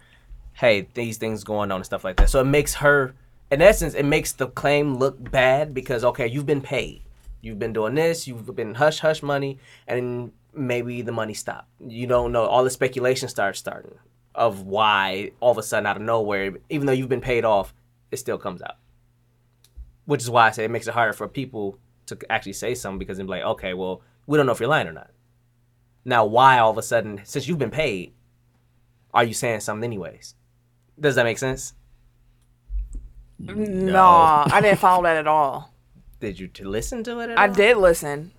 C: Hey, these things going on and stuff like that. So it makes her, in essence, it makes the claim look bad because okay, you've been paid, you've been doing this, you've been hush hush money, and maybe the money stopped. You don't know. All the speculation starts starting of why all of a sudden out of nowhere, even though you've been paid off, it still comes out which is why I say it makes it harder for people to actually say something because they're like, okay, well, we don't know if you're lying or not. Now, why all of a sudden, since you've been paid, are you saying something anyways? Does that make sense?
B: Nah, I didn't follow that at all.
C: Did you to listen to it? At
B: I
C: all?
B: did listen.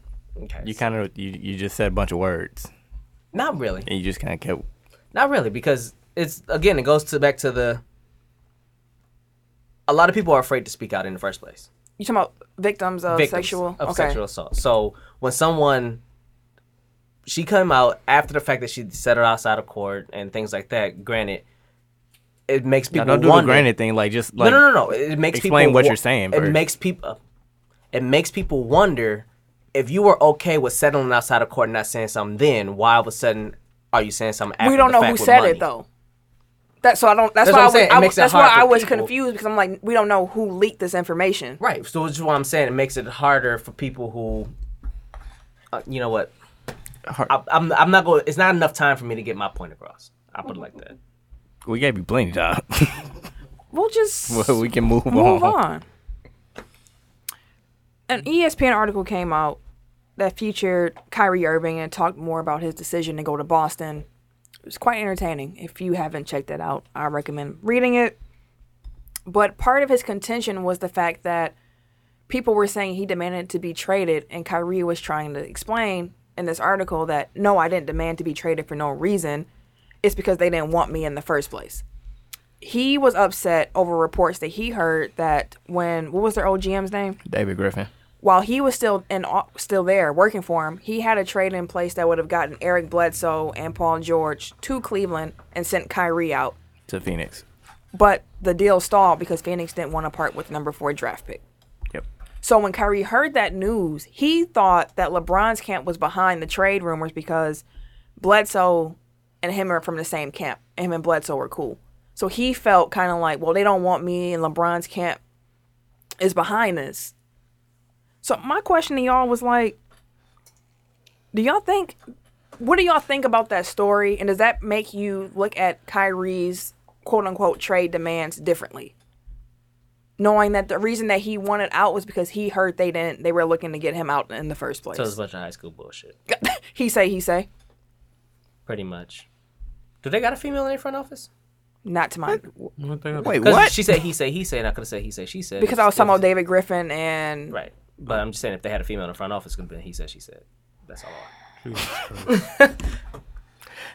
C: Okay.
D: You kind of you, you just said a bunch of words,
C: not really,
D: and you just kind of kept.
C: not really, because it's again, it goes to back to the. A lot of people are afraid to speak out in the first place.
B: You talking about victims of
C: victims
B: sexual?
C: of sexual assault. So when someone she come out after the fact that she settled outside of court and things like that, granted, it makes
D: Now,
C: people
D: don't do the
C: wonder.
D: granted thing. Like just
C: no,
D: like
C: no, no, no. It makes
D: explain
C: people
D: what
C: wo-
D: you're saying
C: It
D: first.
C: makes people. It makes people wonder if you were okay with settling outside of court and not saying something. Then why all of a sudden are you saying something? After
B: we don't
C: the
B: know
C: fact
B: who
C: with
B: said
C: money?
B: it though. That's so I don't. That's,
C: That's
B: why
C: what
B: I
C: I'm
B: was.
C: saying. It
B: I, was-
C: makes it
B: that's
C: hard
B: why
C: for
B: I was
C: people.
B: confused because I'm like, we don't know who leaked this information.
C: Right. So which is why I'm saying it makes it harder for people who, uh, you know what, I, I'm I'm not going. It's not enough time for me to get my point across. I put it like that.
D: we gave you plenty of time.
B: We'll just
D: well, we can move,
B: move on. An E ESPN article came out that featured Kyrie Irving and talked more about his decision to go to Boston. It was quite entertaining. If you haven't checked that out, I recommend reading it. But part of his contention was the fact that people were saying he demanded to be traded, and Kyrie was trying to explain in this article that no, I didn't demand to be traded for no reason. It's because they didn't want me in the first place he was upset over reports that he heard that when what was their old GM's name?
D: David Griffin.
B: While he was still in still there working for him, he had a trade in place that would have gotten Eric Bledsoe and Paul George to Cleveland and sent Kyrie out.
D: to Phoenix.
B: But the deal stalled because Phoenix didn't want to part with number four draft pick.
D: Yep.
B: So when Kyrie heard that news, he thought that LeBron's camp was behind the trade rumors because Bledsoe and him are from the same camp. and Him and Bledsoe were cool. So he felt kind of like, well, they don't want me, and LeBron's camp is behind us. So my question to y'all was like, do y'all think, what do y'all think about that story? And does that make you look at Kyrie's quote unquote trade demands differently? knowing that the reason that he wanted out was because he heard they didn't they were looking to get him out in the first place.
C: So it's a bunch of high school bullshit,
B: he say he say,
C: pretty much. Do they got a female in their front office?
B: not to mine.
A: One thing I-
C: 'Cause
D: What?
C: She said he said he said. And I could have said he said she said.
B: Because I was talking about David Griffin and
C: Right. But I'm just saying if they had a female in the front office, could have been he said she said. That's all. I want.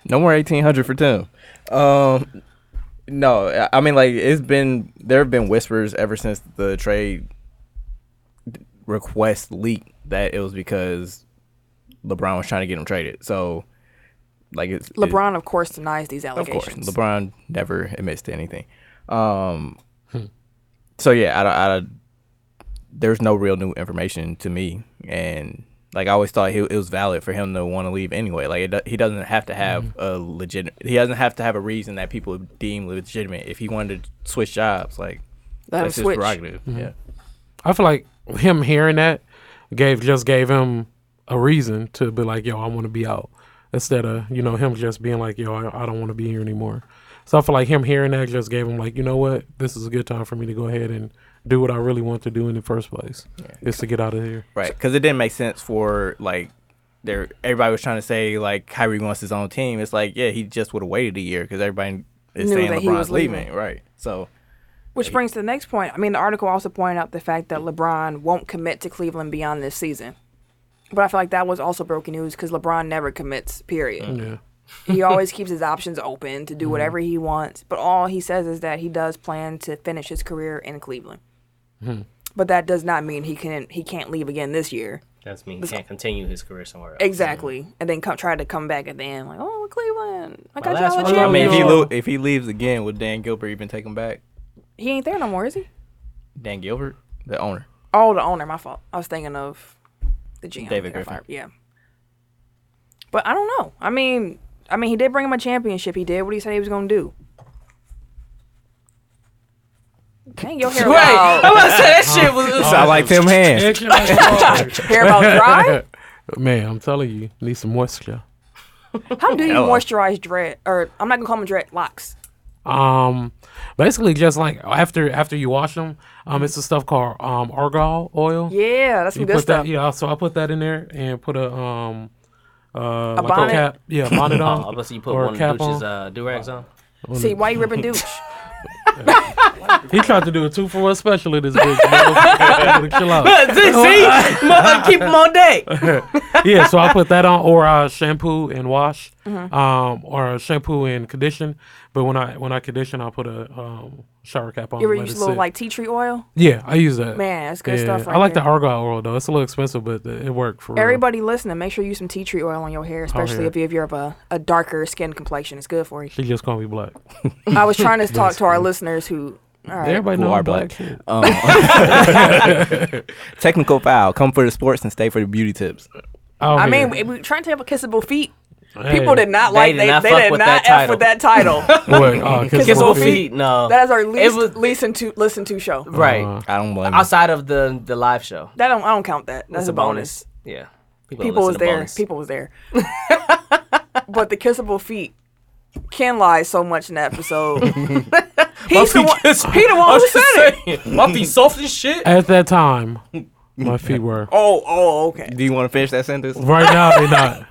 D: No more eighteen hundred for Tim. Um, no, I- I mean like it's been there have been whispers ever since the trade request leaked that it was because LeBron was trying to get him traded. So like it's it-
B: LeBron, of course, denies these
D: of course,
B: allegations.
D: LeBron never admits to anything. Um, so yeah, I, don't- I don't- there's no real new information to me, and like I always thought, he, it was valid for him to want to leave anyway. Like it, do- he doesn't have to have a legit, he doesn't have to have a reason that people deem legitimate. If he wanted to switch jobs, like
B: Let him
D: that's his
B: switch.
D: prerogative. Yeah,
A: I feel like him hearing that gave just gave him a reason to be like, yo, I want to be out. Instead of you know him just being like, yo, I, I don't want to be here anymore. So I feel like him hearing that just gave him like, you know what, this is a good time for me to go ahead and do what I really want to do in the first place. Is to get out of here.
D: right. Because it didn't make sense for like. There, everybody was trying to say like Kyrie wants his own team. It's like, yeah, he just would have waited a year because everybody is
B: Knew
D: saying
B: that he was
D: LeBron's
B: leaving.
D: leaving, right? So
B: Which brings to the next point. I mean, the article also pointed out the fact that LeBron won't commit to Cleveland beyond this season. But I feel like that was also broken news because LeBron never commits, period.
D: Mm.
A: Yeah.
B: he always keeps his options open to
D: Mm-hmm.
B: do whatever he
D: Hmm.
B: wants. But all he says is that he does plan to finish his career in Cleveland. but that does not mean he can he can't leave again this year.
C: That's mean he can't continue his career somewhere else.
D: Mm.
B: Exactly, and then come try to come back at the end like, oh Cleveland, I
C: My
B: got
C: last
B: y'all a
C: one- I
D: I mean, if he
B: champion.
D: lo- if he leaves again, would Dan Gilbert even take him back?
B: He ain't there no more, is he?
D: Dan Gilbert, the owner.
B: Oh, the owner, my fault. I was thinking of the GM.
D: David
B: They're
D: Griffin.
B: fired, Yeah. But I don't know. I mean, I mean, he did bring him a championship. He did what he said he was gonna do. Dang, your hair
E: Wait, I'm
B: about
E: about to say that shit was.
D: Sound like Tim Hands.
B: hair about dry.
A: Man, I'm telling you, need some moisture.
B: How do you
D: Hello.
B: moisturize dread? Or I'm not gonna call them dread locks.
A: Um, basically, just like after after you wash them, um, it's a stuff called um argyle oil.
B: Yeah, that's some
A: You
B: good
A: put
B: stuff.
A: that, yeah. So I put that in there and put a um, uh, like
B: bonnet?
A: cap, yeah, bonnet
C: Oh,
A: on,
C: I'm about to say you put
A: or a
C: one
A: cap
C: of Dooch's
A: on.
C: uh, durags on.
B: See why you ripping douche?
C: uh,
A: He tried to do a two for one special in this bitch. bro. Chill out.
E: See, motherfucker, keep him on deck.
A: Yeah, so I put that on, or uh, shampoo and wash,
B: Mm-hmm.
A: um, or shampoo and condition. But when I when I condition, I put a um, shower cap on.
B: You ever
A: and let
B: use
A: it
B: little
A: sit.
B: like tea tree oil?
A: yeah, I use that.
B: Man, that's good stuff. Right
A: I like
B: there.
A: the argyle oil though. It's a little expensive, but it worked
C: Mm.
A: for real.
B: Everybody listening, make sure you use some tea tree oil on your
C: Oh,
B: hair, especially
A: yeah.
B: if you if you're of a, a darker skin complexion. It's good for you.
A: She just called me black.
B: I was trying to talk to our listeners who. All right.
A: Everybody
D: Who
A: know
D: are
A: I'm black.
D: black.
A: shit.
D: Um, technical foul. Come for the sports and stay for the beauty tips.
A: Out
B: I
A: here.
B: mean, we, we trying to have a kissable feet.
A: Hey.
B: People did not
C: They
B: like
C: did
B: they,
C: not
B: they
C: fuck
B: did
C: with
B: not
C: that
B: f with that title.
A: What? Uh, kiss
C: Kiss
A: my
C: old
A: feet?
C: feet? No.
B: that is our least
C: was-
B: least to listen to show.
C: right.
D: I don't blame you.
C: Outside of the the live show.
B: That don't I don't count that. That's
C: It's
B: a bonus.
C: Yeah.
B: People was there. People was there. but the kissable feet. Ken lies so much in that episode. He's the one. He the one who said it.
C: My feet soft as shit.
A: At that time, my feet were.
B: Oh, oh, okay.
D: Do you want to finish that sentence?
A: Right now, they not.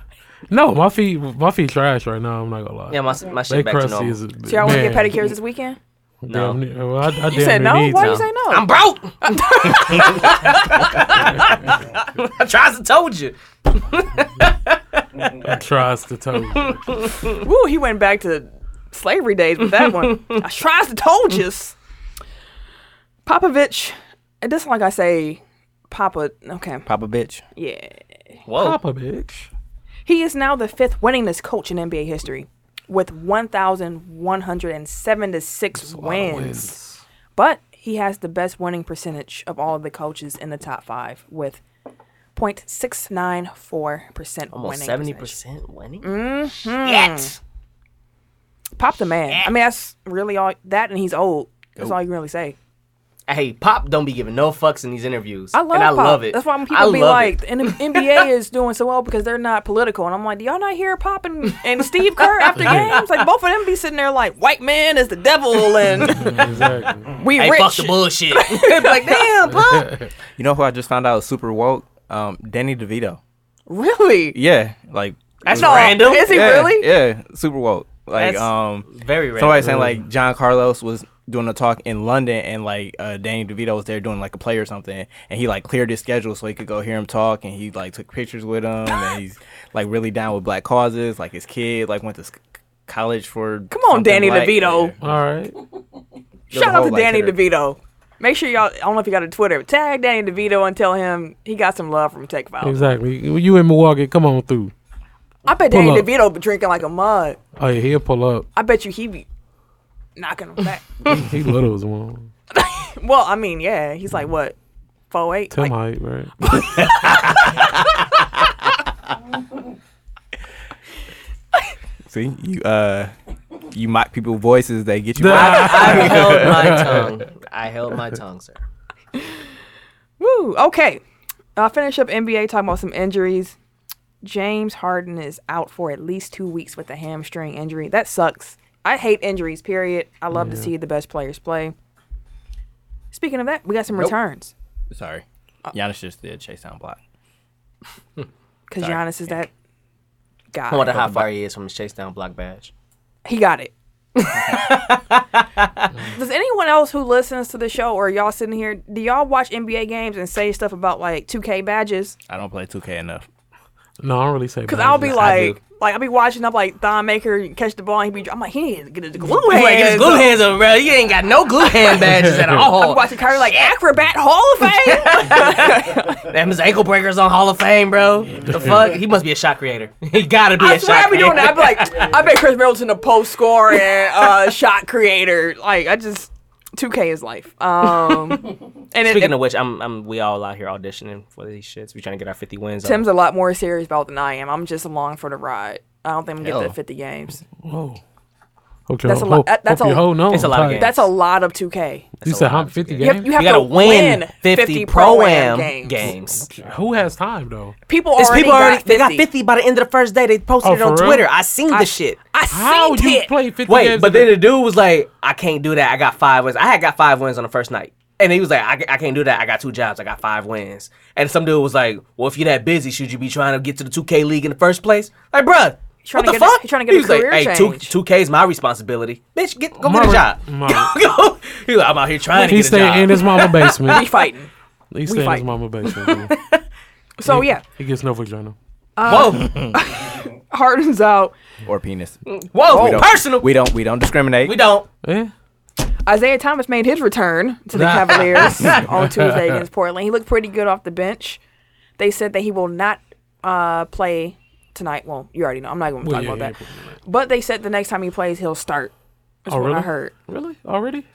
A: No, my feet, my feet trash right now. I'm not gonna lie.
C: Yeah, my, my
A: they
C: shit back to
A: crusty
C: normal.
A: as a
B: So y'all want to get
A: man.
B: pedicures this weekend?
C: No.
A: Damn near- well, I, I
B: You said no. Why you say no?
C: I'm broke. I tries to told you.
A: Tries to tell you.
B: Woo, he went back to slavery days with that one. I tries to told you. Popovich, it doesn't like I say Papa. Okay,
D: Papa bitch.
B: yeah.
C: Whoa.
A: Papa bitch.
B: He is now the fifth winningest coach in NBA history with 1,176 wins. But he has the best winning percentage of all of the coaches in the top five with 0.694%
C: Almost
B: winning
C: seventy
B: percentage.
C: percent winning.
B: Mm-hmm. Pop the man. I mean, that's really all that, and he's old. That's all you can really say.
C: Hey, Pop, don't be giving no fucks in these interviews.
B: I love
C: and I
B: Pop.
C: love it.
B: That's why when
C: I
B: people be
C: love
B: like,
C: it.
B: and the NBA is doing so well because they're not political. And I'm like, do y'all not hear Pop and, and Steve Kerr after games? Like, both of them be sitting there like, white man is the devil and
A: Exactly.
B: we
C: "Hey,
B: rich.
C: fuck the bullshit."
B: like, damn, Pop.
D: You know who I just found out is super woke? Um, Danny DeVito.
B: Really?
D: Yeah, like
C: That's
B: No,
C: random.
B: Is he
D: yeah,
B: really?
D: Yeah, super woke. Like
C: That's
D: um,
C: Very random.
D: somebody saying like John Carlos was doing a talk in London and like uh, Danny DeVito was there doing like a play or something, and he like cleared his schedule so he could go hear him talk, and he like took pictures with him, and he's like really down with black causes. Like his kid like went to sc- college for.
B: Come on,
D: something
B: Danny
D: like-
B: DeVito.
A: All right.
D: There's a
B: Shout out
D: whole,
B: to
D: like,
B: Danny
D: hitter.
B: DeVito. Make sure y'all, I don't know if you got a Twitter, but tag Danny DeVito and tell him he got some love from Tech Files.
A: Exactly. You- You in Milwaukee? Come on through.
B: I bet
A: Pull
B: Danny
A: up.
B: DeVito be drinking like a mud.
A: Oh yeah, he'll pull up.
B: I bet you he be knocking him back.
A: He little as one.
B: well, I mean, yeah, he's like what, four eight?
A: Tell
B: Like,
A: my height, right?
D: See you. Uh, you mock people's voices, they get you. mocked.
C: I held my tongue. I held my tongue, sir.
B: Woo. Okay. I'll finish up NBA talking about some injuries. James Harden is out for at least two weeks with a hamstring injury. That sucks. I hate injuries, period. I love to see the best players play. Speaking of that, we got some returns
D: Sorry,
C: Uh,
D: Giannis just did chase down block.
B: because
D: Sorry.
B: Giannis is that
C: I
B: guy.
C: wonder how far he is from his chase down block badge.
B: He got it. Does anyone else who listens to the show or y'all sitting here, do y'all watch NBA games and say stuff about like 2K badges?
D: I don't play 2K enough.
A: No, I don't really say
B: Cause
A: bad.
B: I'll be
D: I do.
B: like, like I'll be watching up like Don Maker catch the ball and he be, I'm like, he need to get his glue
E: You ain't get
B: hands.
E: his glue hands up, bro. You ain't got no glue hand badges at
B: I'm
E: all.
B: watching Kyrie like acrobat Hall of Fame.
E: Them his ankle breakers on Hall of Fame, bro. The fuck? He must be a shot creator. He gotta be a
B: I swear I
E: shot
B: be
E: creator.
B: doing that. I be like, I bet Chris Middleton a post scorer and uh, shot creator. Like I just, 2K is life. Um, and it, it,
C: Speaking of which, I'm, I'm we all out here auditioning for these shits. We trying to get our 50 wins.
B: Tim's a lot more serious about it than I am. I'm just along for the ride. I don't think I'm gonna get
G: Hell.
B: to 50 games.
A: Whoa. Hope your
B: That's a
A: ho-
B: lot-
A: hope,
B: that- that's
A: hope
B: a-
A: your hoe know
C: it's a
A: I'm
C: lot of
A: tired.
C: games.
B: That's a lot of 2K.
A: You said I'm 50
B: You have,
A: games.
B: you have
C: gotta
B: to win,
C: win
B: 50,
C: 50
B: pro-am
C: pro-am
B: games.
C: games.
A: Who has time though?
B: People
E: It's
B: already
E: people already
B: got 50.
E: they got 50 by the end of the first day. They posted
A: Oh,
E: it on
A: for real?
E: Twitter. I seen the shit.
B: I
A: How
B: seen
A: you
B: it.
A: play 50
C: Wait,
A: games?
C: but
A: in a-
C: then the dude was like, I can't do that. I got five wins. I had got five wins on the first night. And he was like, I, I can't do that. I got two jobs. I got five wins. And some dude was like, Well, if you're that busy, should you be trying to get to the 2K league in the first place? Like, bruh,
B: Trying
C: what
B: to
C: the
B: get a-
C: fuck?
B: he trying to get
C: he
B: a
C: was like,
B: career
C: Hey, two,
B: change."
C: 2K is my responsibility. Bitch, get, go
A: Mama-
C: get a job.
A: Mama.
C: Go- he was like, I'm out here trying to
A: he
C: get a job.
A: stayed in his mama
B: We
A: basement.
B: fighting.
A: He stayed in his
B: fight.
A: mama basement. dude.
B: So yeah,
A: He gets no vagina.
B: Uh,
C: Whoa,
B: Harden's out.
G: or penis.
C: whoa,
G: We
C: Mm,
G: don't-
C: personal. We,
G: We don't we don't discriminate.
C: don't.
A: Yeah.
B: Isaiah Thomas made his return to the Cavaliers on Tuesday against Portland. He looked pretty good off the bench. They said that he will not uh, play tonight. Well, you already know. I'm not going to
A: Well,
B: talk
A: yeah,
B: about
A: yeah,
B: that. But they said the next time he plays, he'll start. That's
A: Oh,
B: what
A: really?
B: I heard.
A: Really? Already?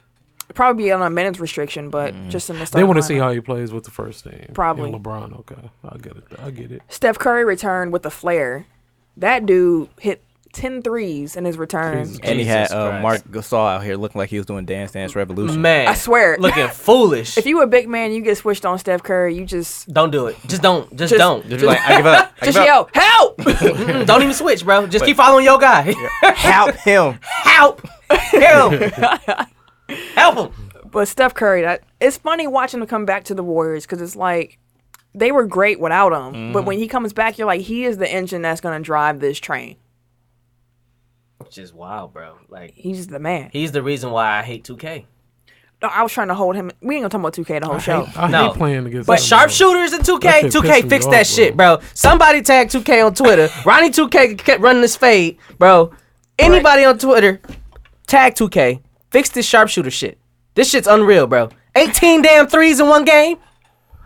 B: Probably be on a minutes restriction, but just in the
A: Mm. They
B: starting
A: want to
B: lineup.
A: see how he plays with the first team. And
B: Probably.
A: LeBron. Okay, I get it. I get it.
B: Steph Curry returned with a flare. That dude hit 10 threes in his return.
A: Jesus.
D: And
C: he
D: he
C: had,
D: had
C: Jesus uh, Christ. Mark
D: Mark Gasol out here looking like he was doing Dance Dance Revolution.
C: Man,
B: I swear.
C: looking foolish.
B: If you a big man, you get switched on Steph Curry. You just
C: don't do it. Just don't. Just,
B: Just-
C: don't.
G: Just be like, I give up. I
B: just
G: give up.
B: yell help.
C: Mm, don't even switch, bro. Just keep following your guy.
G: Help him.
C: help, help, help him.
B: but Steph Curry, that it's funny watching him come back to the Warriors because it's like they were great without him,
C: Mm-hmm.
B: but when he comes back, you're like he is the engine that's gonna drive this train.
C: Which is wild, bro. Like
B: He's the man.
C: he's the reason why I hate 2K.
B: No, I was trying to hold him. We ain't gonna talk about 2K the whole show.
A: I
C: No.
A: hate playing against.
C: But
A: them,
C: sharpshooters in
A: That
C: 2K,
A: shit
C: 2K
A: pissed
C: fix
A: me
C: that
A: off,
C: shit, bro. Somebody tag 2K on Twitter. Ronnie 2K kept running this fade, bro. Anybody on Twitter, tag 2K. Fix this sharpshooter shit. This shit's unreal, bro. 18 damn threes in one game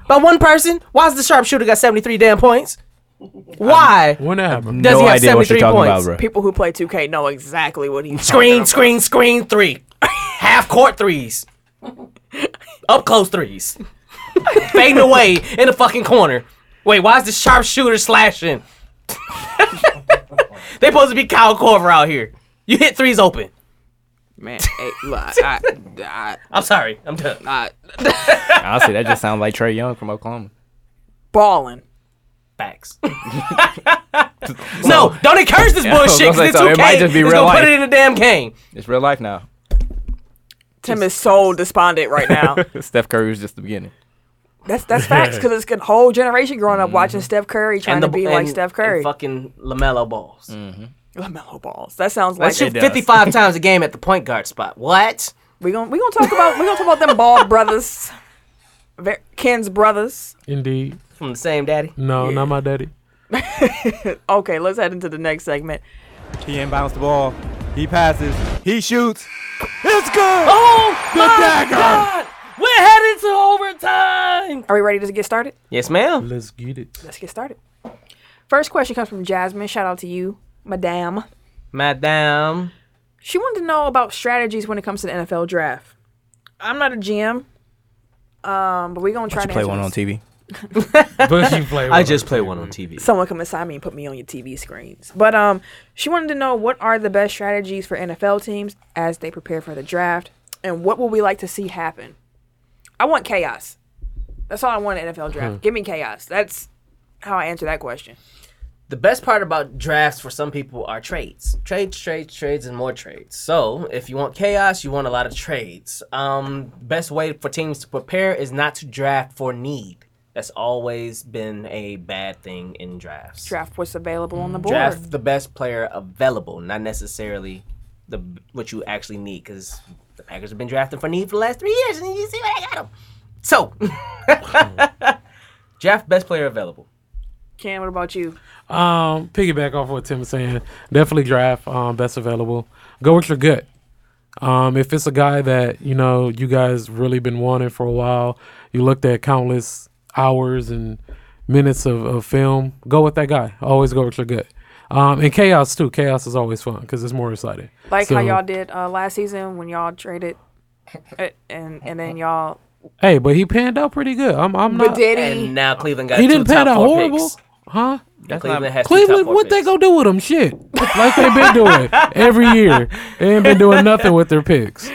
C: by one person. Why's the sharpshooter got 73 damn points? Why?
A: When that happened?
C: Does
D: no
C: he have
D: idea what you're
C: 73
D: talking
C: points?
D: about, bro.
B: People who play 2K know exactly what he's
C: Screen, screen, screen three. Half court threes. Up close threes. Fading away in the fucking corner. Wait, why is the sharpshooter slashing? they supposed to be Kyle Corver out here. You hit threes open.
B: man. Hey, look, I, I,
C: I'm sorry. I'm done.
B: I,
D: Honestly, that just sounds like Trey Young from Oklahoma.
B: balling.
C: Facts. no, don't encourage this
D: I was
C: bullshit.
D: gonna
C: 'cause
D: say,
C: it's
D: so
C: 2K.
D: it might just be
C: It's
D: real
C: gonna put
D: life.
C: it in a damn game.
D: It's real life now.
B: Tim is so despondent right now.
D: Steph Curry was just the beginning.
B: That's that's facts because it's a whole generation growing up watching Steph Curry trying to be like
C: Mm-hmm. and-
B: Steph
C: and
B: Curry.
C: fucking Lamelo balls.
B: LaMelo balls. That sounds
C: I
B: like
C: shoot
D: Mm, does.
C: 55 times a game at the point guard spot. What?
B: we gonna we gonna talk about we gonna talk about them ball brothers, Ver- Ken's brothers.
A: Indeed.
C: From the same daddy.
A: No, not my daddy.
B: Okay, let's head into the next segment.
G: He inbounds the ball. He passes. He shoots. It's good.
C: Oh
G: the dagger.
C: We're headed to overtime.
B: Are we ready to get started?
C: Yes, ma'am.
A: Let's get it.
B: Let's get started. First question comes from Jasmine. Shout out to you, Madame.
C: Madame.
B: She wanted to know about strategies when it comes to the NFL draft. I'm not a GM, um, but we gonna try to
D: Play
B: answer
D: one
B: this.
D: on TV.
A: But you play.
C: I just play one on TV.
B: someone come inside me and put me on your TV screens. But um, she wanted to know what are the best strategies for NFL teams as they prepare for the draft, and what would we like to see happen? I want chaos. That's all I want in
A: Hmm.
B: NFL draft. Give me chaos. That's how I answer that question.
C: The best part about drafts for some people are trades. Trades, trades, trades, and more trades. So if you want chaos, you want a lot of trades. Um, best way for teams to prepare is not to draft for need. That's always been a bad thing in drafts.
B: Draft what's available
A: Hmm.
B: on the board.
C: draft the best player available, not necessarily the what you actually need, because the Packers have been drafting for need for the last three years, and you see what I got them. So, draft best player available.
B: Cam, what about you?
A: Um, piggyback off what Tim was saying. Definitely draft um, best available. Go with your gut. Um, if it's a guy that you know you guys really been wanting for a while, you looked at countless hours and minutes of, of film. Go with that guy. Always go with your gut. Um, and chaos too. Chaos is always fun because it's more exciting.
B: Like how
A: So-
B: y'all did uh, last season when y'all traded, uh, and and then y'all.
A: Hey, but he panned out pretty good. I'm. I'm
B: But
A: not.
B: did he?
C: And now Cleveland got
A: He
C: two
A: didn't
C: top
A: pan out
C: four
A: horrible,
C: picks.
A: huh?
C: And Cleveland has two top
A: Cleveland,
C: four
A: what they
C: picks.
A: gonna do with them? Shit, like they've been doing every year. They ain't been doing nothing with their picks.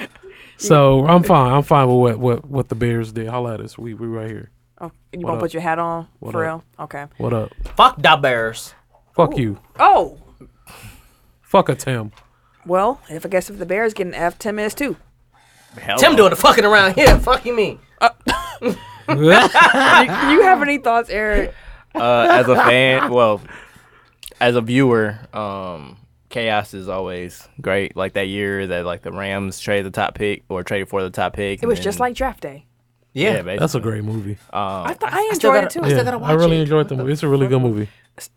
A: So I'm fine. I'm fine with what what, what the Bears did. Holla at us. We we right here.
B: Oh, you
A: up?
B: gonna put your hat on
A: What
B: for
A: up?
B: real? Okay.
A: What up?
C: Fuck the Bears.
A: Fuck you.
B: Oh
A: Fuck a Tim.
B: well, if I guess if the Bears get an F, ten minutes too.
C: Tim doing the fucking around here. Fuck you mean?
B: You have any thoughts, Eric?
D: uh, as a fan, well, as a viewer, um, chaos is always great. Like that year that like the Rams traded the top pick or traded for the top pick.
B: It was just like draft day.
D: yeah,
C: Yeah.
D: basically.
A: That's a great movie.
B: I thought I, enjoyed it too.
A: yeah, I really enjoyed the movie. It's a really good movie.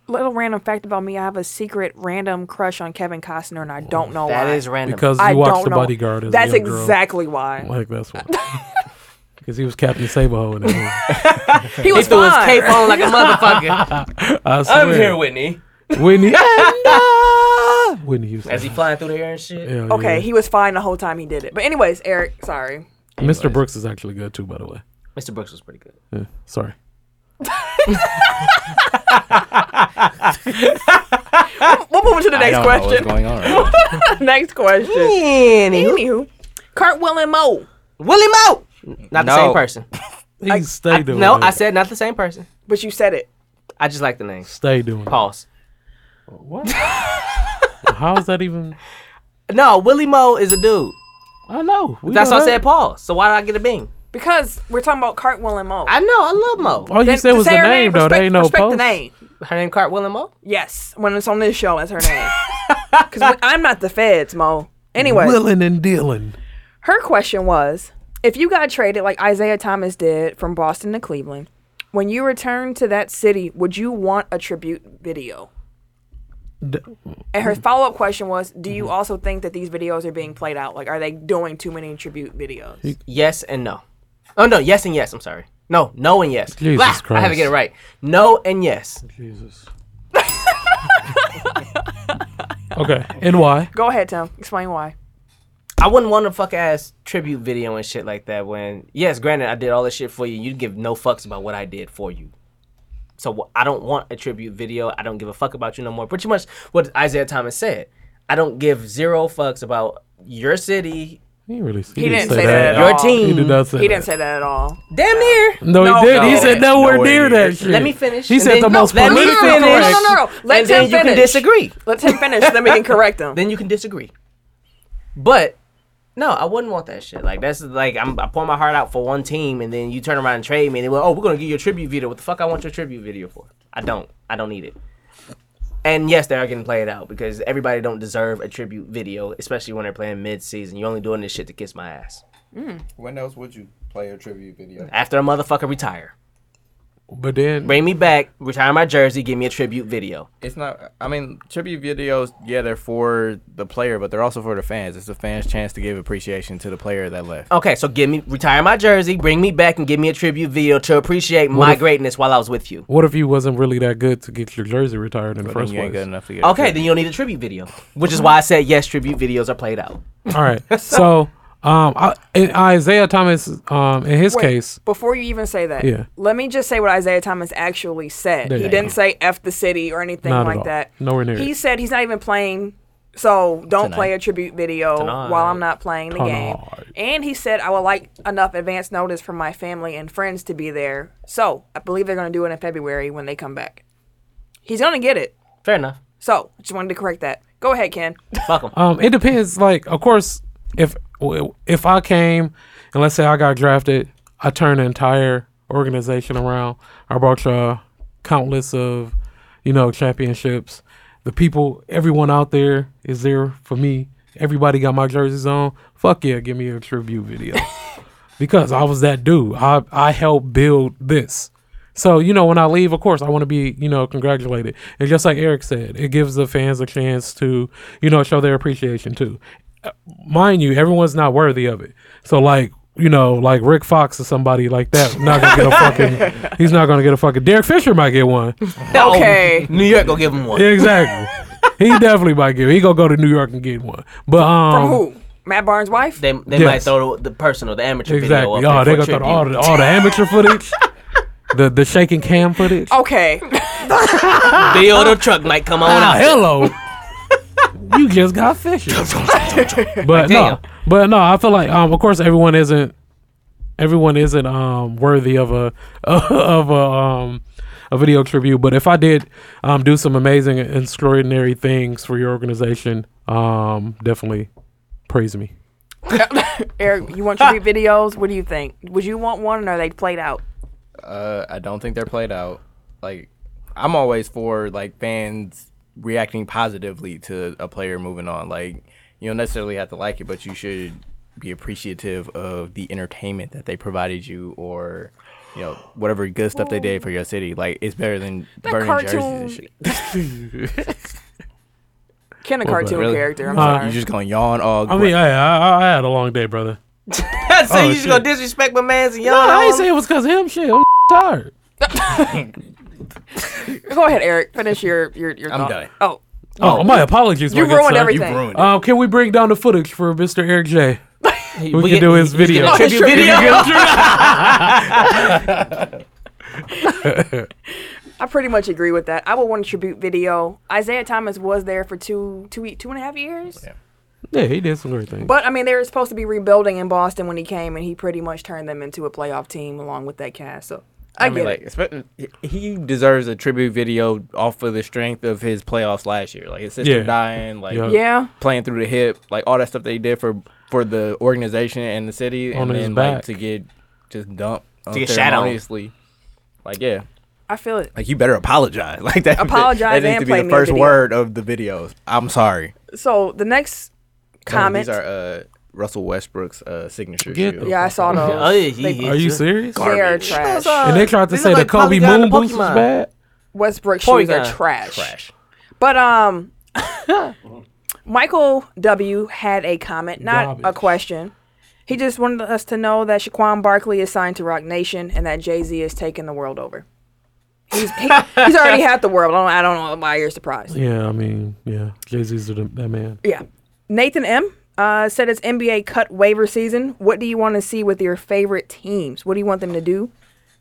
B: Little random fact about me: I have a secret random crush on Kevin Costner, and I don't know
C: That
B: why.
C: is random.
A: Because you
B: I
A: watched
B: don't
A: The
B: know.
A: Bodyguard as a
B: That's
A: young girl.
B: exactly why.
A: like that's one. Because he was Captain Saberho in that movie.
B: He was
C: threw his
B: fine.
C: cape on like a motherfucker.
A: I
C: I'm here,
A: swear.
C: Whitney.
A: Whitney. Ah, no! Whitney Houston.
C: As he flying through the air and shit.
A: Hell
B: Okay,
A: yeah.
B: he was fine the whole time he did it. But anyways, Eric, sorry.
A: Mr. Brooks is actually good too, by the way.
C: Mr. Brooks was pretty good.
A: Yeah, sorry.
B: We'll move on to the
D: I
B: next
D: don't know what's
B: question.
D: going on. right now.
B: next question.
E: Anywho,
B: Anywho, Cartwell and Mo.
E: Willie Mo.
C: Not the
D: No.
C: same person.
A: He stay doing
C: No,
A: that.
C: I said not the same person.
B: But you said it.
C: I just like the name.
A: stay doing. that.
C: Pause.
A: What? How is that even?
C: No, Willie Mo is a dude.
A: I know. We
C: That's
A: know
C: why I
A: that.
C: said pause. So why did I get a bing?
B: Because we're talking about Cartwell and Mo.
C: I know. I love Mo.
A: All you
B: Then
A: said was
B: say
A: the
B: her
A: name, though.
B: Respect,
A: They ain't no
B: respect
A: post.
B: the name.
C: Her name Cartwell and Mo.
B: Yes, when it's on this show, that's her name. Because I'm not the feds, Mo. Anyway,
A: Willing and dealing.
B: her question was if you got traded like Isaiah Thomas did from Boston to Cleveland, when you return to that city, would you want a tribute video?
A: D-
B: And her follow up question was Do you also think that these videos are being played out? Like, are they doing too many tribute videos?
C: Yes and no. Oh no, yes and yes. I'm sorry. No, no and yes.
A: Jesus
C: Blah, I had to get it
A: Christ.
C: right. No and yes.
A: Jesus. okay, and why?
B: Go ahead, Tim. Explain why.
C: I wouldn't want a fuck ass tribute video and shit like that. When yes, granted, I did all this shit for you. You give no fucks about what I did for you. So wh- I don't want a tribute video. I don't give a fuck about you no more. Pretty much what Isaiah Thomas said. I don't give zero fucks about your city,
A: He didn't really. He,
B: didn't say that at
C: your
B: all.
A: He
C: team.
A: did not say.
B: He
A: that.
B: didn't say that at all.
C: Damn near.
A: No,
B: No,
A: he did. he
B: no.
A: said nowhere,
D: Nowhere
A: near
D: near.
A: that shit.
C: Let me finish.
A: He
C: and
A: said
C: then-
A: the most
C: Let me
A: politically
C: finish.
A: correct.
B: No, no, no. Let
C: and then
B: him
C: you can
B: finish.
C: disagree.
B: Let him finish, then we can correct him.
C: then you can disagree. But no, I wouldn't want that shit. Like that's like I'm I pour my heart out for one team, and then you turn around and trade me, and they well, oh, we're gonna give you a tribute video. What the fuck? I want your tribute video for? I don't. I don't need it. And yes, they are getting played out because everybody don't deserve a tribute video, especially when they're playing mid season. You're only doing this shit to kiss my ass
G: When else would you play a tribute video?
C: after a motherfucker retire.
A: But then,
C: Bring me back, retire my jersey, give me a tribute video.
D: It's not. I mean, tribute videos. Yeah, they're for the player, but they're also for the fans. It's the fans' chance to give appreciation to the player that left.
C: Okay, so give me retire my jersey, bring me back, and give me a tribute video to appreciate my greatness while I was with you.
A: what if you wasn't really that good to get your jersey retired in the
D: But
A: first
D: then you ain't good
A: place?
D: enough to get.
C: Okay, then you don't need a tribute video, which is
A: Mm-hmm.
C: why I said yes, tribute videos are played out.
A: All right. So, um, I, in Isaiah Thomas, um, in his
B: Wait,
A: case,
B: Before you even say that,
A: Yeah.
B: let me just say what Isaiah Thomas actually said.
A: There
B: he
A: you
B: didn't
A: go.
B: say F the city or anything
A: Not at
B: like
A: all.
B: that.
A: Nowhere near
B: He
A: it.
B: said he's not even playing, so don't
D: Tonight.
B: play a tribute video while I'm not playing the game.
A: Tonight.
B: And he said, I would like enough advance notice from my family and friends to be there. So I believe they're going to do it in February when they come back. He's going to get it.
C: Fair enough.
B: So just wanted to correct that. Go ahead, Ken.
C: Fuck 'em.
A: Um, it depends. Like, of course, if if I came and let's say I got drafted, I turned the entire organization around. I brought y'all countless of, you know, championships. The people, everyone out there is there for me. Everybody got my jerseys on. Fuck yeah, give me a tribute video because I was that dude. I I helped build this. So you know, when I leave, of course, I want to be you know congratulated. And just like Eric said, it gives the fans a chance to you know show their appreciation too. Uh, Mind you, everyone's not worthy of it. So like you know, like Rick Fox or somebody like that, not gonna get a fucking. He's not gonna get a fucking. Derek Fisher might get one.
B: Okay.
C: New York gonna give him one.
A: Exactly. he definitely might get. He gonna go to New York and get one. But um,
B: From who? Matt Barnes' wife?
C: They, they might
A: Yes.
C: throw the, the personal, the amateur video.
A: Exactly.
C: Up
A: Oh,
C: there
A: they
C: for
A: gonna throw the-
C: tribute.
A: all the all the amateur footage, the the shaking cam footage.
C: Oh.
B: okay.
C: Video of the truck might come on
A: Ah,
C: out.
A: hello. you just got fishes. but
C: Damn.
A: no, but no, I feel like um, of course everyone isn't everyone isn't um worthy of a of a um a video tribute. But if I did um do some amazing and extraordinary things for your organization, um definitely praise me.
B: Eric, you want tribute videos? What do you think? Would you want one or they played out?
D: Uh, I don't think they're played out. Like, I'm always for like fans reacting positively to a player moving on. Like, you don't necessarily have to like it, but you should be appreciative of the entertainment that they provided you, or you know whatever good stuff they did for your city. Like, it's better than burning
B: cartoon-
D: jerseys.
B: Can a cartoon character? I'm
A: Uh,
B: sorry.
D: You just gonna yawn all.
A: I mean, I, I I had a long day, brother.
C: so you just
A: Oh, shit.
C: gonna disrespect my man's and y'all.
A: No, I ain't say it was cause of him. Shit, I'm tired.
B: Go ahead, Eric. Finish your your your.
D: I'm
B: thought.
D: done.
B: Oh,
A: Oh, my apologies.
B: you
A: my good
B: ruined
A: sir.
D: you
B: everything.
D: ruined it.
A: Um, can we bring down the footage for Mr. Eric J? We, can
C: get-
A: do his video.
B: Oh, his tribute I pretty much agree with that. I would want a tribute video. Isaiah Thomas was there for two two e- two and a half years.
A: Yeah, he did some great things.
B: But I mean, they were supposed to be rebuilding in Boston when he came, and he pretty much turned them into a playoff team along with that cast. So I,
D: I
B: get
D: mean,
B: it.
D: like, expect- he deserves a tribute video off of the strength of his playoffs last year. Like his sister
A: Yeah.
D: dying, like
A: Yeah.
B: yeah,
D: playing through the hip, like all that stuff they did for for the organization and the city,
A: On
D: and
A: his
D: then
A: back.
D: like to get just dumped to
C: get shat on.
D: Like yeah,
B: I feel it.
D: like you better apologize. Like that.
B: Apologize
D: That needs
B: and
D: to
B: play
D: be
B: me
D: the
B: a
D: first
B: video.
D: word of the videos. I'm sorry.
B: So the next
D: Some of
B: comment.
D: These are uh, Russell Westbrook's uh, signature
A: Get
D: shoe.
A: the-
B: yeah, I saw those.
C: Oh, yeah, he-
B: They-
C: he-
A: Are you serious?
B: they are trash.
A: And they tried to
C: These
A: say
C: look
A: the
C: like
A: Kobe
C: Polygon
A: Moon
C: the
A: boots was
C: Pokemon.
A: bad.
B: Westbrook shoes
C: Polygon.
B: are trash.
D: Trash.
B: But um, Michael W had a comment, not a
A: Garbage.
B: question. He just wanted us to know that Shaquan Barkley is signed to Rock Nation and that Jay Z is taking the world over. He's he, he's already had the world. I don't, I don't know why you're surprised.
A: Yeah, I mean, yeah, Jay Z's that man.
B: Yeah. Nathan M uh, said it's NBA cut waiver season. What do you want to see with your favorite teams? What do you want them to do?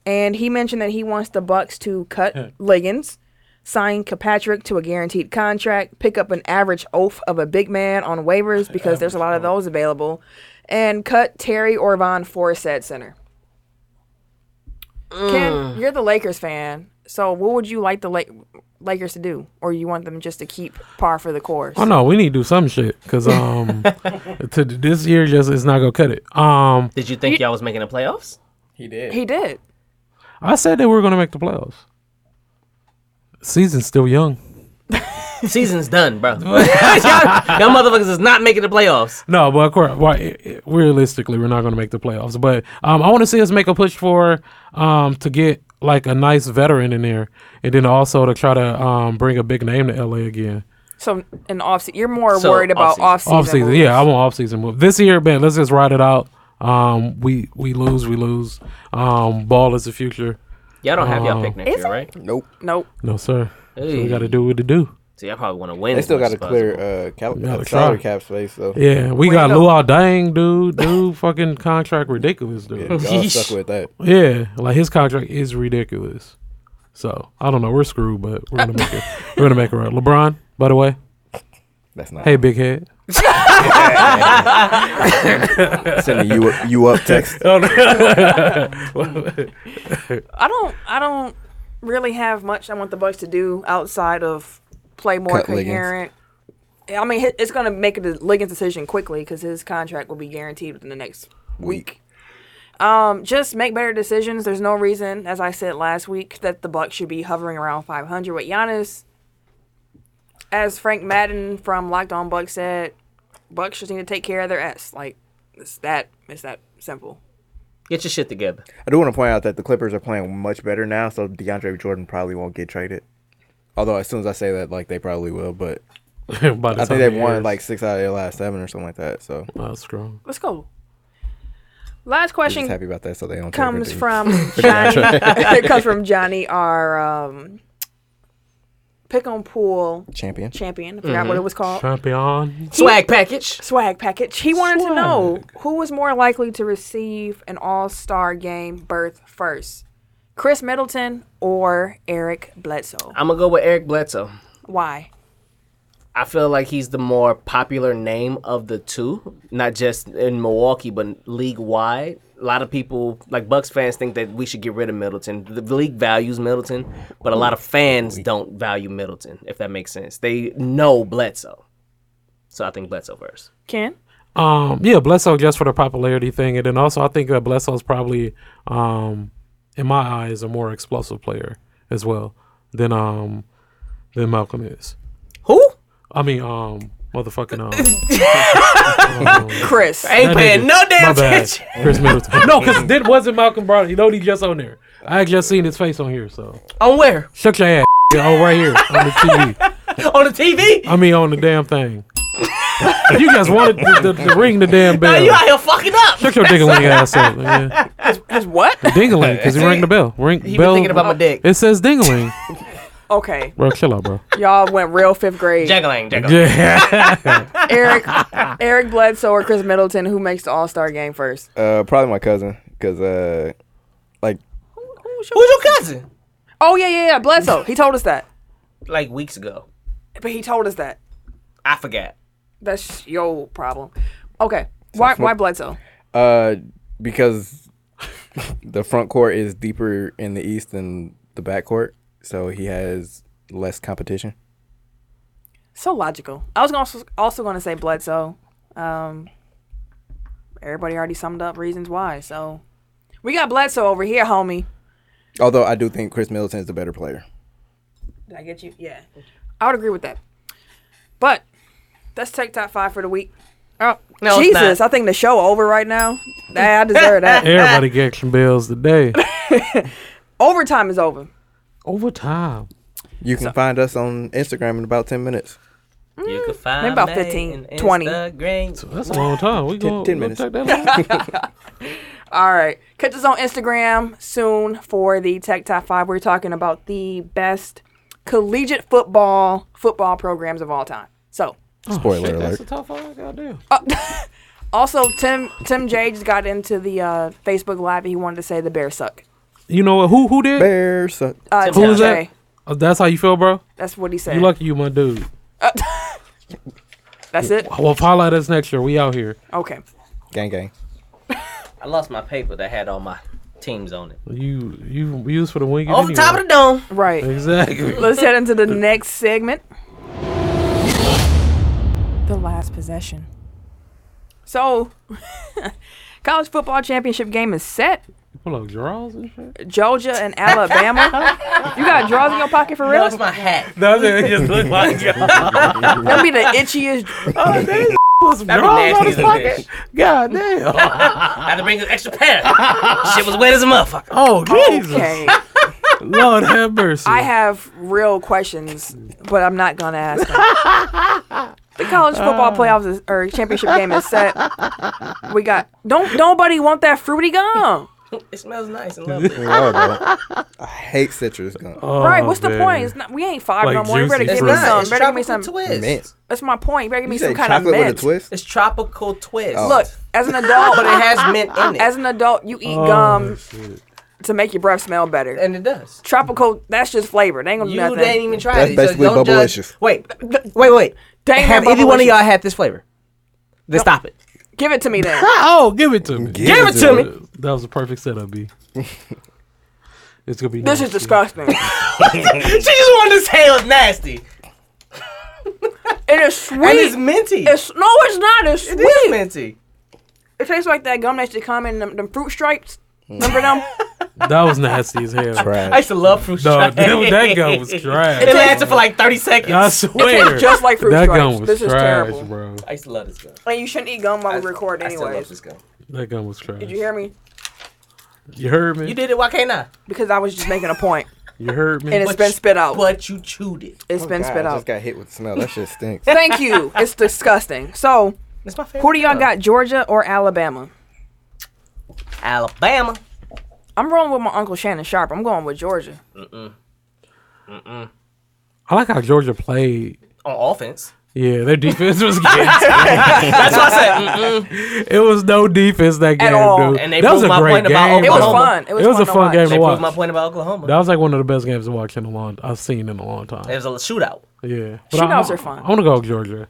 B: And he mentioned that he wants the Bucks to cut Liggins, sign Kapatrick to a guaranteed contract, pick up an average oaf of a big man on waivers because there's a lot of those available, and cut Terry or Von Forsett center. Ken, you're the Lakers fan, so what would you like the La- Lakers to do, or you want them just to keep par for the course?
A: Oh no, we need to do some shit because um, to this year just is not gonna cut it. Um,
C: Did you think y'all was making the playoffs?
D: He did.
B: He did.
A: I said that we were gonna make the playoffs. Season's still young.
C: Season's done, bro. y'all, y'all motherfuckers is not making the playoffs.
A: No, but of course, why, realistically, we're not going to make the playoffs. But um, I want to see us make a push for um, to get like a nice veteran in there, and then also to try to um, bring a big name to LA again.
B: So in off season, you're more
C: So,
B: worried about
C: off-season.
B: off season.
A: Off season, yeah, I want off season move. This year, man, let's just ride it out. Um, we we lose, we lose. Um, ball is the future.
C: Y'all don't have
A: Oh.
C: y'all pick next
B: Is
C: year,
B: it?
C: right?
G: Nope.
B: Nope.
A: No sir, So
C: Hey.
A: we got to do what to do.
C: So y'all probably want to win.
G: They
C: as
G: still
C: much
G: got
C: as
G: to clear
C: possible.
G: uh, cal-
A: Gotta
G: uh, salary
A: try.
G: cap space, though.
A: Yeah, we
B: Way
A: got
B: to go.
A: Luau Dang, dude. Dude, fucking contract ridiculous, dude.
G: Yeah, y'all stuck with that.
A: Yeah, like his contract is ridiculous. So I don't know. We're screwed, but we're gonna make it. We're gonna make it right. LeBron, by the way.
G: That's not.
A: Hey, big head.
G: sending you you up text.
B: I don't. I don't really have much I want the Bucks to do outside of play more
G: Cut Liggins.
B: coherent. I mean, hi- it's going to make a de- Liggins decision quickly because his contract will be guaranteed within the next week. Um, just make better decisions. There's no reason, as I said last week, that the Bucks should be hovering around 500 with Giannis. As Frank Madden from Locked On Bucks said, Bucks just need to take care of their ass. Like it's that. It's that simple.
C: Get your shit together.
G: I do want to point out that the Clippers are playing much better now, so DeAndre Jordan probably won't get traded. Although as soon as I say that, like they probably will, but
A: By the
G: I
A: time
G: think they've
A: he
G: won
A: is,
G: like six out of their last seven or something like that. So
A: uh, strong.
B: Let's go. Last
G: I'm just
B: question
G: happy about that. So they don't take
B: comes
G: anything.
B: from Johnny. it comes from Johnny, our um, pick on pool
G: champion.
B: champion. I forgot what it was called.
A: Champion.
E: Swag package.
B: Swag package. He wanted to know who was more likely to receive an All Star game berth first, Chris Middleton or Eric Bledsoe?
C: I'm gonna go with Eric Bledsoe.
B: Why?
C: I feel like he's the more popular name of the two, not just in Milwaukee, but league wide. A lot of people, like Bucks fans, think that we should get rid of Middleton. The league values Middleton, but a lot of fans don't value Middleton, if that makes sense. They know Bledsoe. So I think Bledsoe first.
B: Ken?
A: Um, yeah, Blesso just for the popularity thing, and then also I think uh, Blesso's probably, um, in my eyes, a more explosive player as well than um than Malcolm is.
C: Who?
A: I mean, um, motherfucking um,
B: Chris.
C: Ain't paying
A: nigga-
C: no damn
A: my bad,
C: attention.
A: Chris Middleton. no, because that wasn't Malcolm Brown. You know he just on there. I just seen his face on here. So
E: On where?
A: shut your ass. Yeah, oh, right here on the TV.
C: On the TV?
A: I mean, on the damn thing. you guys wanted to, to, to ring the damn bell.
C: You out here fucking up.
A: Shut your dingaling ass up, man.
B: His what?
A: Dingaling, because he rang the bell. Ring
C: He
A: bell.
C: been thinking about my dick.
A: It says dingaling.
B: Okay.
A: bro, chill out, bro.
B: Y'all went real fifth grade.
C: Jangling, jangling.
A: Yeah.
B: Eric Eric Bledsoe or Chris Middleton, who makes the All Star game first?
G: Uh, probably my cousin, because uh, like
B: Who's
C: Who's your cousin?
B: Oh yeah, yeah, yeah. Bledsoe. He told us that.
C: Like weeks ago.
B: But he told us that.
C: I forgot.
B: That's your problem. Okay. Why why Bledsoe?
G: uh, because the front court is deeper in the East than the back court, so he has less competition.
B: So logical. I was gonna also, also gonna say Bledsoe. Um everybody already summed up reasons why, so we got Bledsoe over here, homie.
G: Although I do think Chris Middleton is the better player.
B: Did I get you? Yeah. I would agree with that. But that's tech top five for the week. Oh
E: No, it's
B: Jesus, I think the show over right now. Nah, I deserve that.
A: Everybody get some bills today.
B: Overtime is over.
A: Overtime.
G: You can find us on Instagram in about ten minutes.
C: You could find
B: Maybe about me 15, in 20.
A: That's a long time. We going
G: 10 minutes.
A: Take that long?
B: All right. Catch us on Instagram soon for the Tech Top 5. We're talking about the best collegiate football football programs of all time. So,
G: Spoiler alert.
A: That's a tough one. Goddamn.
B: also Tim Tim J just got into the uh, Facebook live. He wanted to say the Bears suck.
A: You know what? Who who did?
G: Bears suck.
B: Uh,
C: Tim
B: Tim
A: Who is that?
B: J.
A: Oh, that's how you feel, bro.
B: That's what he said.
A: You lucky, you my dude.
B: That's it.
A: Well, holla at us next year. We out here.
B: Okay.
G: gang gang.
C: I lost my paper that had all my teams on it.
A: You you use for the wing.
C: Over the top of the dome.
B: Right.
A: Exactly.
B: Let's head into the next segment. The last possession. So, college football championship game is set.
A: Hold on, draws and shit.
B: Georgia and Alabama. you got draws in your pocket for real?
C: That's my hat.
A: That's it. just look like
B: That'd be the itchiest.
A: Oh,
C: That'd be nasty as a bitch.
A: God damn.
C: I had to bring an extra pair. Shit was wet as a motherfucker.
A: Oh Jesus.
B: Okay.
A: Lord have mercy.
B: I have real questions, but I'm not gonna ask. Them. The college
A: Oh.
B: football playoffs is, or championship game is set. We got don't nobody want that fruity gum,
A: Oh,
C: It smells nice and lovely.
G: Lord, bro. I hate citrus gum.
A: Oh,
B: right? What's the
A: man.
B: point? It's not, we ain't five
A: Like
B: no more. You better
A: juicy
B: give me
C: It's
A: fruit.
B: some.
C: not. It's
B: better give me some.
C: tropical twist.
G: mint.
B: That's my point. You better give me
G: You
B: some
G: say
B: kind of
G: chocolate with a
B: mint.
G: twist? Oh.
C: It's tropical twist.
B: Look, as an adult,
C: but it has mint in it.
B: as an adult, you eat
A: Oh,
B: gum
A: shit.
B: to make your breath smell better.
C: and it does.
B: tropical. That's just flavor. They ain't gonna do
C: You
B: nothing.
C: didn't even try
G: That's
C: it.
G: basically
C: so don't judge-
G: Bubblicious.
C: Wait, wait, wait.
B: Dang,
C: Have
B: that
C: either one of
B: Bubblicious.
C: y'all had this flavor? Then stop it.
B: Give it to me then.
A: Oh, give it to me.
G: Give it to
C: me.
A: That was a perfect setup, B. it's gonna be.
B: This
A: nasty.
B: is disgusting.
C: she just wanted to say it was nasty.
B: it is
C: And it's
B: sweet.
C: minty.
B: It's no, it's not. It's
C: It
B: sweet.
C: is minty.
B: It tastes like that gum that used to come in them, them fruit stripes. Remember them?
A: That was nasty as hell.
C: I
G: Trash.
C: used to love fruit
A: No,
C: stripe.
A: that, that gun was trash.
C: It lasted for like 30
A: I
C: seconds.
B: It
A: swear.
B: tastes just like fruit
A: that
B: stripes.
A: gun was
B: This is
A: trash,
B: terrible.
A: bro.
C: I used to love this gun.
B: And you shouldn't eat gum while we record
C: I still
B: anyway.
C: love this gun.
A: That gun was trash.
B: Did you hear me?
A: You heard me.
C: You did it. Why can't I?
B: because I was just making a point
A: You heard me.
B: and it's been spit out.
C: But Oh, you chewed it.
B: It's been
G: God,
B: spit
G: I
B: out.
G: just got hit with smell. That shit stinks.
B: Thank you. It's disgusting. So,
C: That's my favorite.
B: who do y'all got, Georgia or Alabama?
C: Alabama.
B: I'm rolling with my uncle Shannon Sharp. I'm going with Georgia.
A: I like how Georgia played.
C: On offense.
A: Yeah, their defense was good.
C: That's what I said. Mm-mm.
A: it was no defense that game,
B: all.
A: dude.
C: And they
A: that was a
C: proved my
A: great
C: point about
A: game.
B: It was
A: though.
C: Oklahoma.
B: fun. It was, fun
A: a
B: to
A: fun
B: watch.
A: game
C: They
A: to watch.
C: proved my point about Oklahoma.
A: That was like one of the best games to watch in a long. I've seen in a long time.
C: It was a shootout.
A: Yeah,
B: Shootouts
A: I,
B: are fun.
A: I want to go with Georgia.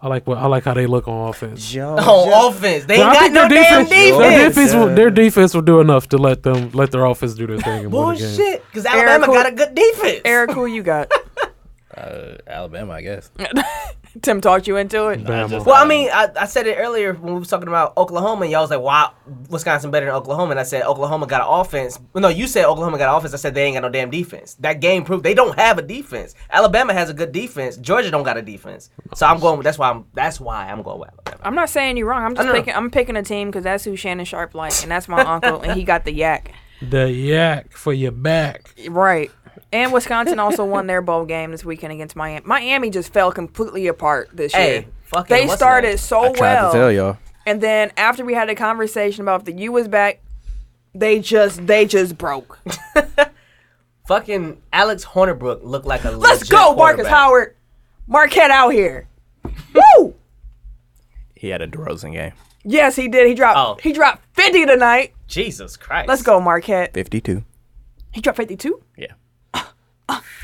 A: I like what I like how they look on offense.
B: Oh,
C: On offense. They ain't
A: But I
C: got
A: think
C: no damn
A: Their
C: defense.
A: defense, will, their defense will do enough to let them let their offense do their thing. And win the game.
C: Bullshit. Because Alabama
B: Eric,
C: got a good defense.
B: Eric, who you got?
G: Uh, Alabama, I guess.
B: Tim talked you into it.
A: Bama.
G: just-
C: Well, I mean, I, I said it earlier when we was talking about Oklahoma, and y'all was like, "Why Wisconsin better than Oklahoma?" And I said Oklahoma got an offense. Well, no, you said Oklahoma got an offense. I said they ain't got no damn defense. That game proved they don't have a defense. Alabama has a good defense. Georgia don't got a defense. So I'm going. with That's why. I'm, that's why I'm going with Alabama.
B: I'm not saying you're wrong. I'm just
C: know.
B: picking. I'm picking a team because that's who Shannon Sharp likes, and that's my uncle, and he got the yak.
A: The yak for your back.
B: Right. And Wisconsin also won their bowl game this weekend against Miami. Miami just fell completely apart this
C: Hey,
B: year.
C: fucking
B: They
C: what's his name?
B: started
G: I
B: so
G: tried
B: well,
G: to tell y'all.
B: and then after we had a conversation about if the U was back, they just they just broke.
C: Fucking Alex Hornibrook looked like a.
B: Let's
C: legit
B: go, Marcus
C: quarterback.
B: Howard, Marquette out here. Woo!
D: He had a DeRozan game.
B: Yes, he did. He dropped.
C: Oh.
B: He dropped fifty tonight.
C: Jesus Christ.
B: Let's go, Marquette.
D: 52.
B: He dropped fifty-two.
D: Yeah.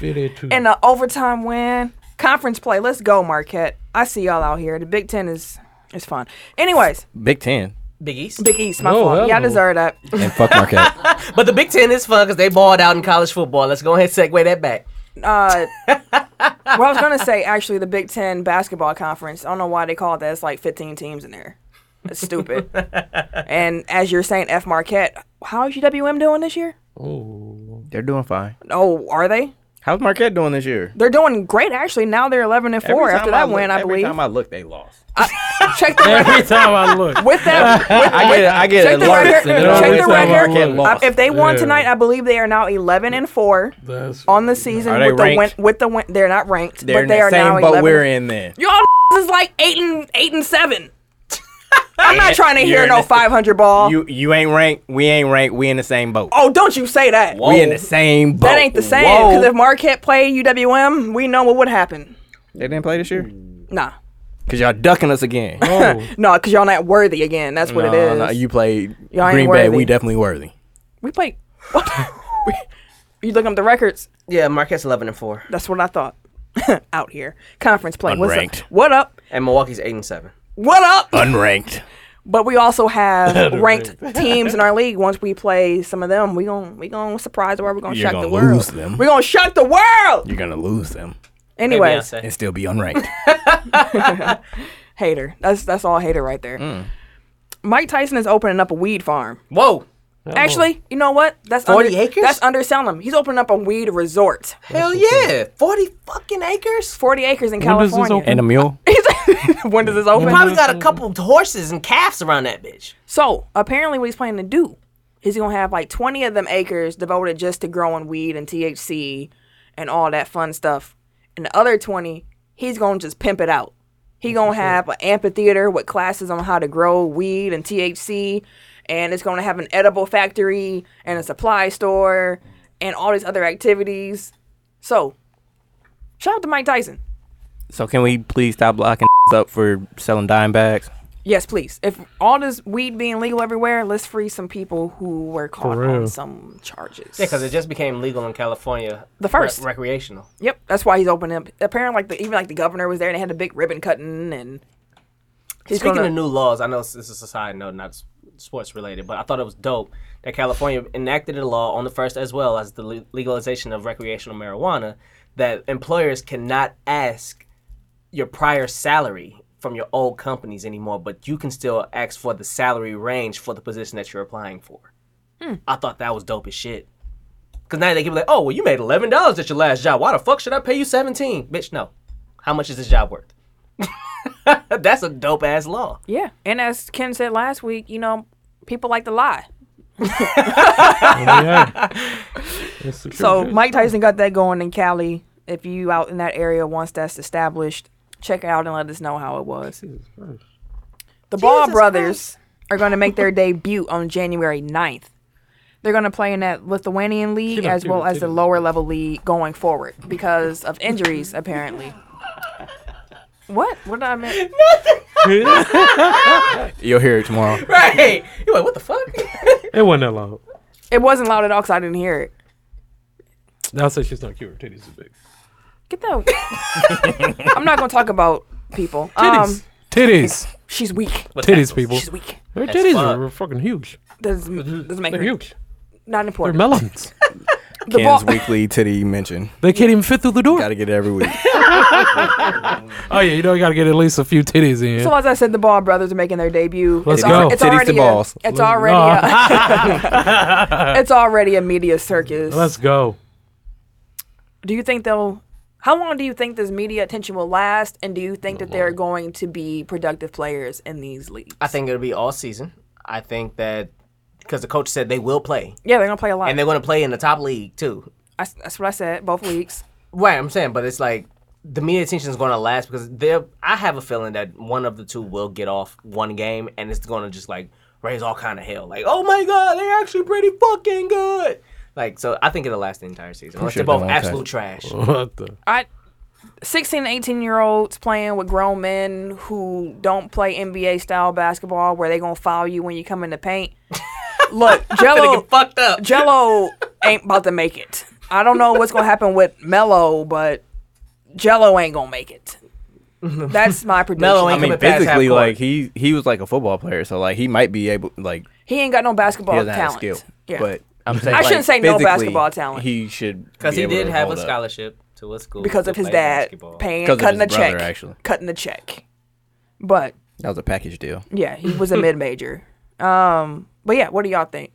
B: and an overtime win. Conference play. Let's go, Marquette. I see y'all out here. The Big Ten is is fun. Anyways,
G: Big Ten
C: Big East.
B: Big East, my
A: Oh,
B: fault. Y'all
A: hello.
B: deserve that.
G: and fuck Marquette.
C: But the Big Ten is fun because they balled out in college football. Let's go ahead and segue that back.
B: Uh, well, I was gonna say actually the Big Ten basketball conference. I don't know why they call it that. It's like 15 teams in there. That's stupid. and as you're saying, F Marquette. How is UWM doing this year?
G: They're doing fine.
B: Oh, are they?
G: How's Marquette doing this year?
B: They're doing great actually. Now they're 11 and four
G: Every
B: after
G: time
B: that
G: look-
B: win, I believe.
G: Every time I look, they lost.
B: Check the
A: Every
B: record.
A: time I look,
B: With that, with,
G: I get, I get
B: check the
G: lost.
B: record.
G: and then
A: Check
G: every
A: the
G: time
A: record.
G: Marquette
A: Uh,
B: I-
G: lost.
B: if they won
A: Yeah.
B: tonight, I believe they are now 11 and four
A: that's
B: on the season
G: Are they
B: with the win,
G: ranked?
B: with the win. They're not ranked,
G: They're
B: but they
G: in the
B: are now
G: same
B: 11.
G: boat we're in then.
B: Y'all is like eight and eight and seven. I'm not trying to
G: you're
B: hear
G: in
B: no
G: this-
B: 500 ball.
G: You you ain't ranked. We ain't ranked. We in the same boat.
B: oh, don't you say that.
G: We in the same boat.
B: That ain't the same.
G: Whoa.
B: Because if Marquette played UWM, we know what would happen.
G: they didn't play this year,
B: Nah,
G: cause y'all ducking us again.
A: oh,
B: no, because y'all not worthy again. That's what it
G: No,
B: is.
G: no, you played
B: Y'all ain't
G: Green Bay.
B: worthy.
G: We definitely worthy.
B: we played. What? you looking up the records?
C: Yeah, Marquette's eleven and four,
B: That's what I thought. Out here, conference play. What's up?
G: Unranked.
B: What up?
C: and Milwaukee's eight and seven.
B: What up?
G: Unranked.
B: But we also have ranked teams in our league. Once we play some of them, we gon' we gon' surprise or we gonna
G: You're
B: shock
G: gonna
B: the world.
G: lose them.
B: We gonna shock the world.
G: You're gonna lose them
B: Anyways,
G: and still be unranked.
B: hater. That's that's all hater right there.
G: Hmm.
B: Mike Tyson is opening up a weed farm.
C: Whoa.
A: Oh.
B: Actually, you know what? That's
C: 40
B: under,
C: acres?
B: That's underselling him. He's opening up a weed resort.
C: Hell yeah. 40 fucking acres?
B: Forty acres in
A: When does this
B: California.
A: open?
G: a mule.
B: when does this open?
C: Probably got a couple of horses and calves around that bitch.
B: So apparently, what he's planning to do is he gonna have like twenty of them acres devoted just to growing weed and THC and all that fun stuff, and the other twenty he's gonna just pimp it out. He gonna have an amphitheater with classes on how to grow weed and THC, and it's gonna have an edible factory and a supply store and all these other activities. So, shout out to Mike Tyson.
D: So can we please stop locking up for selling dime bags?
B: Yes, please. If all this weed being legal everywhere, let's free some people who were caught on
A: real.
B: some charges.
C: Yeah, because it just became legal in California.
B: The first.
C: Re- recreational.
B: Yep, that's why he's opening up. Apparently, like the, even like the governor was there and they had a big ribbon cutting and he's
C: Speaking
B: gonna,
C: of new laws, I know this is a side note, not s- sports related, but I thought it was dope that California enacted a law on the first as well as the le- legalization of recreational marijuana that employers cannot ask your prior salary from your old companies anymore, but you can still ask for the salary range for the position that you're applying for.
B: Hmm.
C: I thought that was dope as shit. Cause now they can be like, oh well, you made eleven dollars at your last job. Why the fuck should I pay you seventeen, bitch? No. How much is this job worth? That's a dope ass law.
B: yeah. And as Ken said last week, you know, people like to lie.
A: yeah. It's the
B: So
A: truth.
B: Mike Tyson got that going in Cali. If you out in that area once that's established, check it out and let us know how it was.
A: Jesus Christ.
B: The Ball Brothers are going to make their debut on January 9th. They're going to play in that Lithuanian league
A: up,
B: as
A: get
B: well
A: up,
B: as
A: get
B: the
A: up.
B: lower level league going forward because of injuries apparently. What? What did I mean?
G: You'll hear it tomorrow.
E: Right. You're like, what the fuck?
A: It wasn't that long.
B: It wasn't loud at all because I didn't hear it.
A: I said she's not cute. Her titties are big.
B: Get that. I'm not going to talk about people. Um,
A: Titties. titties.
B: she's weak.
A: Titties, people.
B: She's weak.
A: Her titties
C: fuck.
A: are fucking huge.
B: Doesn't, doesn't make
A: They're
B: her.
A: huge.
B: Not
A: They're
B: important.
A: melons.
B: the
G: Ken's weekly titty mention.
A: they can't even fit through the door.
G: Gotta get it every week.
A: Oh yeah, you know you gotta get at least a few titties in.
B: So as I said, the Ball Brothers are making their debut.
A: Let's
B: it's
A: go.
B: it's
G: Titties to
B: already
G: balls.
B: A, it's already a, it's already a media circus.
A: Let's go.
B: do you think they'll? How long do you think this media attention will last? And do you think that they're going to be productive players in these leagues?
C: I think it'll be all season. I think that because the coach said they will play,
B: Yeah, they're gonna play a lot.
C: and they're going to play in the top league too.
B: I s- that's what I said. Both leagues.
C: Right, I'm saying, but it's like the media attention is going to last because they're. I have a feeling that one of the two will get off one game, and it's going to just like raise all kind of hell. Like, oh my god, they're actually pretty fucking good. Like, so I think it'll last the entire season. Unless
G: sure
C: they're both
G: they won't
C: absolute
G: touch.
C: trash.
A: What the?
B: I. 16 18 year olds playing with grown men who don't play NBA style basketball where they going to foul you when you come in the paint. Look,
C: They
B: Jello
C: get fucked up.
B: Jello ain't about to make it. I don't know what's gonna happen with Mello, but Jello ain't gonna make it. That's my prediction.
C: Melo ain't
G: I mean,
C: Coming past half
G: physically,
C: court.
G: like he he was like a football player, so like he might be able, like
B: he ain't got no
G: he
B: basketball
G: doesn't
B: talent.
G: have skill.
B: yeah.
G: But I'm saying,
B: I
G: like,
B: shouldn't say no
G: physically,
B: basketball talent.
G: He should
C: Because
G: be
C: he
G: able
C: did
G: to
C: have a
G: hold up.
C: scholarship to a school
B: because
C: to
B: of his
C: play
B: dad
C: basketball.
B: paying,
G: 'Cause of
B: cutting the
G: his brother,
B: check,
G: actually.
B: cutting the check. But
G: That was a package deal.
B: yeah, he was a mid major. Um, but yeah, what do y'all think?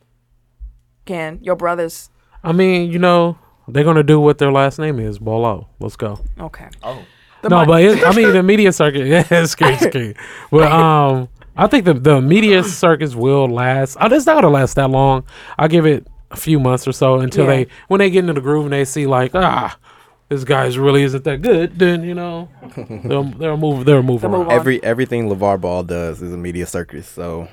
B: Can your brothers?
A: I mean, you know, they're gonna do what their last name is. Ball out. Let's go.
B: Okay,
C: Oh,
A: no, but it, I mean the media circuit. Yeah, it's crazy, it's crazy. But um, I think the the media circus will last. Oh, it's not gonna last that long. I give it a few months or so until
B: Yeah.
A: they when they get into the groove and they see like ah, this guy's really isn't that good. Then you know they'll they'll move they'll move
B: They'll
A: around.
B: move on.
G: Every everything LeVar Ball does is a media circus. So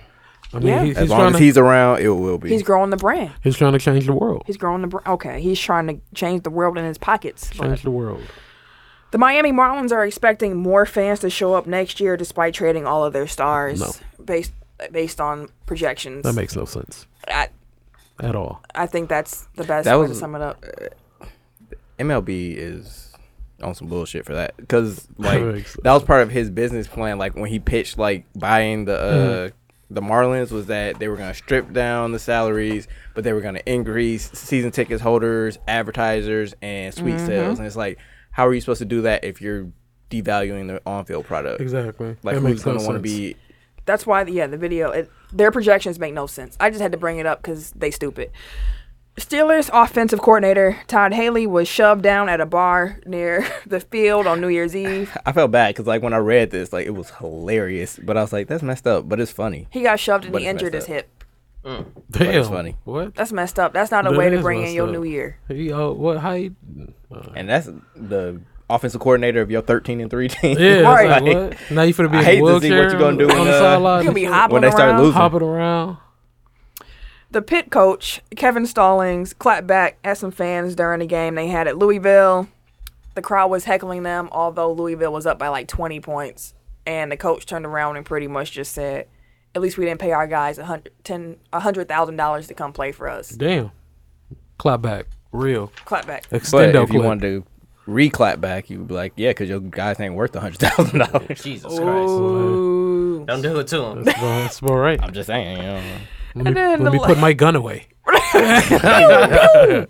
A: I mean
B: Yeah.
A: he- he's,
G: as long
A: trying
G: as
A: to, he's,
G: he's around, it will be.
B: he's growing the brand.
A: trying to change the world.
B: He's growing the brand. Okay, he's trying to change the world in his pockets. but-
A: Change the world.
B: The Miami Marlins are expecting more fans to show up next year despite trading all of their stars
A: No.
B: based based on projections.
A: That makes no sense
B: I,
A: at all.
B: I think that's the best
G: That
B: way to
G: was-
B: sum it up.
G: MLB is on some bullshit for that because like
A: makes
G: that was part of his business plan. Like when he pitched like buying the uh,
B: Mm-hmm.
G: the Marlins was that they were gonna strip down the salaries, but they were gonna increase season tickets holders, advertisers, and suite sales. And it's like, how are you supposed to do that if you're devaluing the on field product?
A: Exactly. that
G: Like who's
A: makes
G: gonna
A: no
G: want to
A: sense.
G: be?
B: That's why, yeah, the video, it, their projections make no sense. I just had to bring it up because they stupid. Steelers offensive coordinator Todd Haley was shoved down at a bar near the field on New Year's Eve.
G: I felt bad because like when I read this, like it was hilarious, but I was like, that's messed up, but it's funny.
B: He got shoved and
G: But
B: he
G: it's
B: injured his
G: messed
B: hip.
A: Damn.
G: it's funny.
A: What?
B: That's messed up. That's not a
A: That
B: way to
A: is
B: bring in
A: messed
B: your
A: up.
B: new year.
A: He, uh, what? How? He,
G: And that's the offensive coordinator of your thirteen and three team.
A: Yeah, it's
B: Right.
A: like, what? Now you finna be
G: I
A: in
G: hate
A: a
G: to see
A: wheelchair
G: what you gonna do
A: on
G: when,
A: the
G: uh,
A: sideline,
B: You gonna be
A: and
B: hopping
G: when they start
B: around.
A: shit,
G: losing.
A: hopping around.
B: The pit coach, Kevin Stallings, clapped back at some fans during a game they had at Louisville. The crowd was heckling them, although Louisville was up by like 20 points. And the coach turned around and pretty much just said, At least we didn't pay our guys a hundred ten a $100,000 to come play for us.
A: Damn. Clap back. Real.
B: Clap back.
G: But if
A: Extendo
G: you
A: clip.
G: wanted to reclap back, you'd be like, yeah, because your guys ain't worth a hundred thousand dollars.
C: Jesus Christ!
B: Ooh.
C: Don't do it to him.
A: That's about- that's about right.
G: I'm just saying. You know.
A: Let me,
B: then
A: let
B: the
A: me
B: la-
A: put my gun away.
B: And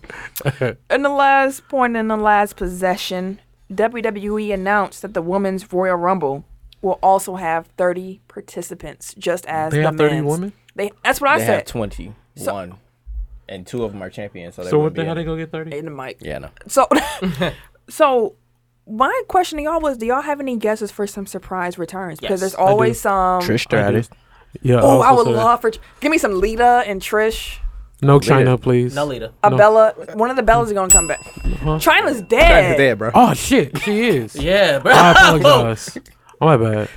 B: the last point in the last possession, WWE announced that the Women's Royal Rumble will also have 30 participants, just as
A: They
B: the
A: have 30
B: men's.
A: women?
B: They, that's what I
G: They have
B: said.
G: twenty one, and two of them are champions. So, they
A: So what
G: wouldn't
A: the
G: be
A: hell
G: in
A: they
G: it.
A: gonna get thirty?
B: in the mic.
G: Yeah, no.
B: So, so my question to y'all was, do y'all have any guesses for some surprise returns? Because
C: Yes,
B: there's always some.
G: Trish Stratus.
A: Yeah.
B: Oh, I would
A: also said-
B: love for. Give me some Lita and Trish.
A: No China, please.
C: No leader.
B: A
A: No.
B: Bella, one of the Bellas is gonna come back. China's dead.
G: Back to that, bro.
A: Oh shit, she is.
C: Yeah, bro.
B: Uh,
A: I apologize. Oh my bad.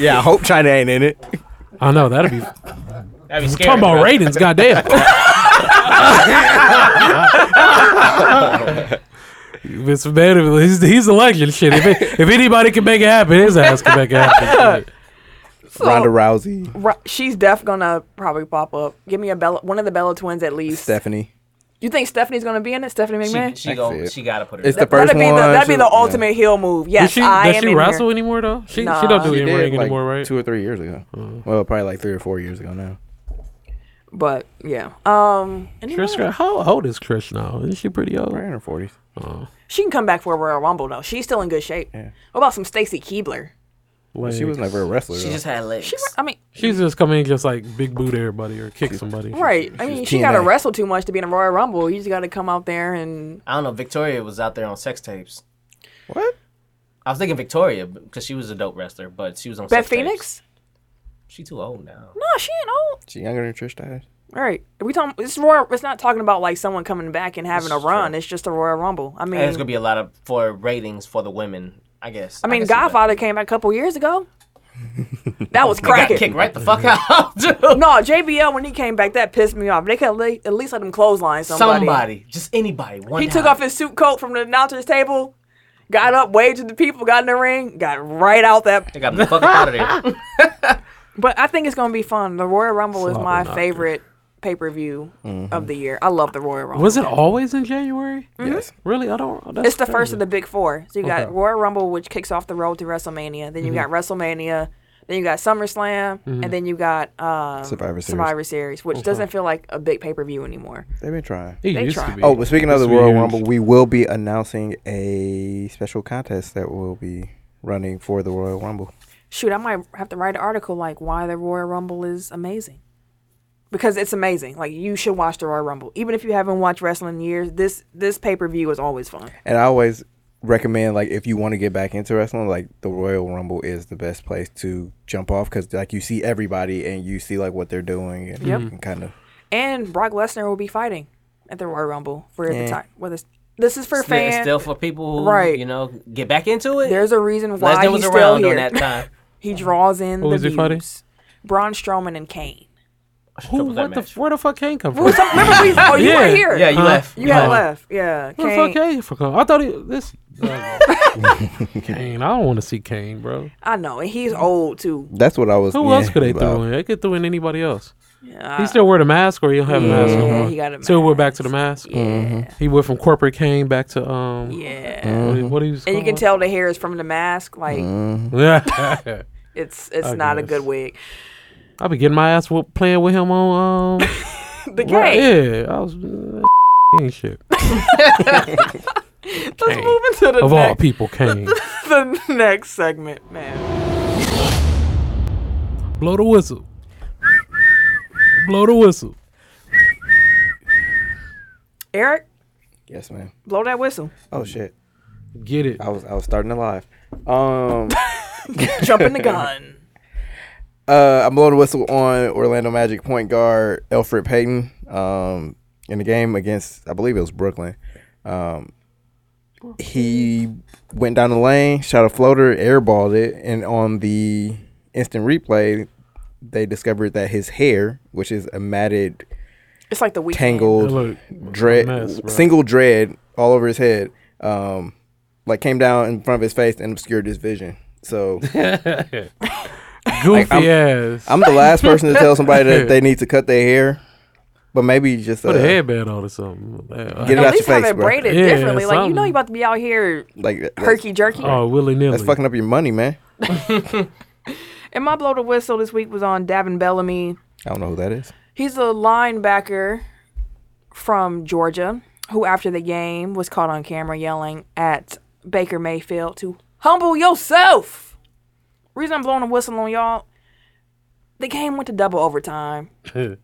G: Yeah, I hope China ain't in it.
A: I know that'd be
C: That'd be scary.
A: talking about
C: bro.
A: ratings. Goddamn. It's better. He's, he's the legend. Shit. If, it, if anybody can make it happen, his ass can make it happen. Shit.
B: So,
G: Ronda Rousey,
B: Ro- she's def gonna probably pop up. Give me a Bella, one of the Bella twins at least.
G: Stephanie.
B: You think Stephanie's gonna be in it? Stephanie
C: She,
B: McMahon.
C: she,
G: I see
C: go,
G: it.
C: she gotta put it.
G: It's
C: in.
G: the first
B: that'd be
G: one.
B: the, that'd be
G: she-
B: the
G: yeah.
B: ultimate heel move.
A: Does
B: Yes,
A: she,
B: I
A: does
B: am
A: she
B: in
A: wrestle
B: here.
A: anymore though? She
B: Nah.
A: she don't do
G: She
A: in
G: did,
A: ring
G: like, Mm-hmm.
A: anymore, right?
G: Two or three years ago. Well, probably like three or four years ago now.
B: But yeah, um, anyone?
A: Trish, how old is Trish now? Isn't she pretty old?
G: Right in her forties.
B: she can come back for a Royal Rumble though. She's still in good shape.
G: Yeah.
B: What about some Stacy Keebler?
A: Like,
G: She was never a wrestler.
C: She
G: though.
C: just had legs.
B: She, I mean,
A: She's just coming in just like big boot everybody or kick somebody.
B: right? I mean, she
G: TNA.
B: gotta wrestle too much to be in a Royal Rumble. You just gotta come out there and
C: I don't know. Victoria was out there on sex tapes.
G: what?
C: I was thinking Victoria because she was a dope wrestler, but she was on.
B: Beth
C: sex tapes.
B: Phoenix. Hmm.
C: She too old now.
B: No, she ain't old.
G: She younger than Trish Stratus.
B: All right, we talking. It's Royal. It's not talking about like someone coming back and having a run. It's just a Royal Rumble. I mean,
C: And there's gonna be a lot of for ratings for the women, I guess.
B: I mean,
C: guess
B: Godfather came out a couple years ago. That was
C: Got
B: cracking.
C: kicked right the fuck out, dude.
B: No, JBL when he came back, that pissed me off. They could le- at least let him clothesline somebody.
C: Somebody. just anybody. One
B: He took
C: time.
B: off his suit coat from the announcer's table, got up, waved to the people, got in the ring, got right out that.
C: They got the fuck out of there.
B: But I think it's gonna be fun. The Royal Rumble is
A: Slobber
B: my
A: knocker.
B: favorite pay per view
G: Mm-hmm.
B: of the year. I love the Royal Rumble.
A: Was it always in January?
G: Yes.
A: Really? I don't. That's
B: Mm-hmm. It's the first of the big four. So you got
A: Okay.
B: Royal Rumble, which kicks off the road to WrestleMania. Then you got WrestleMania. Then you got SummerSlam, and then you got um,
G: Survivor Series.
B: Survivor Series, which doesn't feel like a big pay per view anymore.
G: They've been trying.
A: It
B: They
A: used to
B: tried.
A: be.
G: Oh, but speaking of the
A: Used to be
G: Royal
A: huge.
G: Rumble, we will be announcing a special contest that will be running for the Royal Rumble.
B: Shoot, I might have to write an article like why the Royal Rumble is amazing, because it's amazing. Like you should watch the Royal Rumble, even if you haven't watched wrestling in years. This this pay per view is always fun.
G: And I always recommend like if you want to get back into wrestling, like the Royal Rumble is the best place to jump off because like you see everybody and you see like what they're doing and you can kind of
B: And Brock Lesnar will be fighting at the Royal Rumble for the
G: Yeah.
B: time. Well, this this is for
C: It's
B: fans.
C: still for people who,
B: Right.
C: you know, get back into it.
B: There's a reason why
C: Lesnar
B: he's
C: was
B: still
C: around
B: here.
C: during that time.
B: He draws in
A: Who
B: the
A: is he
B: views.
A: fighting?
B: Braun Strowman and Kane.
A: Who?
C: Triple threat
A: What the?
C: match.
A: Where the fuck Kane come
B: Who
A: from?
B: was- remember we? Oh, you
A: Yeah.
B: were here.
C: Yeah, you
A: Huh?
C: left.
B: you had
A: Oh.
B: left. Yeah,
A: Where the fuck
B: Kane.
A: Kane from? I thought he this. Kane. I don't want to see Kane, bro.
B: I know, and he's old too.
G: that's what I was.
A: Who
G: yeah,
A: else could they
G: about.
A: throw in? They could throw in anybody else.
B: Yeah,
A: He still wear the mask, or he'll have a mask.
B: Uh, Yeah,
A: on.
B: he got a
A: So we're
B: mask.
A: back to the mask.
B: yeah.
G: Mm-hmm.
A: He went from corporate Kane back to um.
B: yeah.
A: What, he- what he was
B: And you can tell the hair is from the mask. Like
G: Mm-hmm.
A: Yeah.
B: it's it's
A: I
B: not a
A: guess.
B: good wig.
A: I be getting my ass whooped playing with him on um.
B: The
A: Right,
B: Kane.
A: yeah, I was ain't shit.
B: Let's move into the
A: Of all
B: next,
A: people, Kane.
B: the next segment, man.
A: Blow the whistle. Blow the whistle.
B: Eric,
G: Yes, man.
B: blow that whistle.
G: Oh shit,
A: Get it.
G: I was I was starting to live. Um,
B: Jump in the gun.
G: uh, I'm blowing the whistle on Orlando Magic point guard Alfred Payton. Um, in the game against I believe it was Brooklyn. Um, he went down the lane, shot a floater, airballed it, and on the instant replay, they discovered that his hair, which is a matted
B: It's like the weekend.
G: tangled
A: Look,
G: dread,
A: mess, bro.
G: single dread all over his head, um, like came down in front of his face and obscured his vision. So
A: Goofy
G: I'm-
A: ass.
G: I'm the last person to tell somebody that they need to cut their hair, but maybe just uh,
A: Put a headband on or something.
G: Get it
B: At
G: out
B: least
G: your
B: have
G: face,
B: it
G: bro.
B: braided
A: Yeah,
B: differently. Like you know
A: something.
B: you about to be out here
G: like that's,
B: herky jerky.
A: Oh, willy nilly.
G: that's fucking up your money, man.
B: And my blow the whistle this week was on Davin Bellamy.
G: I don't know who that is.
B: He's a linebacker from Georgia who, after the game, was caught on camera yelling at Baker Mayfield to humble yourself. Reason I'm blowing a whistle on y'all, the game went to double overtime.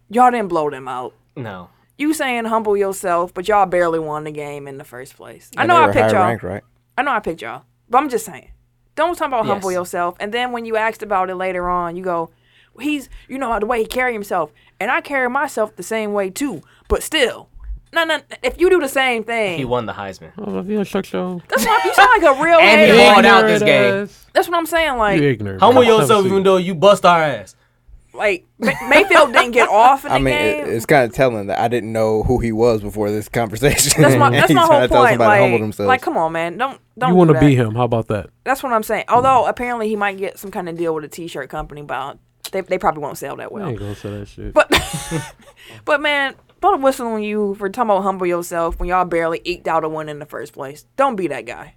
B: Y'all didn't blow them out.
C: No.
B: You saying humble yourself, but y'all barely won the game in the first place. I know
G: They
B: I
G: were
B: picked
G: higher
B: y'all.
G: ranked, right?
B: I know I picked y'all, but I'm just saying. Don't talk about humble
C: Yes.
B: yourself. And then when you asked about it later on, you go, he's you know the way he carry himself, and I carry myself the same way too. But still, no, no. If you do the same thing,
C: He won the Heisman.
A: Oh, you instructional.
B: that's why you sound like a real
C: And he
B: hater.
C: won. out this game.
B: That's what I'm saying. Like,
A: You ignorant.
C: Humble
A: man. Have a
C: yourself,
A: seat.
C: even though you bust our ass.
B: like May- Mayfield didn't get off in the
G: I mean,
B: game.
G: it, it's kind of telling that I didn't know who he was before this conversation.
B: that's my
G: And
B: that's
G: he's
B: my
G: trying
B: whole
G: to tell
B: point.
G: somebody to humble
B: Like,
G: themselves.
B: like, come on, man. Don't don't.
A: You
B: do
A: want to
B: that.
A: be him? How about that?
B: That's what I'm saying. Although apparently he might get some kind of deal with a T-shirt company, but they they probably won't sell that
A: I
B: well.
A: ain't gonna say that shit.
B: But but man, blow the whistle on you for talking about humble yourself when y'all barely eked out a win in the first place. Don't be that guy.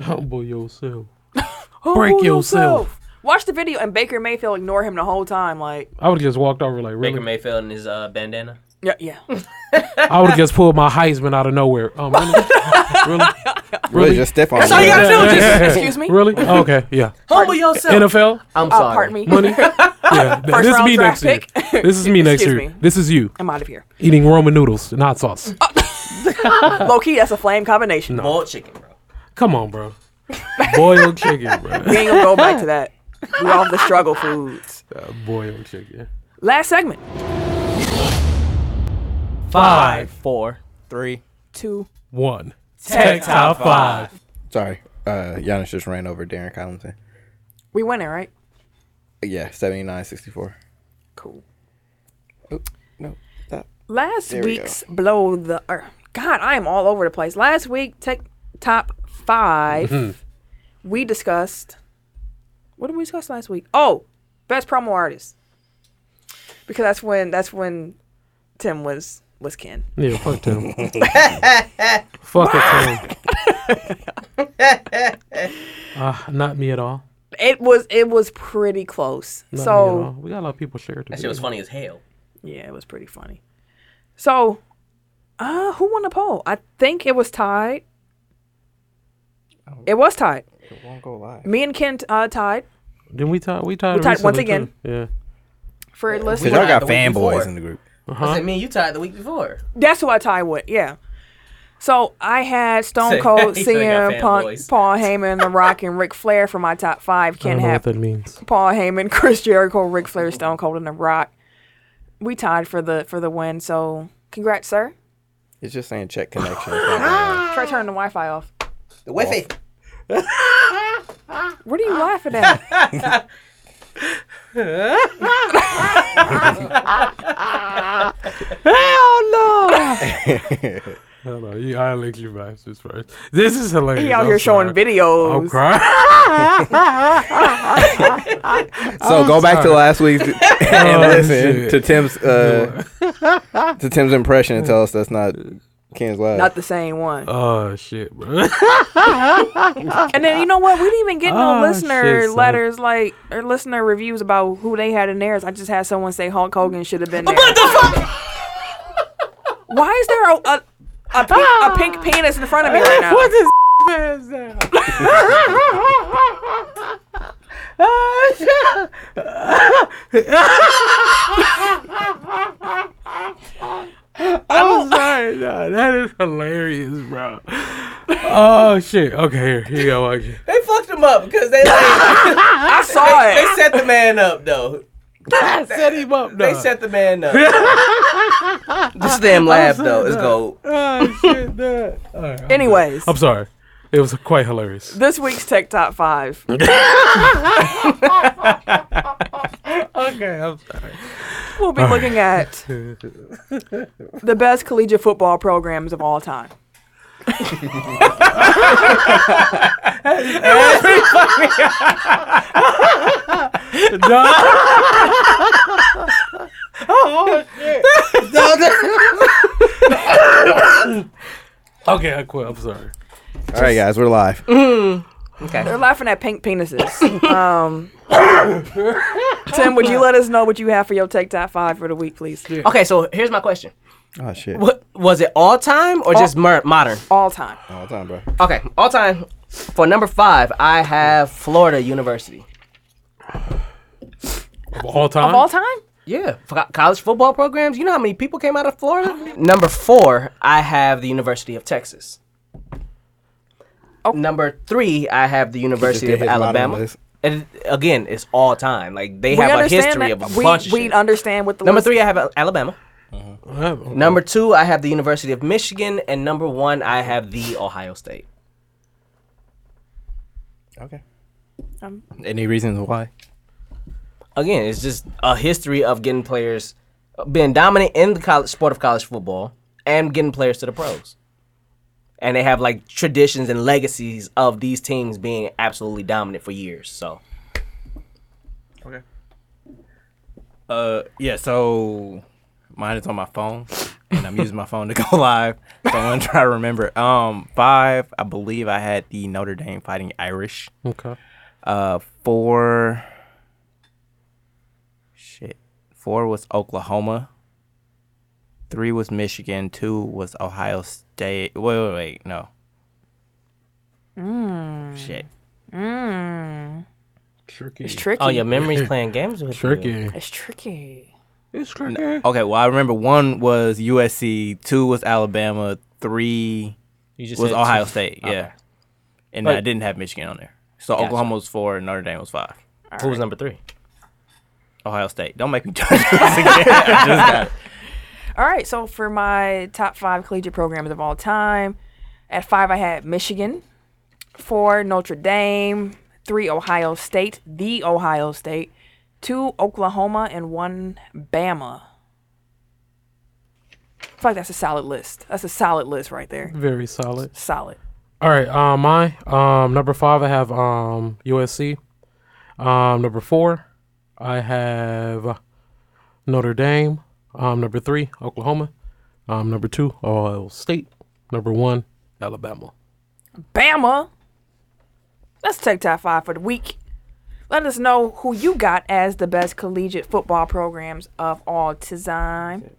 A: Humble yourself.
B: Humble
A: Break yourself.
B: Watch the video and Baker Mayfield ignore him the whole time. Like
A: I would have just walked over like
C: Baker
A: really.
C: Mayfield and his uh, bandana.
B: yeah, yeah. Uh,
A: I would have just pulled my Heisman out of nowhere. Um, really? really?
G: really, just step on.
C: all
G: him.
C: you gotta do.
B: Just- excuse me.
A: Really? Oh, okay, yeah.
C: Humble yourself.
A: NFL
C: I'm
B: Uh,
C: sorry.
B: pardon me.
A: money. Yeah, th-
B: First
A: this is
B: round
A: me next
B: draft
A: year.
B: pick.
A: This is me next
B: Excuse
A: year.
B: me.
A: This is you
B: I'm out of here.
A: eating Roman noodles, not sauce.
B: Low key, that's a flame combination.
C: Boiled chicken, bro.
A: Come on, bro. Boiled chicken, bro.
B: We ain't gonna go back to that. We all the struggle foods.
A: Boiled chicken.
B: Last segment.
C: Five.
D: Four.
G: Three.
B: Two.
A: One. Tech top five.
G: Sorry, uh, Giannis just ran over Darren Collington.
B: We winning, right?
G: Yeah, 79-64.
B: Cool.
G: No, stop.
B: Last
G: There we
B: week's blow the earth. God, I am all over the place. Last week, tech top 5
A: Mm-hmm.
B: we discussed. What did we discuss last week? Oh, best promo artist. Because that's when that's when Tim was was Ken.
A: Yeah, fuck Tim. fuck it, Tim. Uh, not me at all.
B: It was it was pretty close.
A: Not me at all.
B: so
A: we got a lot of people shared.
C: That shit was funny as hell.
B: yeah, it was pretty funny. So, uh, who won the poll? I think it was tied. It was tied.
G: Oh. It won't go live.
B: Me and Ken uh, tied
A: Then we tied. We tied.
B: We tied once
A: recently,
B: again.
A: too. Yeah.
B: for
G: Cause
B: listening.
G: y'all got
C: The week before.
G: fanboys in the group.
C: I said, me and you tied the week before.
B: That's who I tie with. Yeah. So I had Stone
C: Say-
B: Cold,
C: he said he got
B: CM Punk,
C: fanboys.
B: Paul Heyman, The Rock, and Ric Flair for my top five.
A: I
B: Can't
A: don't know what
B: have
A: that means.
B: Paul Heyman, Chris Jericho, Ric Flair, Stone Cold, and The Rock. We tied for the for the win. So congrats, sir.
G: It's just saying check connection. It's not
B: Try turning the Wi-Fi off.
C: The Wi-Fi.
B: What are you laughing at?
G: going on.
A: Hello, you, I lick you bastards first. This is hilarious.
B: He out
A: I'm
B: here showing
A: sorry. I'm
B: videos.
A: crying.
G: so go back to last week and
A: Oh,
G: listen
A: shit.
G: to Tim's uh, to Tim's impression and tell us that's not Ken's live.
B: Not the same one.
A: Oh shit, bro.
B: And then you know what? We didn't even get no
A: Oh,
B: listener
A: shit, son.
B: letters, like or listener reviews about who they had in theirs. I just had someone say Hulk Hogan should have been there. Why is there a a, a,
A: Ah.
B: pink, a pink penis in front of me right now? What is
A: I'm sorry. No, that is hilarious, bro. Oh shit. Okay, here, here you go. Okay.
C: They fucked him up because they like,
B: I saw
C: they
B: it.
C: set the man up though.
A: Set him up.
C: They
A: dog.
C: set the man up. Just damn laugh though is gold.
A: Oh shit. dog. All right, I'm-
B: Anyways,
A: I'm sorry. It was quite hilarious.
B: this week's Tech Top Five.
A: Okay, I'm sorry.
B: We'll be looking at the best collegiate football programs of all time.
A: Dog. Oh, okay, I quit. I'm sorry.
G: All right, guys, we're live.
B: They're laughing at pink penises. um, Tim, would you let us know what you have for your Tech Top Five for the week, please?
C: Okay, so here's my question:
G: Oh shit.
C: What was it all time or just mer- modern?
B: All time.
G: All time, bro.
C: Okay, all time. For number five, I have Florida University.
A: Of all time.
B: Of all time?
C: Yeah, for co- college football programs. You know how many people came out of Florida? Number four, I have the University of Texas.
B: Oh.
C: Number three, I have the University of
G: Just did his modern
C: Alabama.
G: list.
C: And again, it's all time. Like they
B: We
C: have a
B: understand
C: history
B: that-
C: of a
B: we,
C: bunch of
B: We
C: shit.
B: understand what the
C: Number
B: list-
C: three, I have uh, Alabama.
B: Mm-hmm.
C: Number two, I have the University of Michigan, and number one, I have the Ohio State.
D: Okay.
B: Um,
D: Any reasons why?
C: Again, it's just a history of getting players being dominant in the college sport of college football and getting players to the pros. And they have like traditions and legacies of these teams being absolutely dominant for years. So
D: Okay. Uh, yeah. So mine is on my phone, and I'm using my phone to go live. So I'm gonna try to remember. Um, five. I believe I had the Notre Dame fighting Irish.
A: Okay.
D: Uh, four. Shit. Four was Oklahoma. Three was Michigan. Two was Ohio State. Wait, wait, wait. No. Shit.
B: It's tricky.
C: Oh, your memory's playing games with you.
A: Tricky.
B: It's tricky.
A: It's tricky.
D: Okay. Well, I remember one was USC. Two was Alabama. Three
C: You just
D: was
C: said
D: Ohio
C: two.
D: State.
C: Okay.
D: Yeah. And
C: Wait.
D: I didn't have Michigan on there. So
C: Gotcha.
D: Oklahoma was four and Notre Dame was five.
C: Who was number three?
D: Ohio State. Don't make me judge this again. I just got it.
B: All right, so for my top five collegiate programs of all time, at five I had Michigan, four Notre Dame, three Ohio State, the Ohio State, two Oklahoma, and one Bama. I feel like that's a solid list. That's a solid list right there.
A: Very solid.
B: Solid.
A: All right, um, my um number five, I have um USC. Um, number four, I have Notre Dame. Um, number three, Oklahoma. Um, number two, Ohio State. Number one, Alabama.
B: Bama. Let's take top five for the week. Let us know who you got as the best collegiate football programs of all time.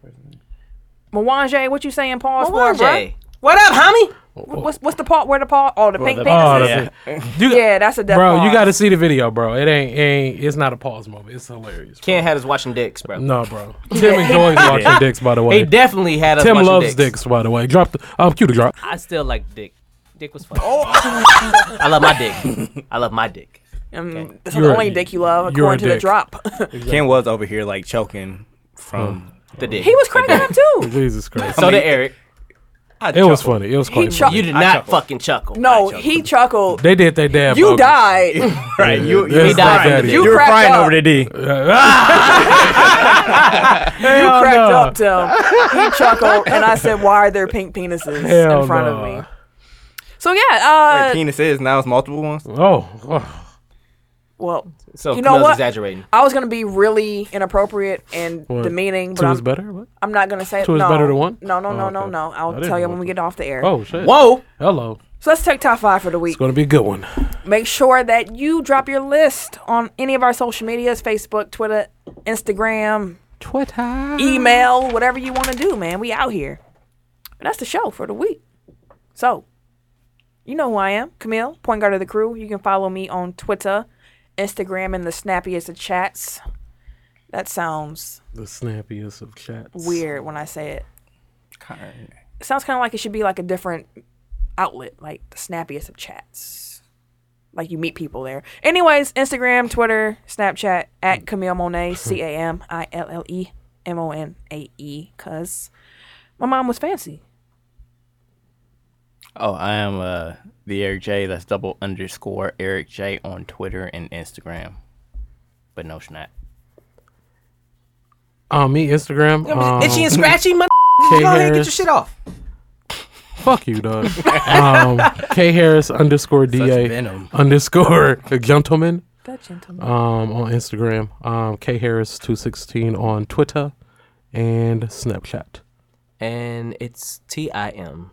B: Mwanje, what you saying pause for, bro?
C: Jay. What up, homie?
B: What's what's the part where the part? Oh, the pink
C: the-
A: Oh,
B: penis.
A: that's it. You,
B: yeah, that's a death
A: bro, you
B: pause.
A: got to see the video, bro. It ain't, ain't, it's not a pause moment. It's hilarious. Bro.
C: Can't had us watching dicks, bro.
A: No, bro. Tim enjoys watching dicks, by the
C: He
A: way.
C: definitely had us
A: Tim
C: watching
A: loves
C: dicks.
A: dicks. by the way. Drop the, um, cue to drop.
C: I still like dick. Dick was fun. Oh. I love my dick. I love my dick.
B: Mm, that's
A: You're
B: the
A: a-
B: only dick you love,
A: you're a
B: according to the
A: dick.
B: drop.
D: Ken was over here like choking from.
C: The dick.
B: he was cracking up too.
A: Jesus Christ.
C: So did Eric.
A: It was funny. It was
B: He
A: quite funny.
B: chuckled.
C: You did not
D: chuckled.
C: fucking chuckle.
B: No,
C: I chuckled.
B: he chuckled.
A: They did their dab.
B: You
A: vocals.
B: died.
D: Right, you
A: That's not
D: you,
C: died.
A: bad.
B: You
D: you were
B: cracked
D: crying
B: up.
D: over the D.
B: You cracked
A: oh, no.
B: up, Tim. He chuckled, and I said, "Why are there pink penises
A: Hell
B: in front
A: no.
B: of me?" So yeah, uh,
D: penis is now it's multiple ones.
A: Oh, oh,
B: well,
C: So
B: You know
C: Camille's
B: what?
C: exaggerating.
B: I was gonna be really inappropriate and
A: What?
B: demeaning, but
A: two is
B: I'm,
A: better. What?
B: I'm not gonna say
A: Two is
B: no.
A: better than one?
B: No, no, no,
A: Oh,
B: no,
A: okay.
B: no.
A: I
B: I'll
A: didn't
B: tell you
A: know
B: when we
A: that.
B: get off the air.
A: Oh shit.
C: Whoa.
A: Hello.
B: So let's take top five for the week.
A: It's gonna be a good one.
B: Make sure that you drop your list on any of our social medias: Facebook, Twitter, Instagram,
A: Twitter.
B: email, whatever you want to do, man. We out here. And that's the show for the week. So, you know who I am, Camille, point guard of the crew. You can follow me on Twitter, Instagram, and the snappiest of chats. That sounds
A: The snappiest of chats.
B: weird when I say it. It sounds kind of like it should be like a different outlet, like the snappiest of chats. Like you meet people there. Anyways, Instagram, Twitter, Snapchat at Camille Monet, C A M I L L E M O N A E, cause my mom was fancy.
D: Oh, I am uh the Eric J. That's double underscore Eric J. on Twitter and Instagram, but no snap.
A: Um, me Instagram. Um,
C: Itchy and scratchy, mother.
A: K
C: Go ahead and get your
A: Harris.
C: shit off.
A: Fuck you, dog. um, K Harris underscore da
D: venom.
A: underscore gentleman.
B: That gentleman.
A: Um, on Instagram. Um, K Harris two sixteen on Twitter and Snapchat.
C: And it's T I M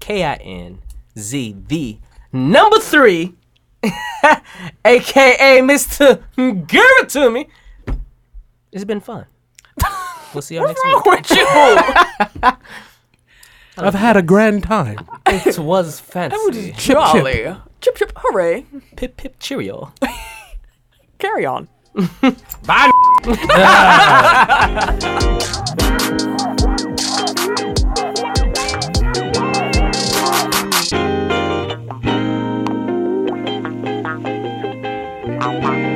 C: K I N Z V number three, aka Mr. Give it to me. It's been fun. We'll see y'all next week.
B: with you.
A: I've had a grand time.
C: It was fancy.
A: Chip chip.
B: Jolly. Chip chip hooray.
C: Pip pip cheerio.
B: Carry on.
I: Thank you.